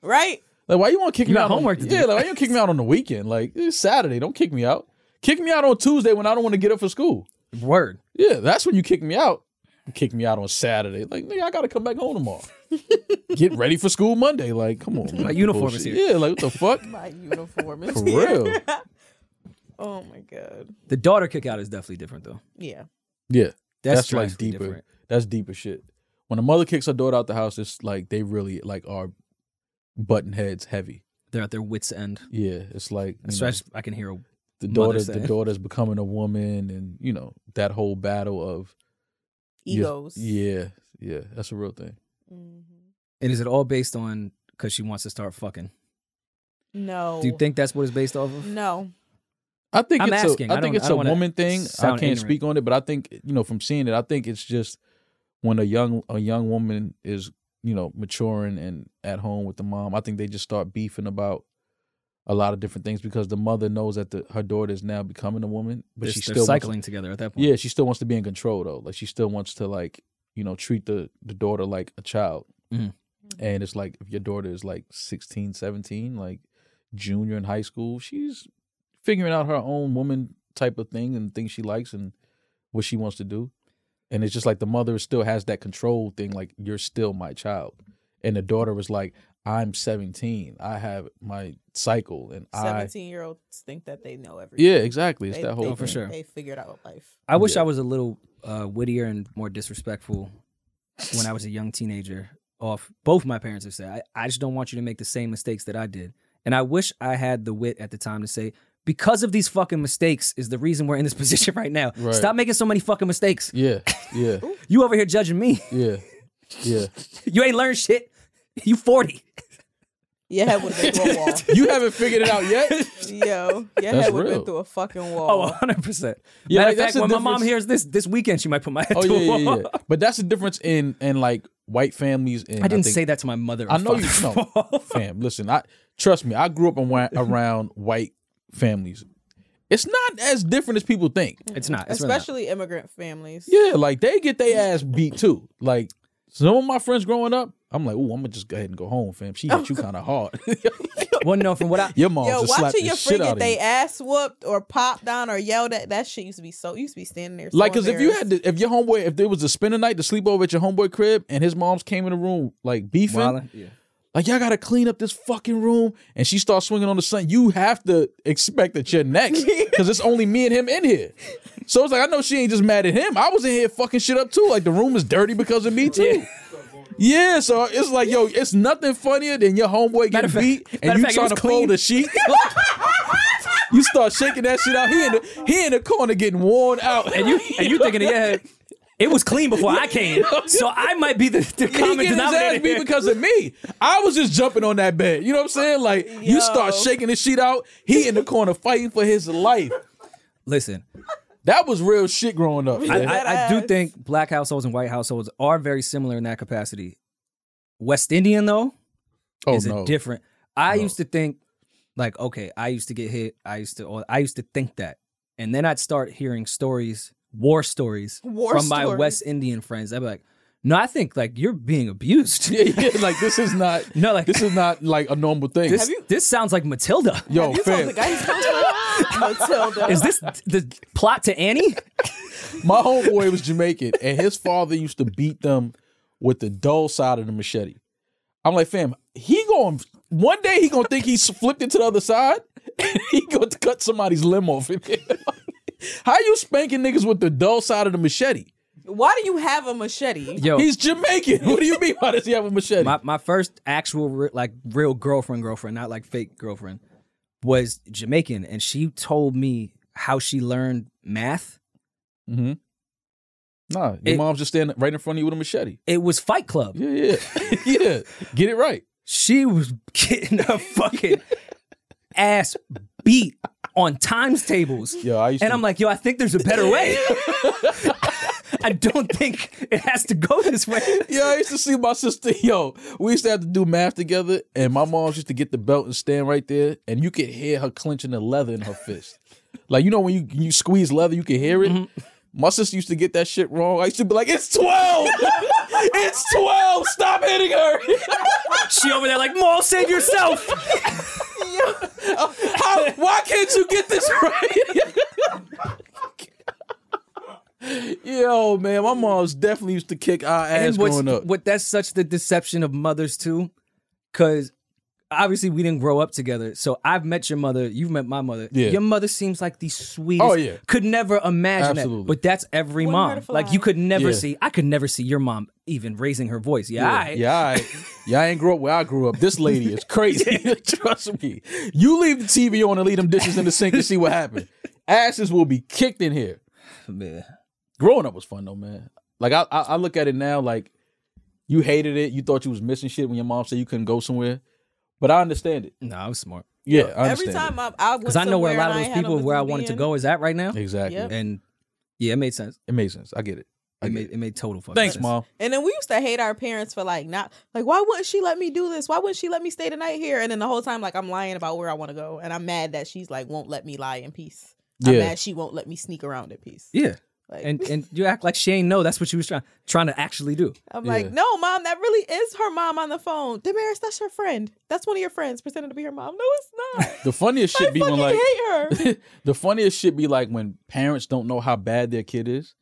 Right? Like, why you want to kick You me got out? on- homework to do. yeah, like why you kick me out on the weekend? Like it's Saturday, don't kick me out. Kick me out on Tuesday when I don't want to get up for school. Word. Yeah, that's when you kick me out. You Kick me out on Saturday. Like, nigga, I gotta come back home tomorrow. get ready for school Monday. Like, come on, man. My uniform is Bullshit. here. Yeah, like what the fuck? My uniform is For here. real. oh my god. The daughter kick out is definitely different though. Yeah. Yeah, That's, That's, like, drastically deeper. Different. that's deeper shit. When a mother kicks her daughter out the house, it's like they really like are button heads heavy. They're at their wits end. Yeah, it's like you So know, I, just, I can hear a the mother daughter, the saying. daughter's becoming a woman, and you know that whole battle of yeah, Egos. Yeah, yeah, that's a real thing. Mhm. And is it all based on because she wants to start fucking? No. Do you think that's what it's based off of? No. I think I'm it's asking. a, I I think don't- it's I don't a wanna woman thing. I sound can't speak on it, but I think you know from seeing it, I think it's just when a young a young woman is you know maturing and at home with the mom, I think they just start beefing about a lot of different things because the mother knows that the, her daughter is now becoming a woman, but They're- she they're still wants- cycling together at that point. yeah, she still wants to be in control though. Like she still wants to like you know treat the the daughter like a child. Mhm. And it's like if your daughter is like 16, 17, like junior in high school, she's figuring out her own woman type of thing and things she likes and what she wants to do. And it's just like the mother still has that control thing like you're still my child. And the daughter was like I'm 17. I have my cycle, and I Seventeen year olds think that they know everything. yeah, exactly. It's They- that whole they- thing. Oh, for sure. They figured out life. I wish Yeah. I was a little uh, wittier and more disrespectful when I was a young teenager. Off both my parents have said, I, I just don't want you to make the same mistakes that I did. And I wish I had the wit at the time to say, because of these fucking mistakes is the reason we're in this position right now. Right. Stop making so many fucking mistakes. Yeah, yeah, You over here judging me. yeah, yeah. you ain't learned shit. You 40. Your head would have been through a wall. You haven't figured it out yet. Yo, your That's head would have real. been through a fucking Oh, wall. 100%. Yeah, Matter like, of that's fact, the when my mom difference- hears this this weekend, she might put my head Oh to a yeah, wall. yeah, yeah. But that's the difference in in like white families. And I didn't think- say that to my mother. I know you know, fam. Listen, I trust me. I grew up around, around white families. It's not as different as people think. It's not. It's really not. Especially immigrant families. Yeah, like they get their ass beat too. Like some of my friends growing up, I'm like, oh, I'm gonna just go ahead and go home, fam. She hit you kind of hard. Well, no, from what I your mom Yo, just slapped watching the your shit friend out get of you. they ass whooped or popped down or yelled at, that shit used to be so, used to be standing there. so Like, cause if you had embarrassed. to, if your homeboy, if there was a spend a night to sleep over at your homeboy crib, and his mom's came in the room like beefing, Wildin'? Yeah. like y'all gotta clean up this fucking room, and she starts swinging on the son, you have to expect that you're next, cause it's only me and him in here. So it's like I know she ain't just mad at him. I was in here fucking shit up too. Like the room is dirty because of me too. Yeah, so it's like yo, it's nothing funnier than your homeboy getting Matter of fact- beat matter and you of fact, it trying to fold was clean. the sheet. you start shaking that shit out. He in the, he in the corner getting worn out, And you and you thinking, yeah, it was clean before I came, so I might be the, the he common getting his ass denominator. beat here. because of me. I was just jumping on that bed. You know what I'm saying? Like you start Yo. shaking the sheet out. He in the corner fighting for his life. Listen, That was real shit growing up. I, man. I, I do Deadass. think black households and white households are very similar in that capacity. West Indian though oh is no, a different. I No. used to think like, okay, I used to get hit. I used to, or I used to think that, and then I'd start hearing stories, war stories War from my stories. West Indian friends. I'd be like, no, I think like you're being abused. yeah, yeah, like this is not. No, like This is not like a normal thing. This, this sounds like Matilda. Yo, You told the fam, guy he's Matilda. Is this the plot to Annie? my homeboy was Jamaican, and his father used to beat them with the dull side of the machete. I'm like, fam, he going one day he gonna think he's flipped it to the other side, and he gonna cut somebody's limb off. in there. How you spanking niggas with the dull side of the machete? Why do you have a machete? Yo, He's Jamaican. What do you mean by this? He have a machete? my, my first actual re- like real girlfriend, girlfriend, not like fake girlfriend, was Jamaican, and she told me how she learned math. mm-hmm. Nah, your It- mom's just standing right in front of you with a machete. It was Fight Club. Yeah, yeah, yeah. Get it right. She was getting her fucking ass beat on times tables. Yo, I used And to, I'm like, yo, I think there's a better way. I don't think it has to go this way. Yeah, I used to see my sister. Yo, we used to have to do math together, and my mom used to get the belt and stand right there, and you could hear her clenching the leather in her fist. Like you know when you you squeeze leather, you can hear it. Mm-hmm. My sister used to get that shit wrong. I used to be like, "It's twelve, it's twelve. Stop hitting her. She over there like, Maul, save yourself. How- why can't you get this right?" Yo, man, my mom's definitely used to kick our ass and what's, growing up. what that's such the deception of mothers too, because obviously we didn't grow up together. So I've met your mother, you've met my mother. Yeah. Your mother seems like the sweetest. Oh, yeah. could never imagine Absolutely. that. But that's every Wouldn't mom. hurt to Like fly. you could never Yeah. see. I could never see your mom even raising her voice. Yeah, Yeah, aight. yeah, I, yeah. I ain't grew up where I grew up. This lady is crazy. Trust me. You leave the TV on and leave them dishes in the sink and see what happens. Asses will be kicked in here. Man. Growing up was fun though, man. Like I, I, I look at it now, like you hated it. You thought you was missing shit when your mom said you couldn't go somewhere. But I understand it. No, I was smart Yeah, I Every understand time I, I went because I know where a somewhere lot of and those I had people a where I wanted to lesbian, go is at right now. it. Exactly. Yep. And yeah, it made sense. It made sense. I get it. I It get made it. it made total fucking Thanks, sense. mom. And then we used to hate our parents for like not like why wouldn't she let me do this? Why wouldn't she let me stay the night here? And then the whole time like I'm lying about where I want to go, and I'm mad that she's like won't let me lie in peace. I'm Yeah. mad she won't let me sneak around in peace. Yeah. Like, And and you act like she ain't know that's what she was trying trying to actually do. I'm Yeah. like, no, mom, that really is her mom on the phone. Damaris, that's her friend. That's one of your friends pretending to be her mom. No, it's not. The funniest I shit be when fucking like hate her. the funniest shit be like when parents don't know how bad their kid is.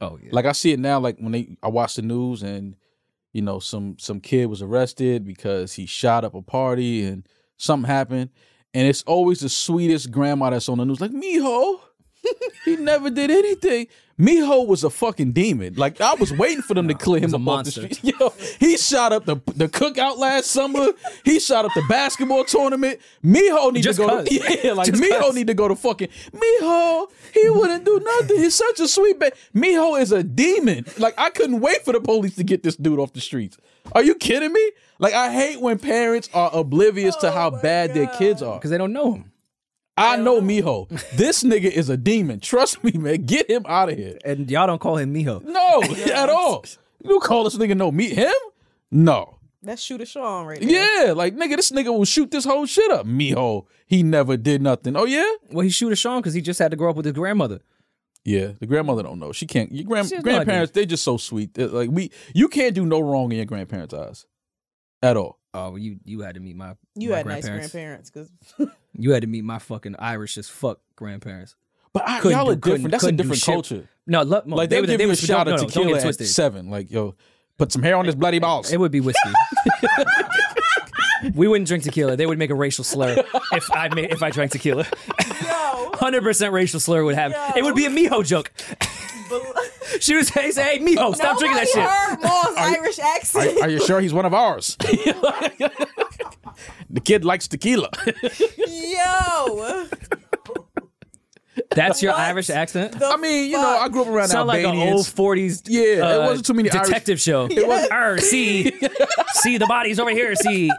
Oh yeah. Like I see it now, like when they I watch the news and you know, some some kid was arrested because he shot up a party and something happened. And it's always the sweetest grandma that's on the news, like Miho. he never did anything. Miho was a fucking demon. Like I was waiting for them to clear him he's a up off the monster. street. Yo, he shot up the the cookout last summer. he shot up the basketball tournament. Miho need Just to go. 'cause. To, yeah, like Just Miho 'cause. need to go to fucking Miho. He wouldn't do nothing. He's such a sweet baby. Miho is a demon. Like I couldn't wait for the police to get this dude off the streets. Are you kidding me? Like I hate when parents are oblivious to how bad their kids are. because they don't know him. I know Miho. This nigga is a demon. Trust me, man. Get him out of here. And y'all don't call him Miho. No, at all. You don't call this nigga no meet him? No. That's shooter Sean right there. Yeah, like nigga, this nigga will shoot this whole shit up. Miho, he never did nothing. Oh yeah? Well, he shoot at Sean because he just had to grow up with his grandmother. Yeah, the grandmother don't know. She can't. Your grand, She has no grandparents, they just so sweet. They're like we, you can't do no wrong in your grandparents' eyes, at all. Oh, well, you you had to meet my You my had nice grandparents because You had to meet my fucking Irish as fuck grandparents. But I, Couldn't y'all do- are different. couldn't- That's a couldn't do different shit. culture. No, look, Like they, were would give you a were- shot no, of no, don't tequila get at twisted. seven. Like yo, put some hair on this bloody balls. It would be whiskey. we wouldn't drink tequila. They would make a racial slur if I made, if I drank tequila. Hundred percent racial slur would happen. It would be a Miho joke. she would say, "Hey Miho, stop drinking that shit." heard Maul's Irish accent. Are you sure he's one of ours? the kid likes tequila. Yo, That's your What? Irish accent. I mean, you know, I grew up around Sound like an old Albanians. forties. uh, Yeah, it wasn't too many Irish- detective show. It was. Er, see, see the bodies over here. See,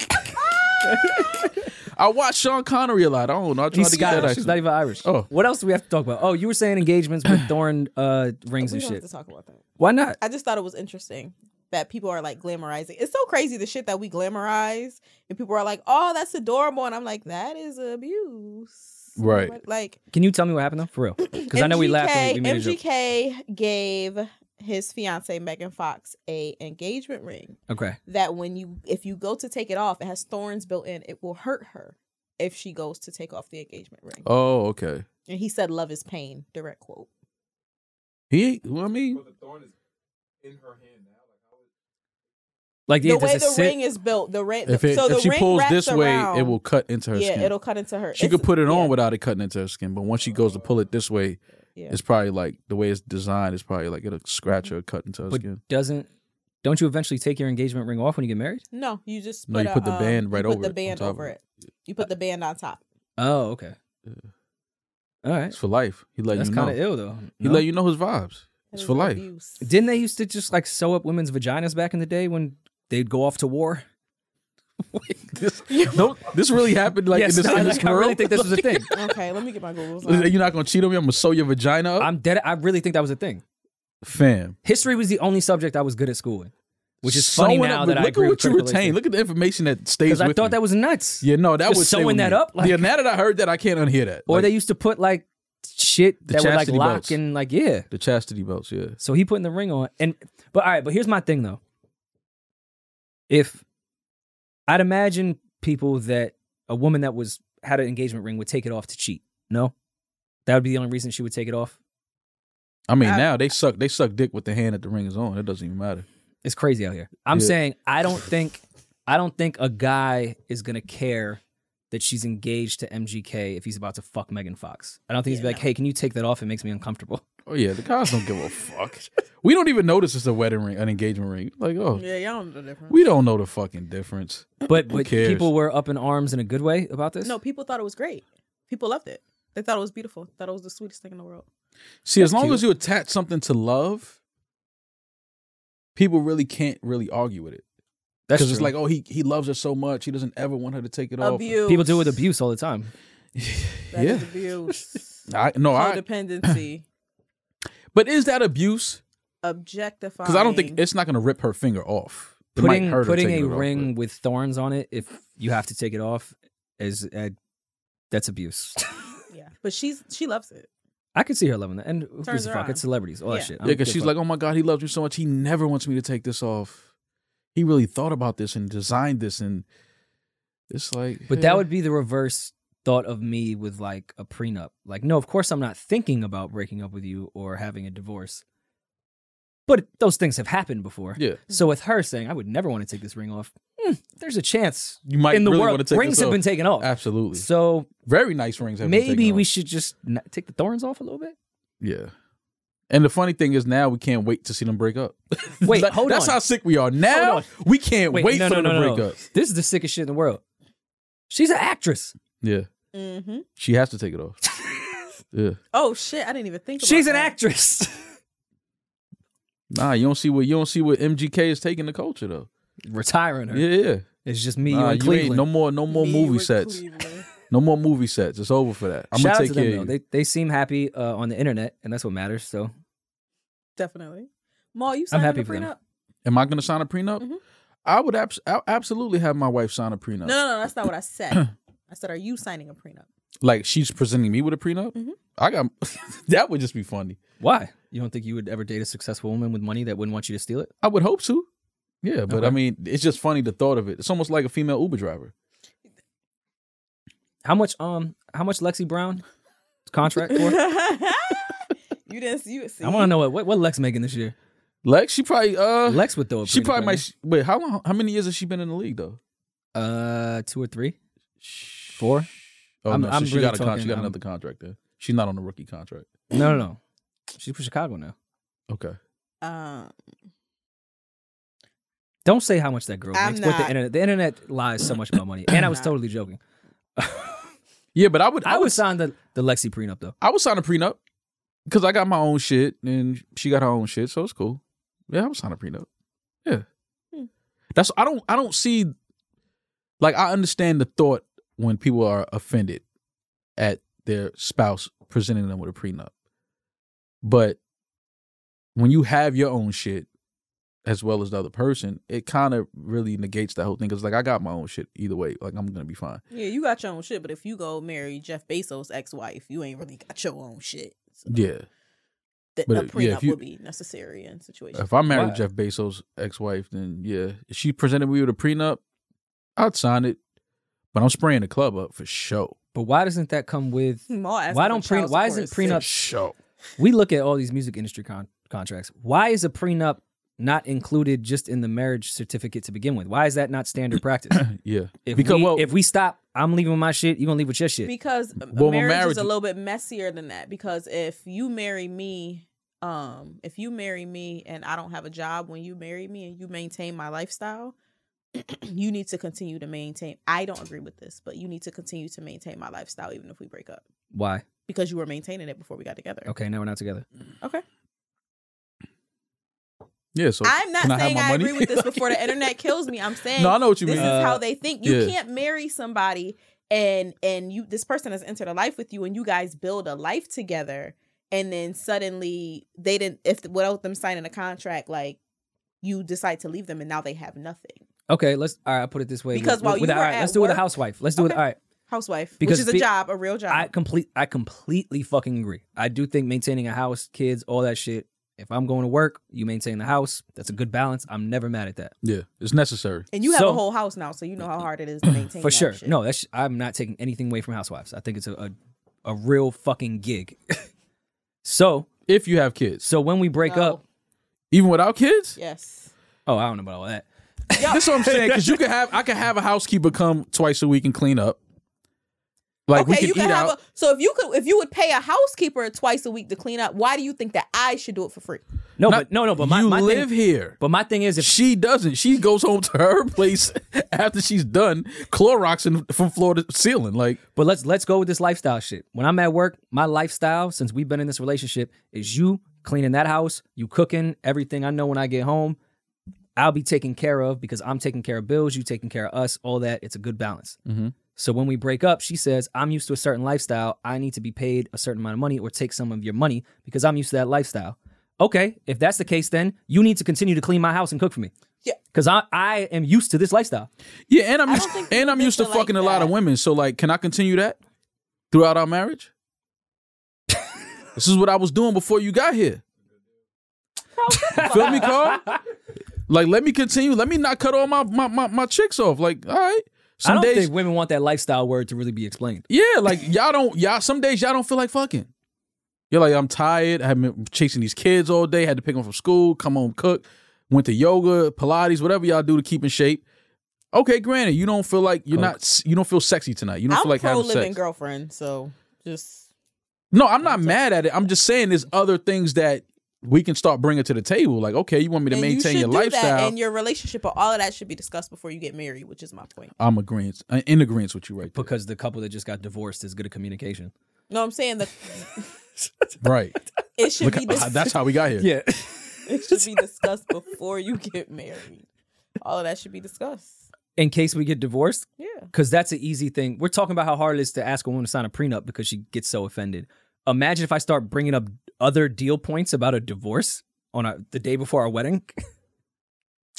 I watched Sean Connery a lot. I don't know. I tried he's to get that Scottish. He's not accent. even Irish. Oh. what else do we have to talk about? Oh, you were saying engagements with thorn uh, rings we and don't have to shit. talk about that. Why not? I just thought it was interesting that people are like glamorizing. It's so crazy the shit that we glamorize, and people are like, "Oh, that's adorable," and I'm like, "That is abuse." Right. Like, Can you tell me what happened though, for real? Because I know we laughed. And we, we made a joke. MGK gave his fiance Megan Fox a engagement ring Okay. that when you if you go to take it off, it has thorns built in. It will hurt her if she goes to take off the engagement ring. Oh, okay. And he said, "Love is pain." Direct quote. He, well, I mean, the thorn is in her hand now. Like, how is Like yeah, the way the does it sit? ring is built, the ring. if it, so the if she ring pulls wraps this around- way, it will cut into her yeah, skin. it'll cut into her. she It's- could put it yeah, on without it cutting into her skin, but once she goes to pull it this way, yeah. Mm-hmm. it's probably like the way it's designed. It's probably like it'll scratch or cut into her but skin. doesn't? Don't you eventually take your engagement ring off when you get married? No, you just No, you a, put the um, band right you put over it the on band top of over it. it. You put the band on top. Oh, okay. All right. It's for life. He let That's you kind know. of ill though. He No? let you know his vibes. It's That for is life. abuse. Didn't they used to just like sew up women's vaginas back in the day when they'd go off to war? This, don't- this really happened like in this, no, in this like, I really world? think this was a thing. Okay, let me get my Google's. on. You're not gonna cheat on me. I'm gonna sew your vagina up, I'm dead. I really think that was a thing. fam. History was the only subject I was good at school in, which is funny Sewing now up- that I look agree at with what you critical retain. thinking. Look at the information that stays Because with I thought you. that was nuts. yeah, no, that Just was sewing that up, like- yeah, now that I heard that, I can't unhear that. Or Like, they used to put like shit The that would like chastity lock belts. and like yeah. the chastity belts. Yeah, So he putting the ring on, and but all right. But here's my thing though. If I'd imagine people that a woman that was had an engagement ring would take it off to cheat. No, that would be the only reason she would take it off. I mean I- now they suck. They suck dick with the hand that the ring is on. It doesn't even matter. It's crazy out here. I'm Yeah. saying I don't think I don't think a guy is gonna care that she's engaged to MGK if he's about to fuck Megan Fox. I don't think he's Yeah, like, hey, can you take that off? It makes me uncomfortable. Oh yeah, the guys don't give a fuck. We don't even notice it's a wedding ring, an engagement ring. Like oh, Yeah, y'all don't know the difference. we don't know the fucking difference. But but cares? people were up in arms in a good way about this. No, people thought it was great. People loved it. They thought it was beautiful. Thought it was the sweetest thing in the world. See, as That's long cute. as you attach something to love, people really can't really argue with it. That's Because it's true. like, oh, he he loves her so much, he doesn't ever want her to take it off. Abuse. people do it with abuse all the time. That yeah, is abuse. I no, I. Codependency. But is that abuse? Objectifying. Because I don't think it's not going to rip her finger off. It might putting hurt her putting taking a it off, ring with thorns on it if you have to take it off is uh, that's abuse. Yeah, but she's she loves it. I could see her loving that, and who Turns gives a her fuck? on. It's celebrities, all Yeah. that shit. I but- yeah, don't because give a she's fuck. like, oh my god, he loves you so much, he never wants me to take this off. He really thought about this and designed this, and it's like. But that eh. would be the reverse thought of me with like a prenup. Like, no, of course I'm not thinking about breaking up with you or having a divorce. But those things have happened before. Yeah. So with her saying, I would never want to take this ring off, hmm, there's a chance You might in the really want to world take rings this have off. been taken off. Absolutely. So Very nice rings have been maybe taken we off. should just n take the thorns off a little bit. Yeah. And the funny thing is now we can't wait to see them break up. Wait, Like, hold That's on. how sick we are. Now Hold we can't wait, Wait, no, for no, them to no, no, break no. up. This is the sickest shit in the world. She's an actress. Yeah. Mm-hmm. She has to take it off. yeah. Oh shit! I didn't even think. She's about an that. actress. Nah, you don't see what you don't see what MGK is taking the culture though. Retiring her. Yeah, yeah. It's just me, you, Nah, and you ain't Cleveland. no more no more Me movie with sets. Cleveland. No more movie sets. It's over for that. I'm Shout gonna out to take them care though. of you. They they seem happy uh, on the internet, and that's what matters. So Definitely. Maul, you signed happy a for them. prenup? Am I gonna sign a prenup? Mm-hmm. Mhm. I would abs- I absolutely have my wife sign a prenup. No, no, no. That's not what I said. I said, are you signing a prenup? Like she's presenting me with a prenup. Mm-hmm. Mhm. I got that would just be funny. why you don't think you would ever date a successful woman with money that wouldn't want you to steal it? I would hope to. Yeah, but Okay. I mean, it's just funny the thought of it. It's almost like a female Uber driver. How much um how much Lexi Brown contract for? you didn't see it. See? I want to know what, what what Lex making this year. Lex, she probably uh Lex would throw. A she pretty probably penny. might wait, how long how many years has she been in the league though? uh two or three four. Oh I'm- no, so I'm she really got a con- she talking, got um, another contract there. She's not on the rookie contract. No no no. She's from Chicago now. Okay. Um, Don't say how much that girl I'm makes with the not. internet. The internet lies so much about money, and I was Not. totally joking. Yeah, but I would I would sign the the Lexi prenup though. I would sign a prenup because I got my own shit and she got her own shit, so it's cool. Yeah, I would sign a prenup. Yeah, Hmm. that's I don't I don't see like I understand the thought when people are offended at their spouse presenting them with a prenup, but when you have your own shit as well as the other person, it kind of really negates that whole thing. Cause like I got my own shit either way, like I'm gonna be fine. yeah, you got your own shit, but if you go marry Jeff Bezos' ex-wife, you ain't really got your own shit. So Yeah. that but a if- prenup yeah, if you- would be necessary in situations. If I married Why? Jeff Bezos' ex-wife, then yeah, if she presented me with a prenup, I'd sign it. But I'm spraying the club up for show. But why doesn't that come with? Maul asked Why for don't pre- child why support isn't For prenup- six. show. We look at all these music industry con- contracts. Why is a prenup not included just in the marriage certificate to begin with? Why is that not standard practice? Yeah. If Because, we, well- if we stop, I'm leaving with my shit. You gonna leave with your shit? Because a- a Well, when marriage, marriage- is a little bit messier than that. Because if you marry me, um, if you marry me and I don't have a job when you marry me and you maintain my lifestyle, you need to continue to maintain. I don't agree with this, but you need to continue to maintain my lifestyle even if we break up Why? because you were maintaining it before we got together. Okay, now we're not together. Yeah. So I'm not can I have saying my I, money? agree with this before the internet kills me. I'm saying no, I know what you this mean. Uh, is how they think. You yeah. can't marry somebody and and you this person has entered a life with you and you guys build a life together and then suddenly they didn't if without them signing a contract like you decide to leave them and now they have nothing. Okay, let's. All right, I'll put it this way. Because With- while with- you with- all were right, at let's do it with a work- housewife. Let's do it. Okay. All right, Housewife, Because which is a be- job, a real job. I complete. I completely fucking agree. I do think maintaining a house, kids, all that shit. If I'm going to work, you maintain the house. That's a good balance. I'm never mad at that. yeah, it's necessary. and you have so- a whole house now, so you know how hard it is to maintain For that sure. shit. No, that's I'm not taking anything away from housewives. I think it's a a, a real fucking gig. so If you have kids, so when we break No. up, even without kids, Yes. oh I don't know about all that. that's what I'm saying. Because you could have, I could have a housekeeper come twice a week and clean up. Like we okay, could you eat can have out. a so if you could if you would pay a housekeeper twice a week to clean up, why do you think that I should do it for free? No, Not- but no, no. But my, you my live thing, here. but my thing is if She doesn't. She goes home to her place after she's done Cloroxing from floor to ceiling. Like But let's let's go with this lifestyle shit. When I'm at work, my lifestyle since we've been in this relationship is you cleaning that house, you cooking everything I know when I get home. I'll be taken care of because I'm taking care of bills, you taking care of us, all that. It's a good balance. Mhm. So when we break up, she says, "I'm used to a certain lifestyle. I need to be paid a certain amount of money or take some of your money because I'm used to that lifestyle." Okay, if that's the case, then you need to continue to clean my house and cook for me. Yeah. because I I am used to this lifestyle. Yeah, and I'm I used, don't think and we I'm used to think like fucking a lot of that. women. So like, can I continue that throughout our marriage? this is what I was doing before you got here. Feel me, Carl? Like, let me continue. Let me not cut all my my my, my chicks off. Like, all right. I Some don't days, think women want that lifestyle word to really be explained. yeah, like y'all don't y'all. Some days y'all don't feel like fucking. You're like, I'm tired. I've been chasing these kids all day. Had to pick them from school, come home, cook, went to yoga, Pilates, whatever y'all do to keep in shape. Okay, granted, you don't feel like you're not, s- you don't feel sexy tonight. You don't I'm feel like pro having living sex. girlfriend, so just No, I'm not mad at it. I'm just saying there's other things that we can start bringing to the table. Like, okay, you want me to and you maintain should your do that, lifestyle? and your relationship, but all of that should be discussed before you get married, which is my point. I'm agreeing, uh, in agreement with you right there. because the couple that just got divorced is good at communication. No, I'm saying that Right. it should Look, be dis- uh, that's how we got here. Yeah. it should be discussed before you get married. All of that should be discussed. In case we get divorced, Yeah, because that's an easy thing. We're talking about how hard it is to ask a woman to sign a prenup because she gets so offended. Imagine if I start bringing up other deal points about a divorce on a, the day before our wedding.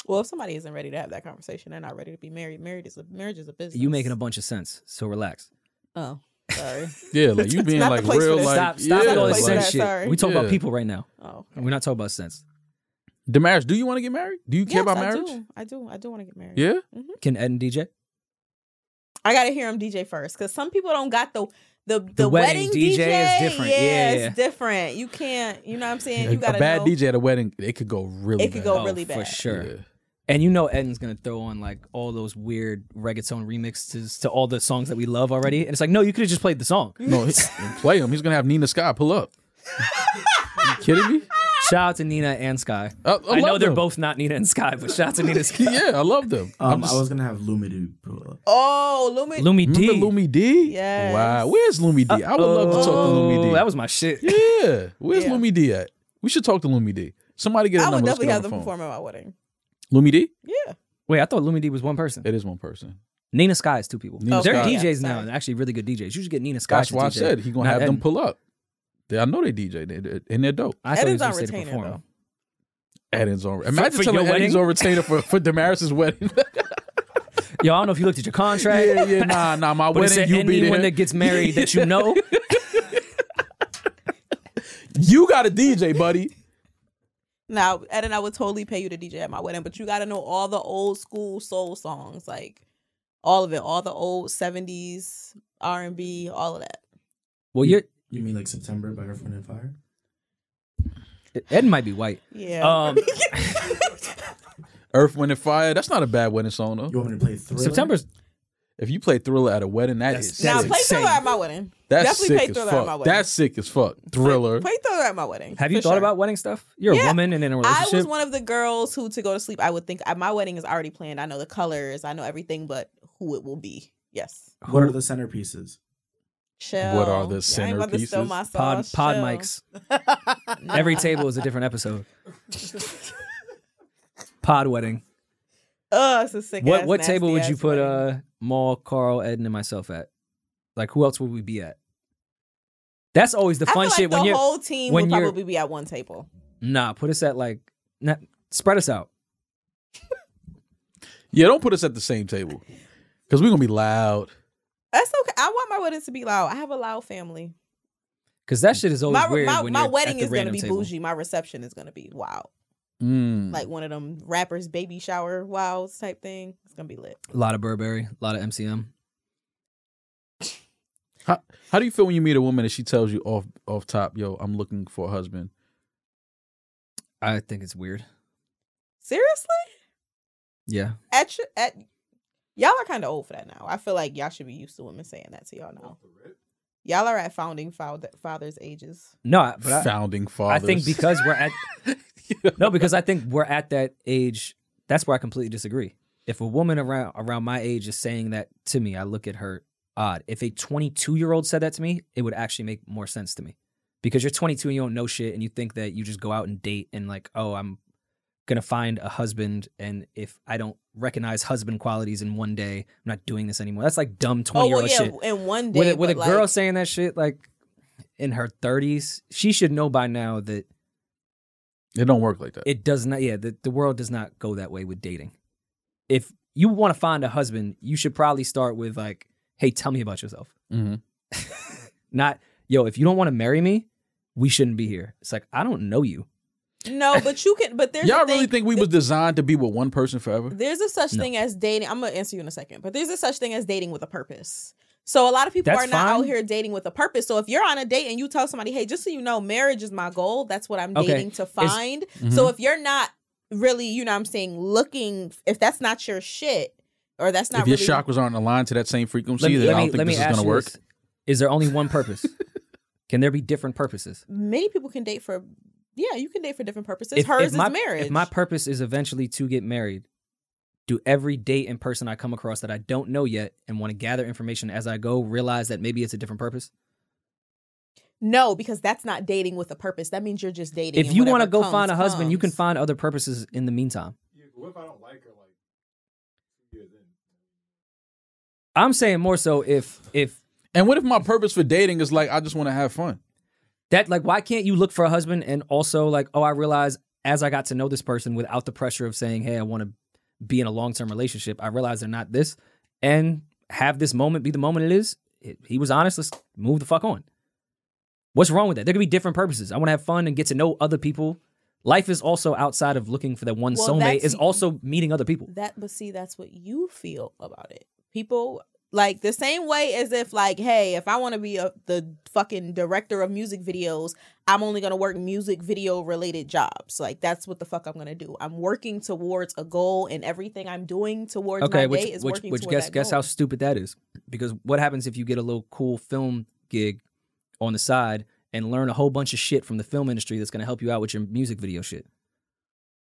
well, if somebody isn't ready to have that conversation, they're not ready to be married. Married is a marriage is a business. you making a bunch of sense, so relax. oh sorry Yeah, like you being not the like place for real, this. like stop, stop yeah, with all this like, Place for sense that, shit. sorry. We talk Yeah. about people right now. oh We're not talking about sense. Damaris, do you want to get married? Do you care Yes, about I marriage? do. I do. I do want to get married. Yeah. Can Ed and DJ? I gotta hear him DJ first because some people don't got the the, the, wedding wedding, DJ is DJ, different. Yeah, Yeah, yeah. it's different. You can't. You know what I'm saying? A- You gotta a bad know. DJ at a wedding, it could go really. It bad. could go really for bad. sure. Oh, Yeah. And you know Eden's gonna throw on like all those weird reggaeton remixes to all the songs that we love already. And it's like, no, you could have just played the song. No, he, and play him. He's gonna have Nina Sky pull up. you kidding me? Shout out to Nina and Sky. I, I I know love they're them. both not Nina and Sky, but shout out to Nina and Sky. Yeah, I love them. Um, I'm just, I was gonna have Lumidu pull up. Oh, Lumi. Lumi D. remember Lumi D? Yes. Wow. Where's Lumi D? I would love to talk to Lumi D. Oh, That was my shit. yeah. Where's Yeah. Lumi D at? We should talk to Lumi D. Somebody get a I would number. Let's definitely get have on them the phone. perform at my wedding. Lumi D? Yeah. Wait, I thought Lumi D was one person. It is one person. Nina Sky is two people. Nina They're Sky. DJs Yeah, now, sorry. and actually really good DJs. You should get Nina Sky. That's to why I DJ. said he gonna not have them Ed. pull up. They, I know they DJ they- they- and they're dope. I thought he was Eden's on gonna say to retainer, perform. though. Eddie's on. Imagine for telling your Eddie's wedding? on retainer for for Damaris's wedding. Yo, I don't know if you looked at your contract. yeah, yeah, nah, nah. My But it wedding, said you be anyone there. that gets married that you know, you got a DJ, buddy. Now, Ed and I would totally pay you to DJ at my wedding, but you gotta know all the old school soul songs, like all of it, all the old '70s R and B, all of that. well, you're You mean like September by Earth, Wind, and Fire? Ed might be white. Yeah. Um, Earth, Wind, and Fire. That's not a bad wedding song You though. want me to play Thriller? September's If you play Thriller at a wedding, that That's- is now that's, is play insane. Thriller at my wedding. that's definitely play sick as Thriller at my fuck. wedding. That's sick as fuck. Thriller. Play Thriller at my wedding. Have you for thought sure. about wedding stuff? You're a Yeah. woman and in a I relationship. was one of the girls who to go to sleep. I would think I, my wedding is already planned. I know the colors. I know everything, but who it will be. Yes. What are the centerpieces? Chill. What are the Y'all ain't about to steal centerpieces? my pod sauce. pod Chill. mics. Every table is a different episode. pod wedding. Oh, it's a sick. What ass, what table would nasty you ass put wedding. uh Maul, Carl, Eden, and myself at? Like who else would we be at? That's always the I feel fun like shit the when you're whole team when would you're- probably be at one table. Nah, put us at like not, spread us out. Yeah, don't put us at the same table because we're gonna be loud. That's okay. I want my wedding to be loud. I have a loud family. Cause that shit is always my weird. my, when my you're at wedding the is gonna random be table. bougie. My reception is gonna be wow, Mm. like one of them rappers baby shower wows type thing. It's gonna be lit. A lot of Burberry, a lot of MCM. How do you feel when you meet a woman and she tells you off off top, yo, I'm looking for a husband? I think it's weird. Seriously. Yeah. at your, at y'all are kind of old for that now. I feel like y'all should be used to women saying that to y'all now. Y'all are at founding father, fathers' ages. No, I- but I, Founding I fathers. think because we're at no, because I think we're at that age. That's where I completely disagree. If a woman around around my age is saying that to me, I look at her odd. If a 22 year old said that to me, it would actually make more sense to me because you're 22 and you don't know shit and you think that you just go out and date and like, oh, I'm gonna find a husband and if I don't recognize husband qualities in one day, I'm not doing this anymore. That's like dumb 20 Oh year well, old yeah. shit. In one day, With a, with a but, girl like, saying that shit like in her 30s, she should know by now that it don't work like that. it does not yeah the, the world does not go that way with dating if you want to find a husband you should probably start with like hey tell me about yourself hmm not yo if you don't want to marry me we shouldn't be here it's like i don't know you no, but you can. But there's Y'all a thing, really think we was designed to be with one person forever? there's a such No. thing as dating. I'm gonna answer you in a second, but there's a such thing as dating with a purpose. So a lot of people That's are not out fine. here dating with a purpose. So if you're on a date and you tell somebody, "Hey, just so you know, marriage is my goal. That's what I'm Okay. Mm-hmm. dating to find." So if you're not really, you know, what I'm saying, looking, if that's not your shit, or that's not if your really, chakras aren't aligned to that same frequency, me- then I me- don't think this is ask going to you work. this. Is there only one purpose? Can there be different purposes? many people can date for. Yeah, you can date for different purposes. If- Hers if my, is marriage. If my purpose is eventually to get married, do every date and person I come across that I don't know yet and want to gather information as I go, realize that maybe it's a different purpose? no, because that's not dating with a purpose. That means you're just dating. if and you want to whatever go comes, find a husband, you can comes. find other purposes in the meantime. What if I don't like her like two years in? I'm saying more so if if And what if my purpose for dating is like I just want to have fun? that like why can't you look for a husband and also like oh I realize as I got to know this person without the pressure of saying hey I want to be in a long term relationship I realize they're not this and have this moment be the moment it is It- he was honest let's move the fuck on what's wrong with that there could be different purposes I want to have fun and get to know other people life is also outside of looking for that one Well, soulmate that's- is also meeting other people That but see, that's what you feel about it. People like the same way as if like, hey, if I want to be a, the fucking director of music videos, I'm only gonna work music video related jobs. Like that's what the fuck I'm gonna do. I'm working towards a goal, and everything I'm doing towards okay my which day is which working which toward guess that guess goal. how stupid that is because what happens if you get a little cool film gig on the side and learn a whole bunch of shit from the film industry that's going to help you out with your music video shit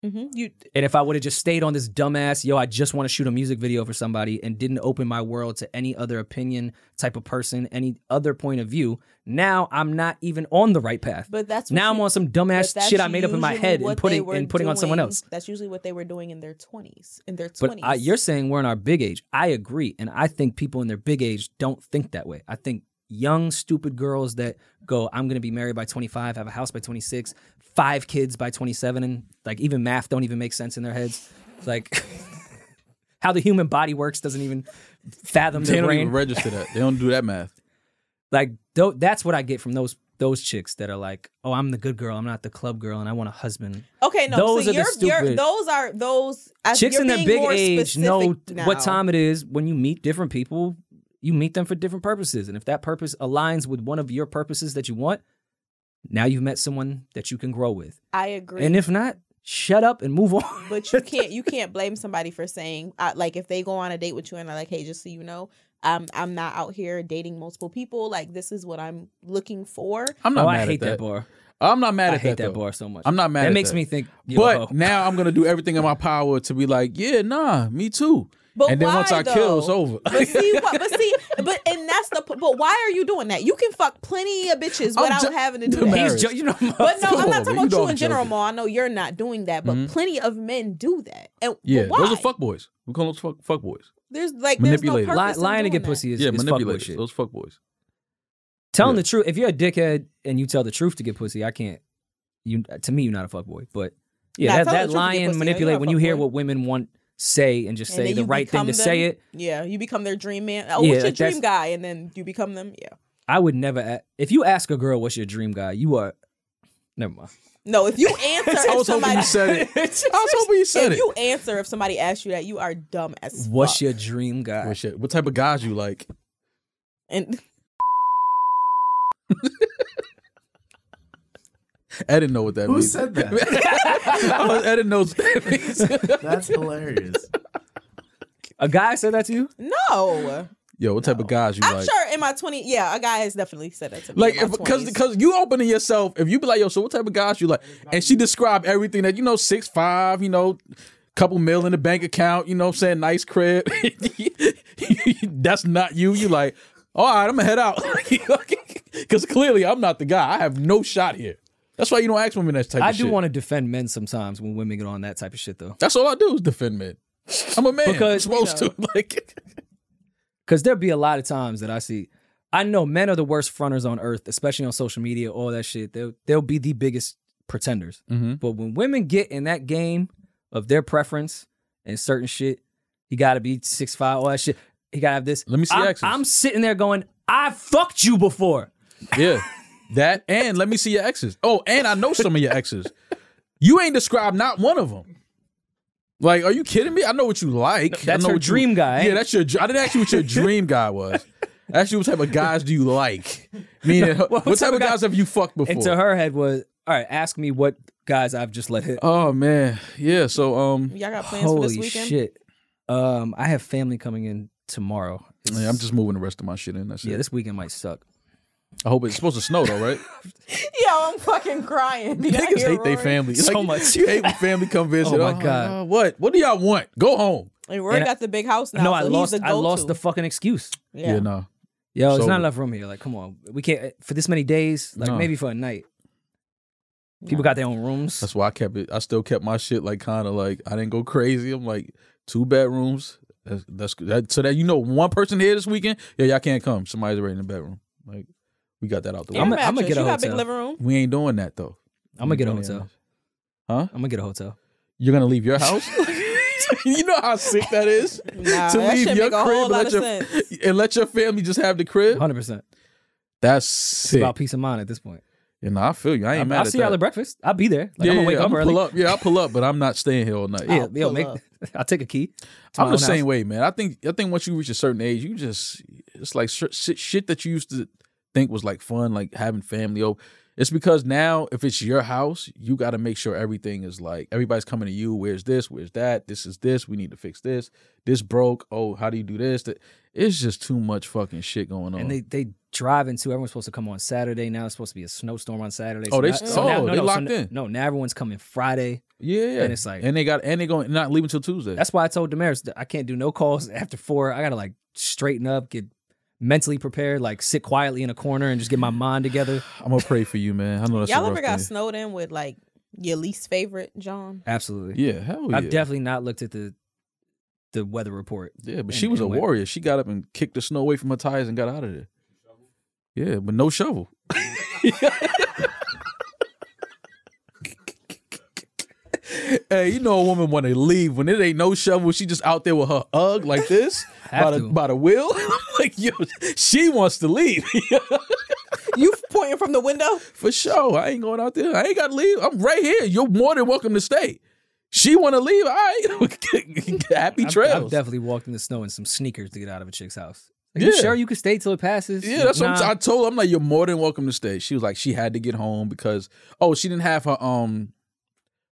Mhm. you and if i would have just stayed on this dumbass yo i just want to shoot a music video for somebody and didn't open my world to any other opinion type of person any other point of view now i'm not even on the right path But that's what now you, i'm on some but dumbass that's shit i made up in my usually head and what they putting were and putting on someone doing- else That's usually what they were doing in their twenties. In their But twenties, I, you're saying we're in our big age. I agree, and I think people in their big age don't think that way. I think young, stupid girls that go, "I'm going to be married by 25, have a house by 26, five kids by 27," and like even math don't even make sense in their heads. Like how the human body works doesn't even fathom They their don't brain. even register that. They don't do that math. like tho- that's what I get from those those chicks that are like, "Oh, I'm the good girl. I'm not the club girl, and I want a husband." okay. No, those so are the you're, you're, stupid- those are those I- chicks you're in their being big more age know specific now. what time it is when you meet different people you meet them for different purposes and if that purpose aligns with one of your purposes that you want now you've met someone that you can grow with I agree. and if not shut up and move on but you can't you can't blame somebody for saying uh, like if they go on a date with you and are like hey just so you know um, i'm not out here dating multiple people like this is what i'm looking for I'm not oh mad i hate at that, bar I'm not mad i at hate that, though. bar so much I'm not mad that at makes that. me think yo, But ho. now I'm gonna do everything in my power to be like, yeah, nah, me too. but and then why, once I kill, it's though? over. but see what but see but and that's the p- but why are you doing that you can fuck plenty of bitches I'm without ju- having to do He's that married. he's jo- you know but Come on, no, I'm man. not talking You about know you I'm in general, joking. Ma. I know you're not doing that, but Mhm. plenty of men do that. And yeah, why? those are fuck boys. We call those fuck fuck boys. There's like there's no manipulators. purpose Ly- in lying to doing get that. pussy is, yeah, is fuckboy manipulators. shit Those fuck boys. telling Yeah. the truth if you're a dickhead and you tell the truth to get pussy i can't you to me you're not a fuckboy but Nah, yeah telling the that, that truth to get lying pussy, yeah, manipulate you're not a when you hear fuckboy. what women want say and just And say then the you right thing to become say them. it Yeah, you become their dream man. Oh, Yeah, what's your like, that's- dream guy? And then you become them. Yeah. i would never a- if you ask a girl what's your dream guy you are never mind No, if you answer, I if was hoping somebody, you said it. I was hoping you said if it. you answer, if somebody asks you that, you are dumb as what's fuck. your dream guy Well, Oh, shit, What type of guys you like? and Ed know what that Who means. said that? Ed knows what that means. That's hilarious. a guy said that to you no, Yo, what type of guys you I'm like? sure in my 20, yeah, a guy has definitely said that to me. Like, in my because 20s. because you opening yourself, if you be like, yo, so what type of guys you like? And she described everything that you know, six five, you know, couple mil in the bank account, you know, what I'm saying nice crib. That's not you. You like, all right, I'm gonna head out because clearly I'm not the guy. I have no shot here. That's why you don't ask women that type. i of do shit. want to defend men sometimes when women get on that type of shit though That's all I do is defend men. I'm a man. Because, I'm supposed you to like. Because there'd be a lot of times that I see, I know men are the worst fronters on earth, especially on social media, all that shit. They'll, they'll be the biggest pretenders. Mhm. But when women get in that game of their preference and certain shit, he got to be six five, all that shit. He got to have this. Let me see I'm, your exes. I'm sitting there going, I fucked you before. Yeah. That and let me see your exes. Oh, and I know some of your exes. You ain't described not one of them. Like, are you kidding me? I know what you like. I That's know her what you- dream guy. Yeah, that's your. dr- I didn't ask you what your dream guy was. Ask you what type of guys do you like? Meaning, No, what, type of guys have you fucked before? And to her head was, all right, ask me what guys I've just let hit. oh man, yeah. So um, Y'all got plans for this Holy weekend? shit. Um, I have family coming in tomorrow. yeah, I'm just moving the rest of my shit in. That's Yeah, it. this weekend might suck. I hope it's supposed to snow though, right? Yo, I'm fucking crying. Did y'all Niggas hear hate their Rory? family So Like, much. You hate when family come visit. Oh, my uh, God. what? What do y'all want? Go home. And Rory And I- got the big house now. No, so I he's lost. The I lost go-to. the fucking excuse. Yeah, yeah. no. Yo, there's So- not enough room here. Like, come on, we can't for this many days. Like, No. maybe for a night. People No. got their own rooms. That's why I kept it. I still kept my shit like kind of like I didn't go crazy. I'm like two bedrooms. That's, that's that, so that you know one person here this weekend. Yeah, y'all can't come. Somebody's already in the bedroom. Like we got that out the way. Air I'ma- mattress. I'ma get a you got big hotel. living room. we ain't doing that though. I'm gonna get a We ain't doing hotel. that. Huh? I'm gonna get a hotel. You're gonna leave your house? you know how sick that is Nah, that shit make a whole lot let of your sense. and let your family just have the crib. 100. percent That's It's sick. about peace of mind at this point. You know, I feel you. I ain't I mad will at see that. y'all at breakfast. I'll be there. Like, yeah, I'm gonna wake yeah, up I'll early. pull up. Yeah, I'll pull up, but I'm not staying here all night. Yeah, I'll yo, pull make. up. I'll take a key. to my I'm own the same house. way, man. I think I think once you reach a certain age, you just it's like sh- shit, shit that you used to think was like fun, like having family over. It's because now if it's your house, you got to make sure everything is like everybody's coming to you. Where's this? Where's that? This is this. We need to fix this. This broke. Oh, how do you do this? That- It's just too much fucking shit going on. And they they drive into everyone's supposed to come on Saturday. Now it's supposed to be a snowstorm on Saturday. Oh, they- oh, they so locked no- in. No, now everyone's coming Friday. yeah, yeah. and it's like- and they got and they going not leaving till Tuesday. That's why I told Damaris that I can't do no calls after four. I gotta like straighten up, get mentally prepared, like sit quietly in a corner and just get my mind together. I'm gonna pray for you, man. I know that's a Y'all rough ever got thing. snowed in with like your least favorite, John? Absolutely. Yeah, hell Oh, yeah. I've definitely not looked at the the weather report. Yeah, but and- she was a and went. warrior. She got up and kicked the snow away from her tires and got out of there. Yeah, but no shovel. hey, you know a woman when they leave when it ain't no shovel, she just out there with her UGG like this by Have the, to. by the wheel. I'm like, yo, she wants to leave you pointing from the window? for sure. I ain't going out there. I ain't got to leave. I'm right here. You're more than welcome to stay. She want to leave. All right, happy I've- trails. I've, definitely walked in the snow in some sneakers to get out of a chick's house. Like, Yeah. You sure you can stay till it passes? Yeah, that's what I'm Nah. t- I told her. I'm like, you're more than welcome to stay. She was like, she had to get home because oh, she didn't have her um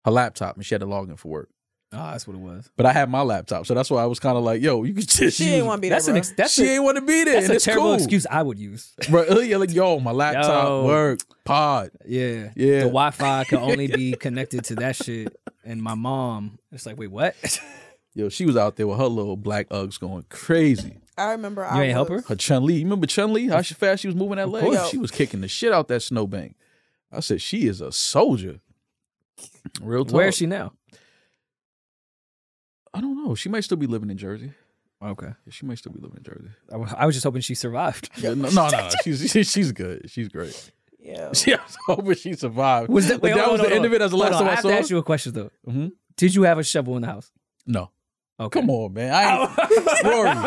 her laptop and she had to log in for work. Ah, that's what it was. But I had my laptop, so that's why I was kind of like, yo, you can just. She ain't want to be there. That's an bro. ex- that's she a, ain't want to be there. that's and a it's terrible cool. excuse I would use. Bro, yeah, like yo, my laptop, Yo. work, pod. Yeah. Yeah. The Wi Fi can only be connected to that shit. And my mom, it's like, wait, what? Yo, she was out there with her little black Uggs going crazy. I remember. You I ain't help was- Her Chun Li, you remember Chun Li? How she fast she was moving that leg? course. She was kicking the shit out that snowbank. I said, she is a soldier. Real talk. Where is she now? I don't know. She might still be living in Jersey. Okay. Yeah, She might still be living in Jersey. I, w- I was just hoping she survived. Yeah, no, no, no. She's she- she's good. She's great. Yeah. She, I was hoping she survived. Oh. Was but that hold on, was hold the on, end of it. As the hold last on. time I, have saw to her. ask you a question though. Mhm. Did you have a shovel in the house? No, Okay. come on, man. I ain't, Rory, I'm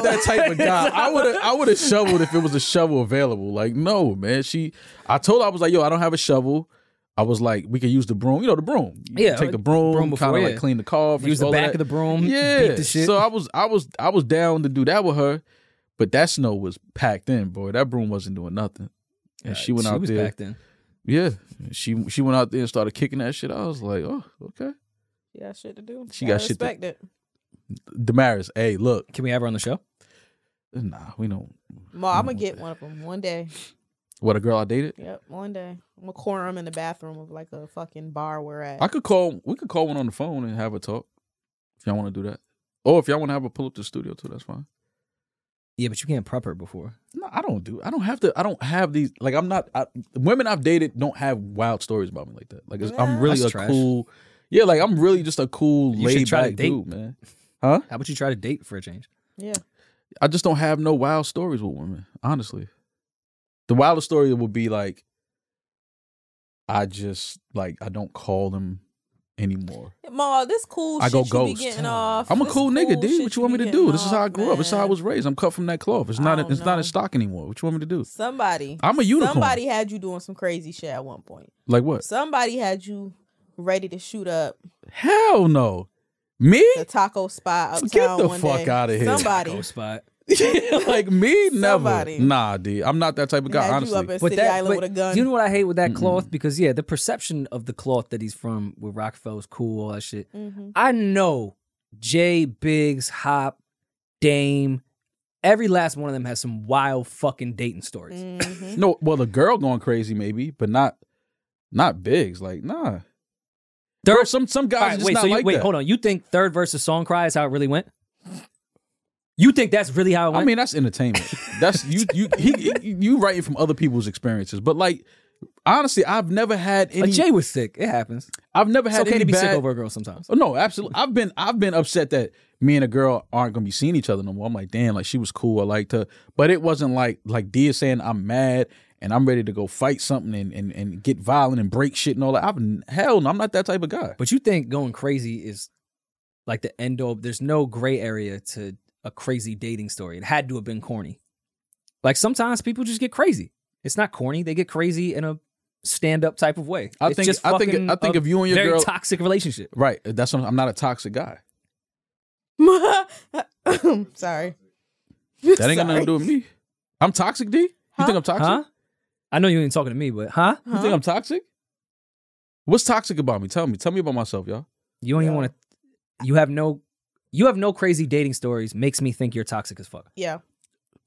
not that type of guy. I would have I would have shoveled if it was a shovel available. Like no, man. She, I told her I was like, yo, I don't have a shovel. I was like, we could use the broom. You know the broom. You Yeah, take the broom, broom kind before, of yeah. like clean the car. Use the back of the broom. Yeah. Beat the shit. So I was I was I was down to do that with her, but that snow was packed in, boy. That broom wasn't doing nothing. And she went she out was there. back then. Yeah, she she went out there and started kicking that shit. I was like, oh, okay. She got shit to do. She Gotta got shit to- respect it. Damaris, hey, look, Can we have her on the show? nah, we don't. Ma, I'm gonna get one of them one day. What a girl I dated. Yep, one day. I'm gonna corner them in the bathroom of like a fucking bar we're at. I could call. We could call one on the phone and have a talk. If y'all want to do that, or if y'all want to have a pull up to the studio too, that's fine. Yeah, but you can't prep her before. No, I don't do. I don't have to. I don't have these. Like I'm not. I, women I've dated don't have wild stories about me like that. Like it's, I'm Nah. really That's a trash. cool. Yeah, like I'm really just a cool, You should laid try to back date. dude, man. How about you try to date for a change? yeah. I just don't have no wild stories with women, honestly. The wildest story would be like I just like I don't call them anymore. Ma, this cool I shit go you ghost. be getting off. I'm a This cool nigga, shit dude. What you want me to be do? getting this is how I off, grew up. This is how I man. was raised. I'm cut from that cloth. It's I not don't it's not know. in stock anymore. What you want me to do? Somebody. I'm a unicorn. Somebody had you doing some crazy shit at one point. Like what? Somebody had you ready to shoot up Hell no. Me? the taco spot uptown Get the one fuck day. outta here. Somebody. Go spot. like me, never. Somebody. Nah, D. I'm not that type of guy. Had you honestly, up in City Island with a gun. do you know what I hate with that Mm-mm. cloth? Because yeah, the perception of the cloth that he's from with Rockefeller's cool, all that shit. Mhm. I know Jay, Biggs, Hop, Dame, every last one of them has some wild fucking dating stories. Mhm. No, well, the girl going crazy maybe, but not not Biggs. Like, nah. Third, Bro, some some guys all right, just wait, not so you, like wait, that. hold on. You think third verse of Song Cry is how it really went? You think that's really how it went? I mean, that's entertainment. That's you you he, he- you writing from other people's experiences. But like, honestly, I've never had Uh, any. Jay was sick. It happens. I've never It's had okay any to be sick bad- over a girl sometimes. Oh, no, absolutely. I've been I've been upset that me and a girl aren't gonna be seeing each other no more. I'm like, damn, like she was cool. I liked her, but it wasn't like like Dia saying I'm mad and I'm ready to go fight something and and, and get violent and break shit and all that. I've n- hell, no, I'm not that type of guy. But you think going crazy is like the end all? There's no gray area to a crazy dating story. It had to have been corny. Like sometimes people just get crazy. It's not corny. They get crazy in a stand up type of way. I It's think just I think fucking I think a if you and your very girl toxic relationship. right, that's what I'm, I'm not a toxic guy. Mm-hmm. Sorry. That ain't got nothing to do with me. I'm toxic, D. You Huh? think I'm toxic? Huh? I know you ain't talking to me, but huh? You think I'm toxic? What's toxic about me? Tell me. Tell me about myself, y'all. You don't even Yeah. want to. You have no. You have no crazy dating stories. Makes me think you're toxic as fuck. Yeah,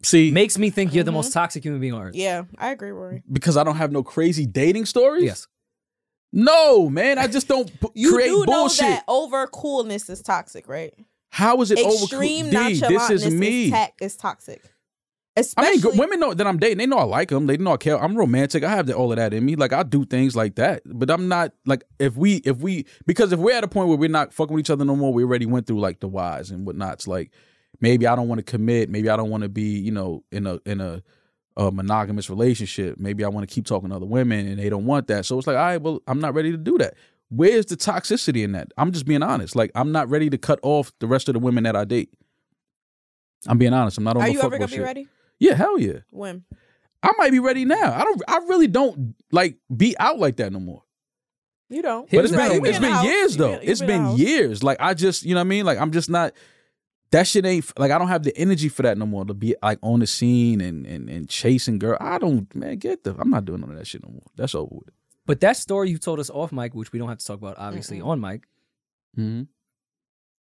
See, Makes me think you're the Mhm. most toxic human being on earth. yeah, I agree, Rory. because I don't have no crazy dating stories. Yes. No, man. I just don't b- You create do bullshit. know that over coolness is toxic, right? How is it over? Extreme D, this nonchalantness is is, me. ta- is toxic. I mean, Especially g- women know that I'm dating. They know I like them. They know I care. I'm romantic. I have that, all of that in me. Like I do things like that. But I'm not like if we if we because if we're at a point where we're not fucking with each other no more, we already went through like the whys and whatnots. Like maybe I don't want to commit. Maybe I don't want to be you know in a in a, a monogamous relationship. Maybe I want to keep talking to other women and they don't want that. So it's like, all right, well, I'm not ready to do that. Where's the toxicity in that? I'm just being honest. Like I'm not ready to cut off the rest of the women that I date. I'm being honest. I'm not on are the you fuck ever gonna bullshit. be ready? Yeah, hell yeah. When? I might be ready now. I don't. I really don't like be out like that no more. You don't. But But it's Right, you been been it's in been the house. years You though. been- you it's been in the been house. years. Like I just, you know what I mean. Like I'm just not. That shit ain't like I don't have the energy for that no more. To be like on the scene and and and chasing girl. I don't man get the. I'm not doing none of that shit no more. That's over with. But that story you told us off mic, which we don't have to talk about obviously Mm-mm. on mic, Mm-hmm.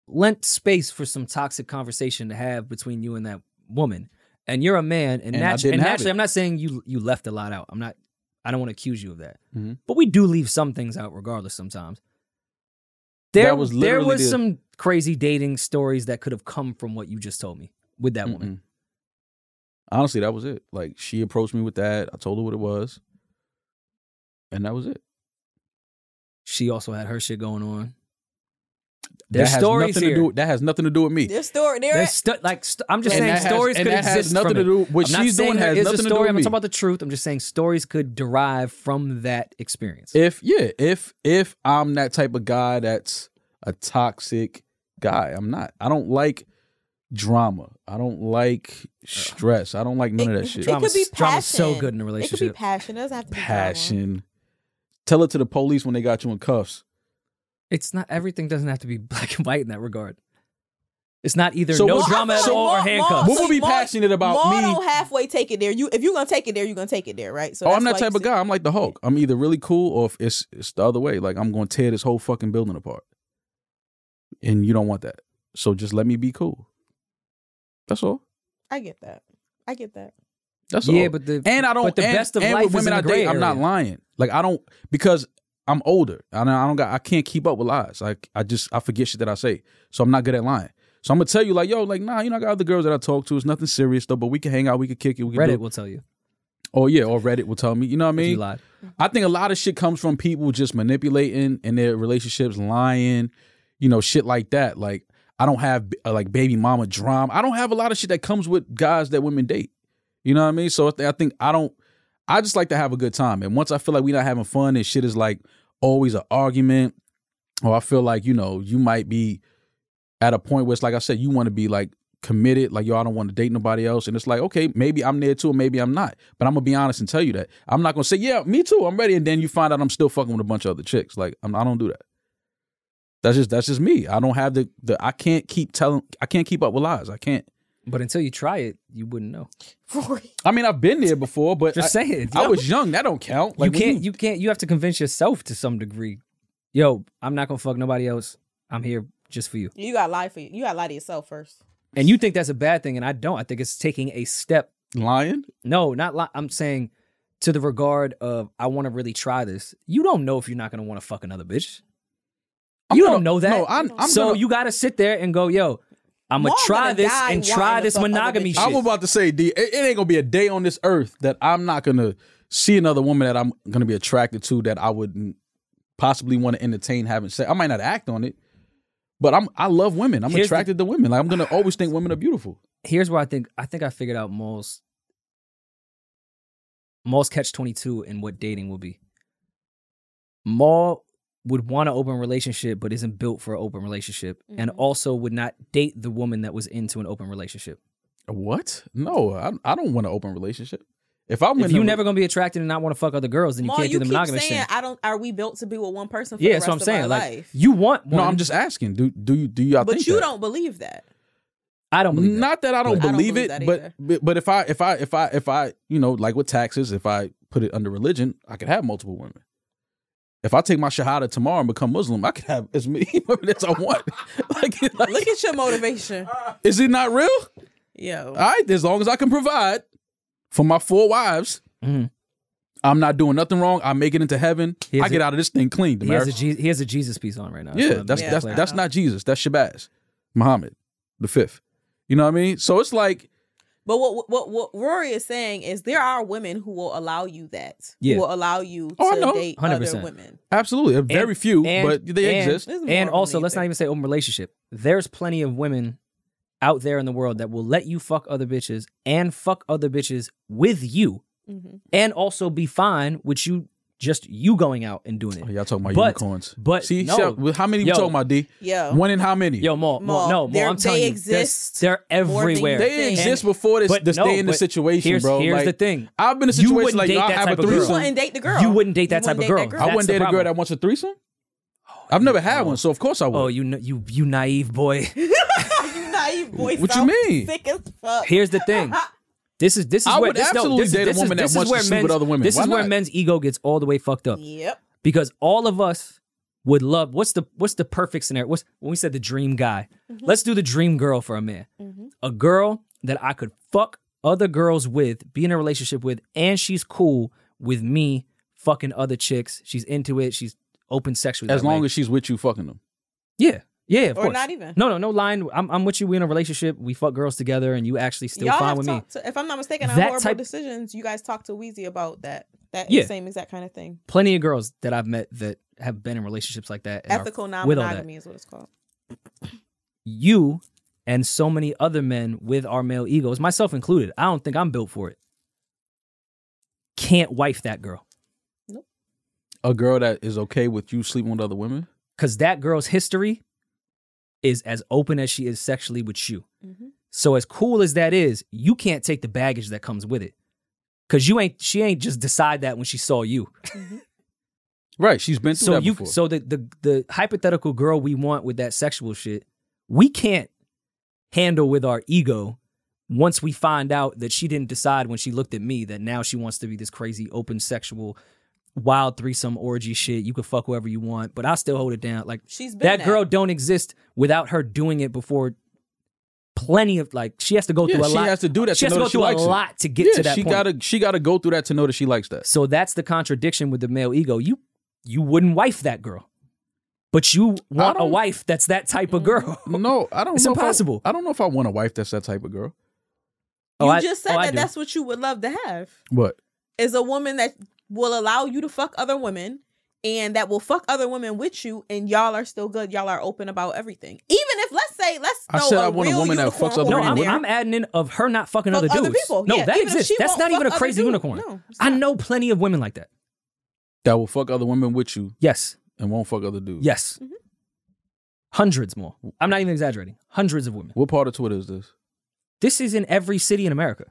lent space for some toxic conversation to have between you and that woman. And you're a man, and, And I natu- didn't and have naturally, it. I'm not saying you you left a lot out. I'm not. I don't want to accuse you of that. Mhm. But we do leave some things out, regardless. Sometimes there was there literally was the- some crazy dating stories that could have come from what you just told me with that woman. Honestly, that was it. Like she approached me with that. I told her what it was, and that was it. She also had her shit going on. that There's has stories nothing to here. do. That has nothing to do with me. This story, there. There's stu- like st- I'm just And saying that has- stories and could that has exist nothing from to it. do- what I'm not she's doing saying there has is nothing a to do story. with I'm me. talking about the truth. I'm just saying stories could derive from that experience. If yeah, if if I'm that type of guy that's a toxic guy, I'm not. I don't like drama. I don't like stress. I don't like none of that shit. It could Drama's- be drama's so passion. good in a it could be relationship. passion. It doesn't have to be drama. Passion. Tell it to the police when they got you in cuffs. It's not everything doesn't have to be black and white in that regard. It's not either So no what- drama at so all or what- handcuffs. What would be Maul- passionate about Maul me? don't halfway take it there. You, if you're gonna take it there, you're gonna take it there, right? So oh, that's I'm that why type you of guy. I'm like the Hulk. I'm either really cool or if it's it's the other way. Like I'm going to tear this whole fucking building apart. And you don't want that. So just let me be cool. That's all. said- I get that. I get that. That's all. yeah, but the And I don't. But the and, best of and life with is women in I the gray date, I'm not area. lying. Like I don't because I'm older. I don't, I don't got. I can't keep up with lies. Like I just I forget shit that I say. So I'm not good at lying. So I'm gonna tell you like yo like nah you know I got other girls that I talk to. It's nothing serious though. But we can hang out. We can kick it. We can Reddit Do, will tell you. oh yeah. Or Reddit will tell me. You know what I if you mean? lied. I think a lot of shit comes from people just manipulating in their relationships, lying, you know, shit like that. Like I don't have uh, like baby mama drama. I don't have a lot of shit that comes with guys that women date. You know what I mean? So I thi- I think I don't. I just like to have a good time, and once I feel like we're not having fun, and shit is like always an argument, or I feel like you know you might be at a point where it's like I said, you want to be like committed, like yo, I don't want to date nobody else, and it's like okay, maybe I'm there too, and maybe I'm not, but I'm gonna be honest and tell you that I'm not gonna say yeah, me too, I'm ready, and then you find out I'm still fucking with a bunch of other chicks. Like I'm, I don't do that. That's just that's just me. I don't have the the I can't keep telling I can't keep up with lies. I can't. But until you try it, you wouldn't know. For I mean, I've been there before, but Just I, say it. I was young. That don't count. you when can't. You can't. You have to convince yourself to some degree. Yo, I'm not gonna fuck nobody else. I'm here just for you. you gotta lie for you. You gotta lie to yourself first. And you think that's a bad thing, and I don't. I think it's taking a step. lying. No, not. Li- I'm saying to the regard of I want to really try this. You don't know if you're not gonna want to fuck another bitch. I'm You gonna- don't know that. No, I'm, I'm so gonna- you gotta sit there and go, yo, I'm gonna Y'all try gonna this die and wanting try to this fuck other monogamy bitches. shit. I was about to say, D, it, it ain't gonna be a day on this earth that I'm not gonna see another woman that I'm gonna be attracted to that I wouldn't possibly want to entertain having sex. I might not act on it, but I'm I love women. I'm Here's the- attracted to women. Like I'm gonna always think women are beautiful. here's where I think I think I figured out Mole's Mole's catch twenty two and what dating will be. Mole would want an open relationship, but isn't built for an open relationship, and Mhm. also would not date the woman that was into an open relationship. What? No, I, I don't want an open relationship. If I'm if in a- you're never gonna be attracted and not want to fuck other girls, then you Ma, can't do the keep monogamous saying, thing. I don't. Are we built to be with one person? For yeah, the that's rest what I'm saying. Of our Like life? you want one. no, I'm just asking. Do do you do y'all but think you that? don't believe that. I don't believe that. Not that I don't But- I don't believe believe that it, but, either. but but if I if I if I if I you know like with taxes, if I put it under religion, I could have multiple women. If I take my shahada tomorrow and become Muslim, I could have as many women as I want. like, like, Look at your motivation. is it not real? Yo. All right, as long as I can provide for my four wives, Mhm. I'm not doing nothing wrong. I make it into heaven. He has I get a- out of this thing clean. He has, a Damaris. Je- he has a Jesus piece on right now. yeah, what I'm that's trying to that's play. that's not Jesus. That's Shabazz, Muhammad, the fifth. You know what I mean? So it's like But what, what what Rory is saying is there are women who will allow you that. Yeah. Who will allow you to Oh, I know. date other 100%. women. absolutely very few, and- but they and- exist. There's more and of them also than let's you not even say open relationship there's plenty of women out there in the world that will let you fuck other bitches and fuck other bitches with you think. Mhm. and also be fine with you just you going out and doing Oh, it y'all talking about But- unicorns? but see, no. shout- with how many we Yo. talking about? D Yo. one in how many? yo more Maul, more no more they're- i'm telling they you there's- exist they're more than everywhere you they thing. exist before this. But this no, stay in the but situation, here's, bro. here's Like, the thing I've been in a You situation wouldn't like date y'all that have a type of girl. You threesome. wouldn't date the girl. you wouldn't date that You type of wouldn't girl, date that I girl. That's wouldn't the date a girl problem. that wants a threesome. I've never had one, so of course I would. oh you kn- you you naive boy you naive boy. What you sound mean? Sick as fuck. here's the thing this is this is I where would this, no, absolutely this, is- date a this is- woman that this is wants to where sleep with men's- other women. this Why is where not? men's ego gets all the way fucked up yep. because all of us would love what's the what's the perfect scenario what's when we said the dream guy Mm-hmm. let's do the dream girl for a minute a girl that i could fuck other girls with be in a relationship with and she's cool with me fucking other chicks she's into it she's open sexually as long as she's with you, fucking them. yeah yeah of Or course not e- even. no no no lying I'm, I'm with you we in a relationship we fuck girls together and you actually still y'all fine have with me talked to, if I'm not mistaken, on That horrible type- decisions, you guys talked to Weezy about that. That Yeah. same exact kind of thing. plenty of girls that i've met that have been in relationships like that and are Ethical f- non with all that. monogamy is what it's called. you and so many other men with our male egos, myself included, I don't think I'm built for it. Can't wife that girl A girl that is okay with you sleeping with other women. because that girl's history is as open as she is sexually with you. Mhm. So as cool as that is, you can't take the baggage that comes with it because you ain't. She ain't just decide that when she saw you. Right, she's been through So that you. before. So the the the hypothetical girl we want with that sexual shit, we can't handle with our ego once we find out that she didn't decide when she looked at me that now she wants to be this crazy open sexual wild threesome orgy shit you can fuck whoever you want but i still hold it down like She's been that girl don't exist without her doing it before plenty of like she has to go yeah, through a she lot has to do that. she to has know to go that she through a likes it. lot to get yeah, to that she point gotta she gotta go through that to know that she likes that. so that's the contradiction with the male ego you you wouldn't wife that girl but you want a don't- wife that's that type Mm. of girl No, I don't. It's know if I- impossible. I, don't know if I want a wife that's that type of girl. Oh, you I- just said oh, I that do. that's what you would love to have What? is a woman that will allow you to fuck other women and that will fuck other women with you and y'all are still good y'all are open about everything even if let's say let's I throw said a I want a real woman that unicorn fucks other No, horn women I'm, in there. I'm adding in of her not fucking Fuck other dudes. other people. No, Yeah, that even if she exists. That's won't not even a fuck other crazy dudes. unicorn. No, it's I not. know plenty of women like that. That will fuck other women with you Yes, and won't fuck other dudes. yes, Mhm. hundreds more. I'm not even exaggerating. Hundreds of women. What part of Twitter is this? This is in every city in America.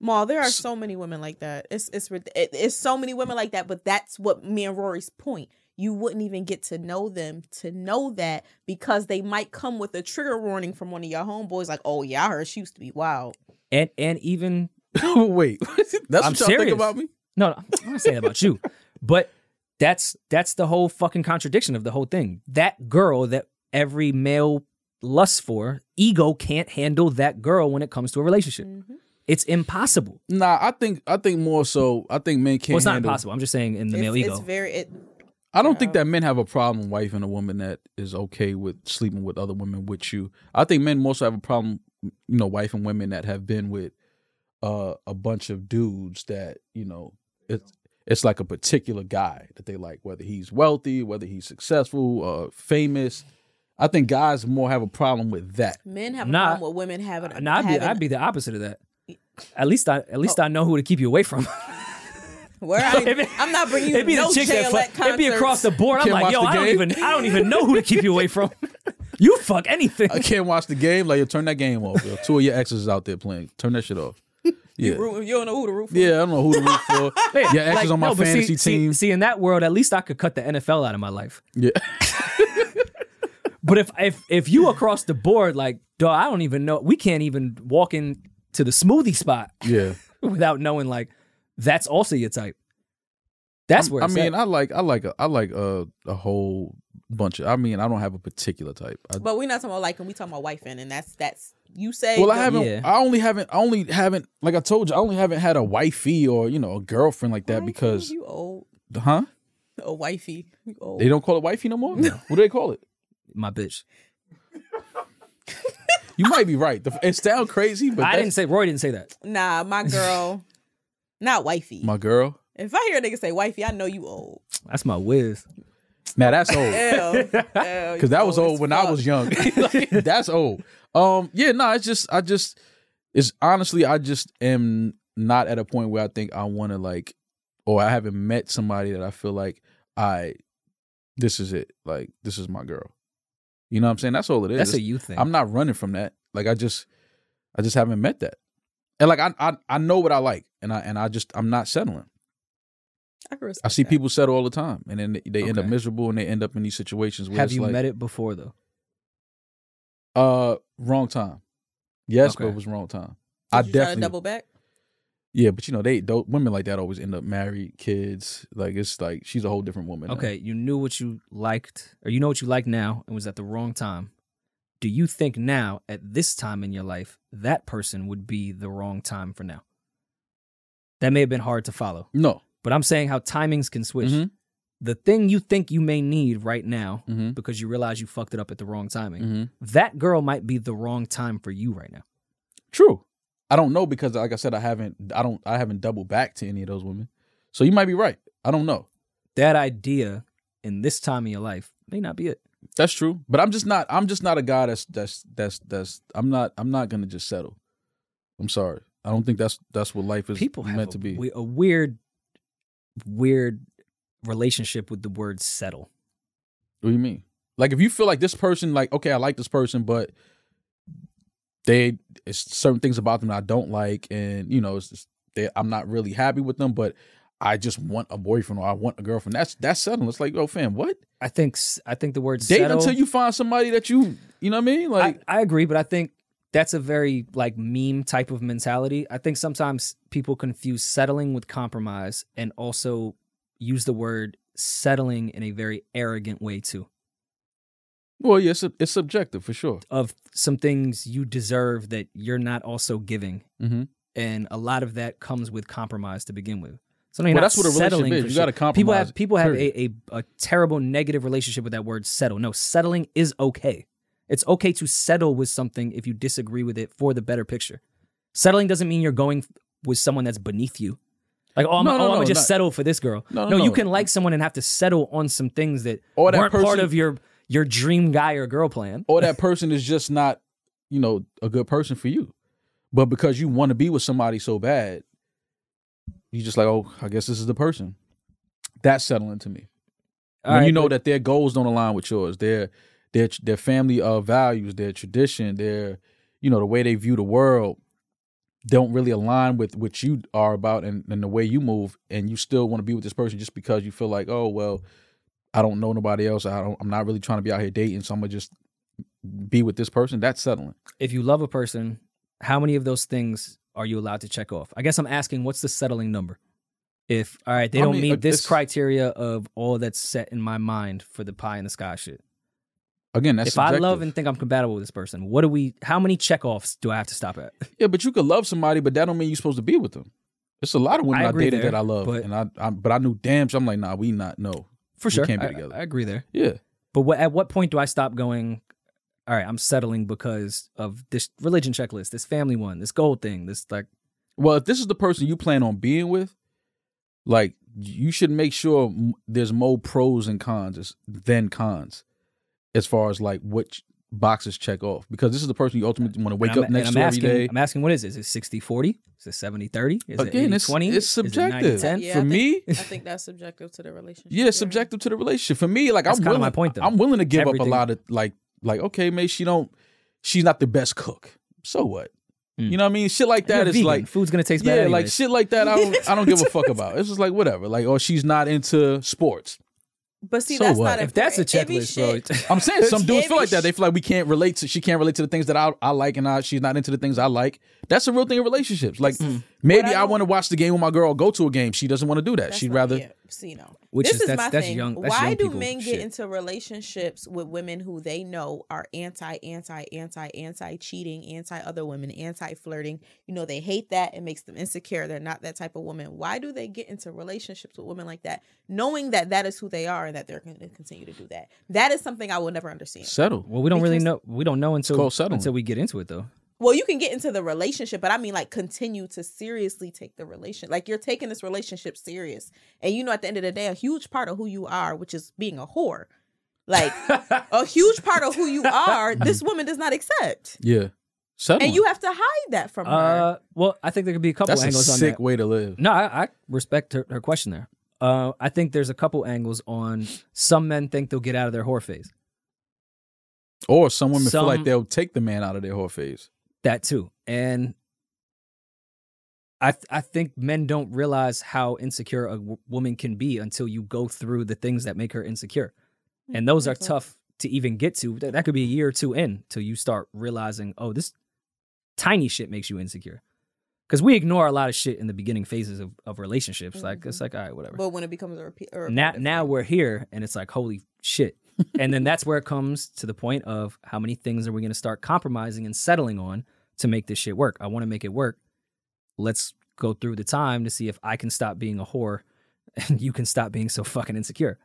Ma, there are so many women like that. It's it's rid- it- it's so many women like that. But that's what me and Rory's point. you wouldn't even get to know them to know that because they might come with a trigger warning from one of your homeboys, like, oh yeah, I heard she used to be wild. and and even Wait, that's what I'm y'all think serious. about me? no, no I'm not gonna say that about you, but that's that's the whole fucking contradiction of the whole thing. That girl that every male lusts for, ego can't handle that girl when it comes to a Mm. relationship. Mm-hmm. It's impossible. Nah, I think I think more so. I think men can't. well, it's not handle- impossible. I'm just saying in the it's, male it's ego. very it, I don't think Yeah. that men have a problem wifing a woman that is okay with sleeping with other women with you. I think men more so have a problem, you know, wifing women that have been with uh, a bunch of dudes that you know it's it's like a particular guy that they like, whether he's wealthy, whether he's successful, uh, famous. I think guys more have a problem with that. men have Nah. a problem with women having. No, I'd be, having- I'd be the opposite of that. At least I at Oh. least I know who to keep you away from. Where I, It'd be- I'm not bringing you it'd be no the chick that jail at fu- it'd be across the concerts. board. I'm Can't like, watch yo, the I don't game? even I don't even know who to keep you away from. you fuck anything. I can't watch the game. Like, yo, turn that game off. Yo. Two of your exes is out there playing. Turn that shit off. Yeah, Root- You don't know who to root for. yeah. I don't know who to root for. Hey, Your ex is on my but see- fantasy see, team. See, in that world, at least I could cut the NFL out of my life. Yeah. But if if if you across the board, like, dog, I don't even know. We can't even walk in to the smoothie spot Yeah. without knowing like that's also your type. That's I'm- where I it's mean, at. I like I like a, I like a, a whole bunch of. I mean, I don't have a particular type. I, But we're not talking about like, and we talking about wifing, and that's that's you say. well, I the- haven't. yeah. I only haven't. I only haven't. Like I told you, I only haven't had a wifey or you know a girlfriend like that Wifey, because, you old, huh? a wifey. You old. They don't call it wifey no more. What do they call it? my bitch. You might be right. The- It sounds crazy, but I that's didn't say Roy didn't say that. Nah, my girl, not wifey. my girl. if I hear a nigga say wifey, I know you old. That's my whiz. Now that's old. because Because that was old when I was young. Like, that's old. Um, yeah, no, it's just I just it's honestly I just am not at a point where I think I want to like, or I haven't met somebody that I feel like I, this is it. Like this is my girl. You know what I'm saying? That's all it is. That's a you thing. I'm not running from that. Like I just, I just haven't met that. And like I, I, I know what I like, and I and I just I'm not settling. I, can respect I see that. people settle all the time, and then they, they end up Okay. miserable, and they end up in these situations where Have it's you like, met it before though? Uh, wrong time. Yes, but Okay. it was wrong time. Did I you try to definitely. double back. Yeah, but you know they do women like that always end up married, kids. Like it's like she's a whole different woman. now. Okay, you knew what you liked, or you know what you like now, and was at the wrong time. Do you think now, at this time in your life, that person would be the wrong time for now? That may have been hard to follow, No. but I'm saying how timings can switch. Mhm. The thing you think you may need right now, Mhm. because you realize you fucked it up at the wrong timing, Mhm. that girl might be the wrong time for you right now. True. I don't know because like I said, I haven't. I don't. I haven't doubled back to any of those women. So you might be right. I don't know. That idea in this time in your life may not be it. That's true. But I'm just not. I'm just not a guy that's that's that's that's. I'm not. I'm not gonna just settle. I'm sorry. I don't think that's that's what life is people have meant a, to be. we- a weird, weird relationship with the word settle. What do you mean? Like if you feel like this person, like okay, I like this person, but they it's certain things about them that I don't like, and you know, it's just, they, I'm not really happy with them, but I just want a boyfriend or I want a girlfriend. That's that's settling. It's like, oh, fam, what? I think s- I think the word Date settle. until you find somebody that you, you know what I mean? Like, I, I agree, but I think that's a very like meme type of mentality. I think sometimes people confuse settling with compromise and also use the word settling in a very arrogant way too. well, yeah, it's, sub- it's subjective for sure. Of some things you deserve that you're not also giving, Mm-hmm. and a lot of that comes with compromise to begin with. So Well, you're not that's what a settling relationship for is. You shit. got to compromise. people have people have period. a, a, a terrible negative relationship with that word settle no settling is okay it's okay to settle with something if you disagree with it for the better picture settling doesn't mean you're going with someone that's beneath you like oh i'm No, oh, no, I'm no, gonna just not- settle for this girl No, no, no, no. you can like someone and have to settle on some things that, or that weren't person, part of your your dream guy or girl plan or that person is just not, you know, a good person for you. But because you want to be with somebody so bad, you just like, oh, I guess this is the person. That's settling to me. All when right, you know but that their goals don't align with yours, their their their family uh, values, their tradition, their you know the way they view the world don't really align with what you are about and, and the way you move, and you still want to be with this person just because you feel like, oh well, I don't know nobody else. I don't. I'm not really trying to be out here dating, so I'm gonna just be with this person. That's settling. if you love a person, how many of those things are you allowed to check off? I guess I'm asking, what's the settling number? If all right, they I don't mean, meet this it's- criteria of all that's set in my mind for the pie in the sky shit. Again, that's if I love subjective. and think I'm compatible with this person, what do we? How many check offs do I have to stop at? Yeah, but you could love somebody, but that don't mean you're supposed to be with them. It's a lot of women I I, agree dated there, that I love, but- and I, I but I knew damn. sure I'm like, nah, we not no. For sure, can't be I- together. I agree there. Yeah, But what, at what point do I stop going? All right, I'm settling because of this religion checklist, this family one, this gold thing, this like. Well, if this is the person you plan on being with, like you should make sure m- there's more pros and cons as- than cons, as far as like which boxes check off. Because this is the person you ultimately want to wake and I'm- up next and to I'm every asking, day. I'm asking, what is it? Is it 60 40? Is it 70 30? Is Again, it it's- 20? it's subjective. Yeah, For I think- me, I think that's subjective to the relationship. yeah, it's subjective to the relationship. For me, like That's I'm kinda willing, my point, though. I'm willing to give up Everything- a lot of like, like okay, maybe she don't, she's not the best cook. So what? Mm. You know what I mean? Shit like that is like food's gonna taste yeah, bad. like shit like that. I don't, I don't give a fuck about. It's just like whatever. Like, oh, she's not into sports. But see, So that's what? not if that's a important. Every checklist, bro. shit- it's- I'm saying some dudes Yeah, feel like but that. They feel like we can't relate to. She can't relate to the things that I, I like, and I, she's not into the things I like. That's a real thing in relationships. Like Mm. maybe What I I, don't- want to watch the game with my girl, go to a game. She doesn't want to do that. that's She'd not- rather. yeah, see, no. Which this is- is, that's- my that's thing. young- that's Why young do people men shit. get into relationships with women who they know are anti, anti, anti, anti cheating, anti other women, anti flirting? You know, they hate that. It makes them insecure. They're not that type of woman. Why do they get into relationships with women like that, knowing that that is who they are and that they're going to continue to do that? That is something I will never understand. Settle. well, we don't really Because- know. We don't know until called settling. until we get into it, though. Well, you can get into the relationship, but I mean, like, continue to seriously take the relation. Like, you're taking this relationship serious, and you know, at the end of the day, a huge part of who you are, which is being a whore, like a huge part of who you are, this woman does not accept, Yeah, settle. and you have to hide that from her. Uh, well, I think there could be a couple That's a angles on sick that. way to live. No, I, I respect her, her question there. Uh, I think there's a couple angles on some men think they'll get out of their whore phase. Or some women feel Some- like they'll take the man out of their whole phase. That too, and I th- I think men don't realize how insecure a w- woman can be until you go through the things that make her insecure. and those are tough to even get to. That, that could be a year or two in till you start realizing, oh, this tiny shit makes you insecure. Because we ignore a lot of shit in the beginning phases of, of relationships. Like it's like, all right, whatever. But when it becomes a repeat, or now now we're here, and it's like, holy shit. and then that's where it comes to the point of how many things are we going to start compromising and settling on to make this shit work? I want to make it work. Let's go through the time to see if I can stop being a whore and you can stop being so fucking insecure.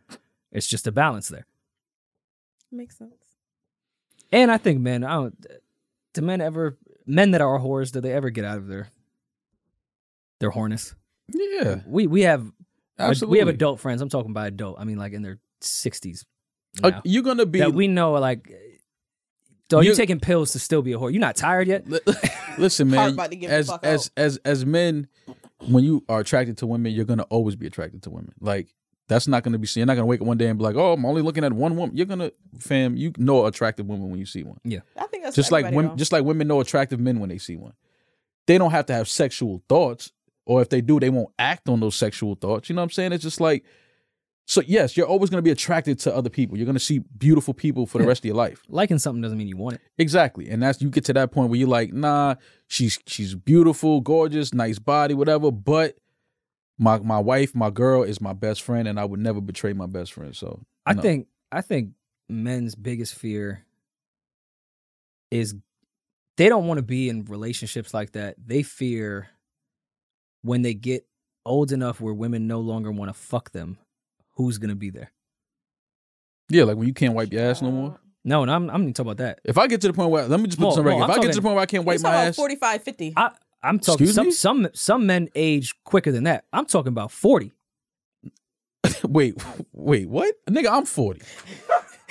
It's just a balance there. makes sense. And I think men, I don't. Do men ever men that are whores? Do they ever get out of their their whoreness? Yeah, We we have absolutely. we have adult friends. I'm talking by adult. I mean like in their sixties Uh, now you're gonna be. that we know are like. Dog, you, You- taking pills to still be a whore. You're not tired yet. Li- Listen, man. about to give the As fuck as out. as as men, when you are attracted to women, you're gonna always be attracted to women. Like that's not gonna be seen. You're not gonna wake up one day and be like, oh, I'm only looking at one woman. You're gonna, fam, you know attractive women when you see one. I think that's just like everybody, women, though. just like women know attractive men when they see one. They don't have to have sexual thoughts, or if they do, they won't act on those sexual thoughts. You know what I'm saying? It's just like, so yes, you're always gonna be attracted to other people. You're gonna see beautiful people for the Yeah. rest of your life. Liking something doesn't mean you want it. Exactly. And that's you get to that point where you're like, nah, she's she's beautiful, gorgeous, nice body, whatever, but my my wife, my girl is my best friend, and I would never betray my best friend. So I no. think I think men's biggest fear is they don't want to be in relationships like that. They fear when they get old enough where women no longer want to fuck them, who's gonna be there? Yeah, like when you can't wipe your ass no more. No, and I'm I'm not talking about that. If I get to the point where let me just put Well, this on record. if well, I'm I get talking- to the point where I can't You're wipe talking my about ass, 45, 50. I I'm talking Excuse some me? some some men age quicker than that. I'm talking about forty. wait, wait, what? Nigga, I'm 40.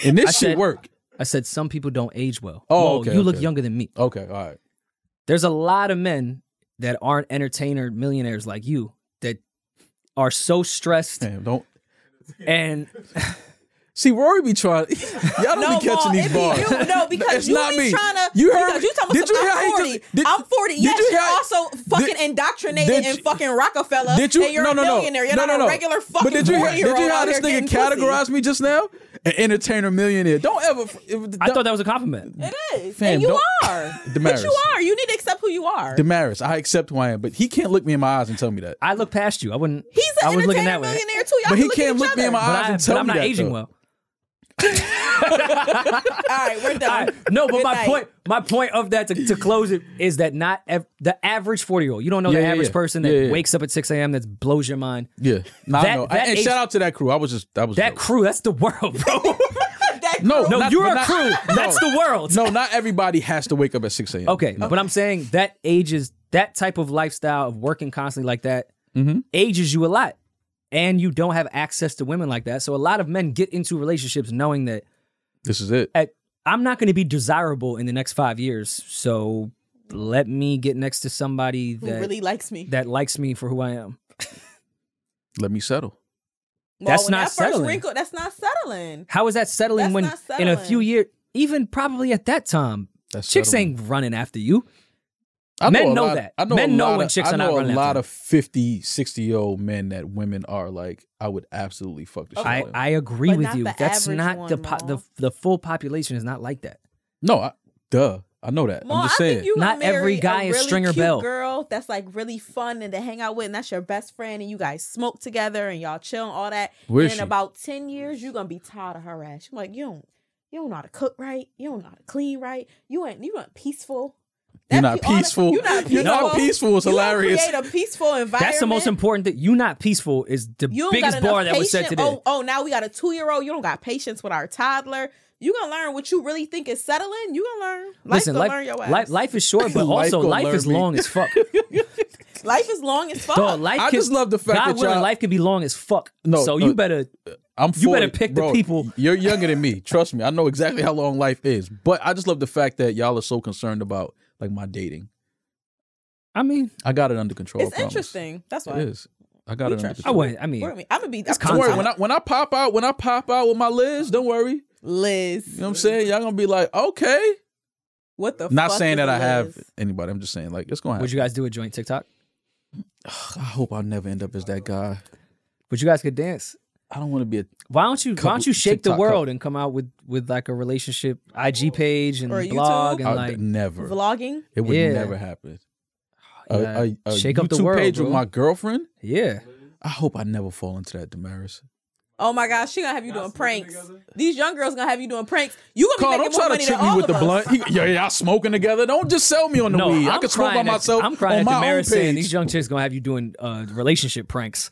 And this I shit said- work. I said some people don't age well. Oh, Well, okay, you look okay. younger than me. Okay, all right. There's a lot of men that aren't entertainer millionaires like you that are so stressed Damn, don't and see Rory be trying. Y'all don't be catching Ma, these it be bars. You, no, because It's you not be me. trying to. You heard because me. You talking Did you about hear I'm how he 40. just- did- I'm 40. did Yes, you you hear- also fucking indoctrinated did in you- fucking Rockefeller. Did you? and you're no, a no, no. billionaire. You're no, not no, a no. regular fucking But did you, did you four-year-old hear out how this here nigga getting pussy. categorized me just now? An entertainer millionaire. Don't ever. I thought that was a compliment. It is. Fam, and you don't- are. But Damaris. you are. You need to accept who you are. Damaris, I accept who I am, but he can't look me in my eyes and tell me that. I look past you. I wouldn't. He's an I was looking entertainer that way. millionaire too. Y'all But can he look at can't each look me in other. my eyes But, I, and tell but me I'm not that, aging though. well. All right, we're All done. right. No, but Good my night. point, my point of that to, to close it is that not ev- the average forty year old. You don't know Yeah, the yeah, average yeah. person that Yeah, yeah. wakes up at six a.m. that blows your mind. Yeah, no, I That- know. that and age- shout out to that crew. I was just that was That dope. crew, that's the world, bro. That No, girl- No, Not- you're but a not- crew. no. That's the world. No, not everybody has to wake up at six a.m. Okay, but I'm saying that ages that type of lifestyle of working constantly like that ages you a lot, and you don't have access to women like that. So a lot of men get into relationships knowing that this is it. at, I'm not going to be desirable in the next five years. So let me get next to somebody who that really likes me. that likes me for who I am. Let me settle. Well, that's when not that first settling. Wrinkle, that's not settling. How is that settling That's when not in a few settling. years, even probably at that time, That's chicks settling. ain't running after you. I Men a know lot- that. I know Men a know lot when of, chicks I are not know running a lot after of 50, 60 year old men that women are like. I would absolutely fuck the shit. I, out of. I agree But with not you. the That's average not the, one, po- the Maul. the full population is not like that. no, I, duh. I know that. Well, I'm just I saying. think you would Not marry every guy a is really Stringer cute Bell. Girl that's like really fun and to hang out with, and that's your best friend, and you guys smoke together and y'all chill and all that. Where is and she? in about ten years, you're gonna be tired of her ass. You're like, you don't, you don't know how to cook right. You don't know how to clean right. You ain't, you ain't peaceful. You're That not pe- all that- peaceful. You're not peaceful. You're not peaceful is You don't hilarious. Create a peaceful environment. That's the most important thing. You not peaceful is the You don't biggest got enough bar that was said patience- today. Oh, oh, now we got a two year old. You don't got patience with our toddler. You gonna learn what you really think is settling. You gonna learn. Life Listen, gonna life, learn your ass. life, life is short, but Life also gonna life learn is me. long as fuck. Life is long as fuck. Dog, life I can- just love the fact God that willing, y'all- life can be long as fuck. No, so no. you better. I'm You better 40. pick the Bro, people. You're younger than me. Trust me. I know exactly how long life is. But I just love the fact that y'all are so concerned about like my dating. I mean, I got it under control. it's I promise. interesting. That's why. It is. I got We it under trash. I control. wouldn't. I Where mean, am I? am gonna be. I'm Don't worry. content. When I when I pop out, when I pop out with my Liz, don't worry. Liz, You know what I'm saying? Y'all gonna be like, okay. what the? Not fuck saying is that a I have Liz? anybody. I'm just saying like it's gonna happen. would you guys do a joint TikTok? I hope I never end up as that guy. But you guys could dance. I don't want to be a Why don't you? why Couple- don't you shake the TikTok world couple. and come out with with like a relationship IG page and Or a blog YouTube? and I- like never. vlogging. It would Yeah. never happen. Uh, you A- gotta a- a shake up the YouTube world, page bro. with my girlfriend. yeah. I hope I never fall into that, Damaris. Oh my gosh, she gonna have you doing pranks. These young girls gonna have you doing pranks. You Carl, gonna be don't making more try money to than trick me all with of the us. blunt. He, yeah, y'all smoking together. Don't just sell me on the weed. I I'm can smoke by crying at- myself I'm crying on at my own Damaris saying page. these young chicks gonna have you doing uh, relationship pranks.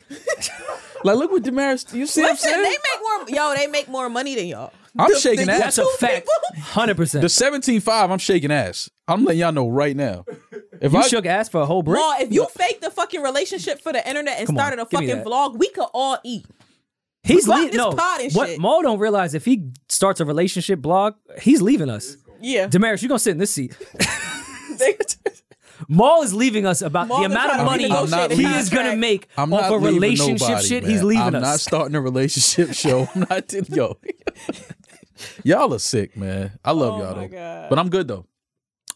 like, look what Damaris. You see Listen, what I'm they saying? make more. Yo, they make more money than y'all. I'm shaking the- ass. That's a Two fact, hundred The percent. 17.5, I'm shaking ass. I'm letting y'all know right now. If You I shook ass for a whole brick. Ma, if you faked the fucking relationship for the internet and Come on, started a give me fucking that. vlog, we could all eat. He's We bought leaving. this No, pod and what shit. Mo don't realize if he starts a relationship blog, he's leaving us. Yeah. Damaris, you're gonna sit in this seat. Mo is leaving us about Maul the is amount trying of to money renegotiate I'm not the he is contract. gonna make I'm off not a leaving relationship nobody, shit, man. he's leaving I'm us. not starting a relationship show. I'm not yo. y'all are sick, man. I love Oh y'all my though. God. But I'm good though.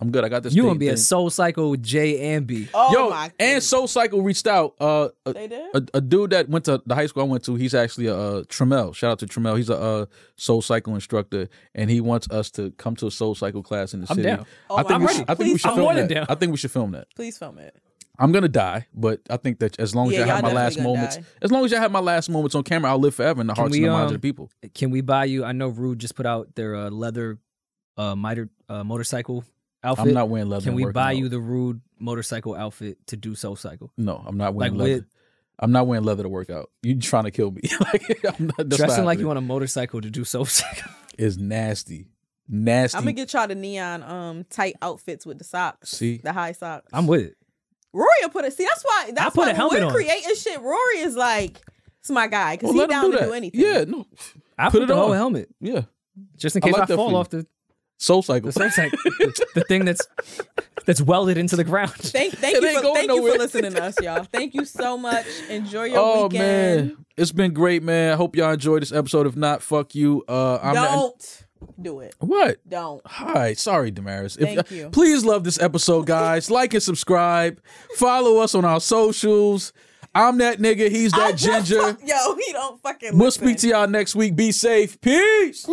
I'm good. I got this. you thing- gonna be a thing. soul cycle with J and B. Oh yo. my and Soul Cycle reached out. Uh, a, They did? a, a dude that went to the high school I went to. He's actually a, uh Tremel. Shout out to Tremel. He's a uh, Soul Cycle instructor, and he wants us to come to a Soul Cycle class in the I'm city. down. Oh, I think I'm we ready. should. I think we Please. should I'm more film than that. down. I think we should film that. Please film it. I'm gonna die, but I think that as long as Yeah, I have y'all my definitely last gonna moments, die. as long as I have my last moments on camera, I'll live forever in the hearts we, and the minds um, of the people. Can we buy you? I know Rude just put out their uh, leather uh, miter, uh, motorcycle outfit. I'm not wearing leather. Can and we working buy out. you the Rude motorcycle outfit to do soul cycle? No, I'm not wearing Like leather. with- I'm not wearing leather to work out. You trying to kill me? like, I'm not, that's Dressing like you on a motorcycle to do soul cycle. is nasty, nasty. I'm gonna get y'all the neon um tight outfits with the socks. See? the high socks. I'm with it. Rory. Will put it. See, that's why. That's put why a when helmet we're on. creating shit. Rory is like, it's my guy Well, because he let him down do to that. do anything. Yeah, no, I Put put, it the whole on. helmet yeah. just in I case I, like that for fall you. off the, Soul cycle. the soul cycle, the, the thing that's that's welded into the ground. Thank, thank It you ain't for going thank you nowhere. for listening to us, y'all. Thank you so much. Enjoy your oh weekend. man, it's been great, man. I hope y'all enjoyed this episode. If not, fuck you. Uh, I'm the- Don't. Do it. What? Don't. Hi, sorry, Damaris. Thank you. Please love this episode, guys. like and subscribe. Follow us on our socials. I'm that nigga. He's I that just ginger. fuck- yo, he don't fucking. We'll listen. speak to y'all next week. Be safe. Peace.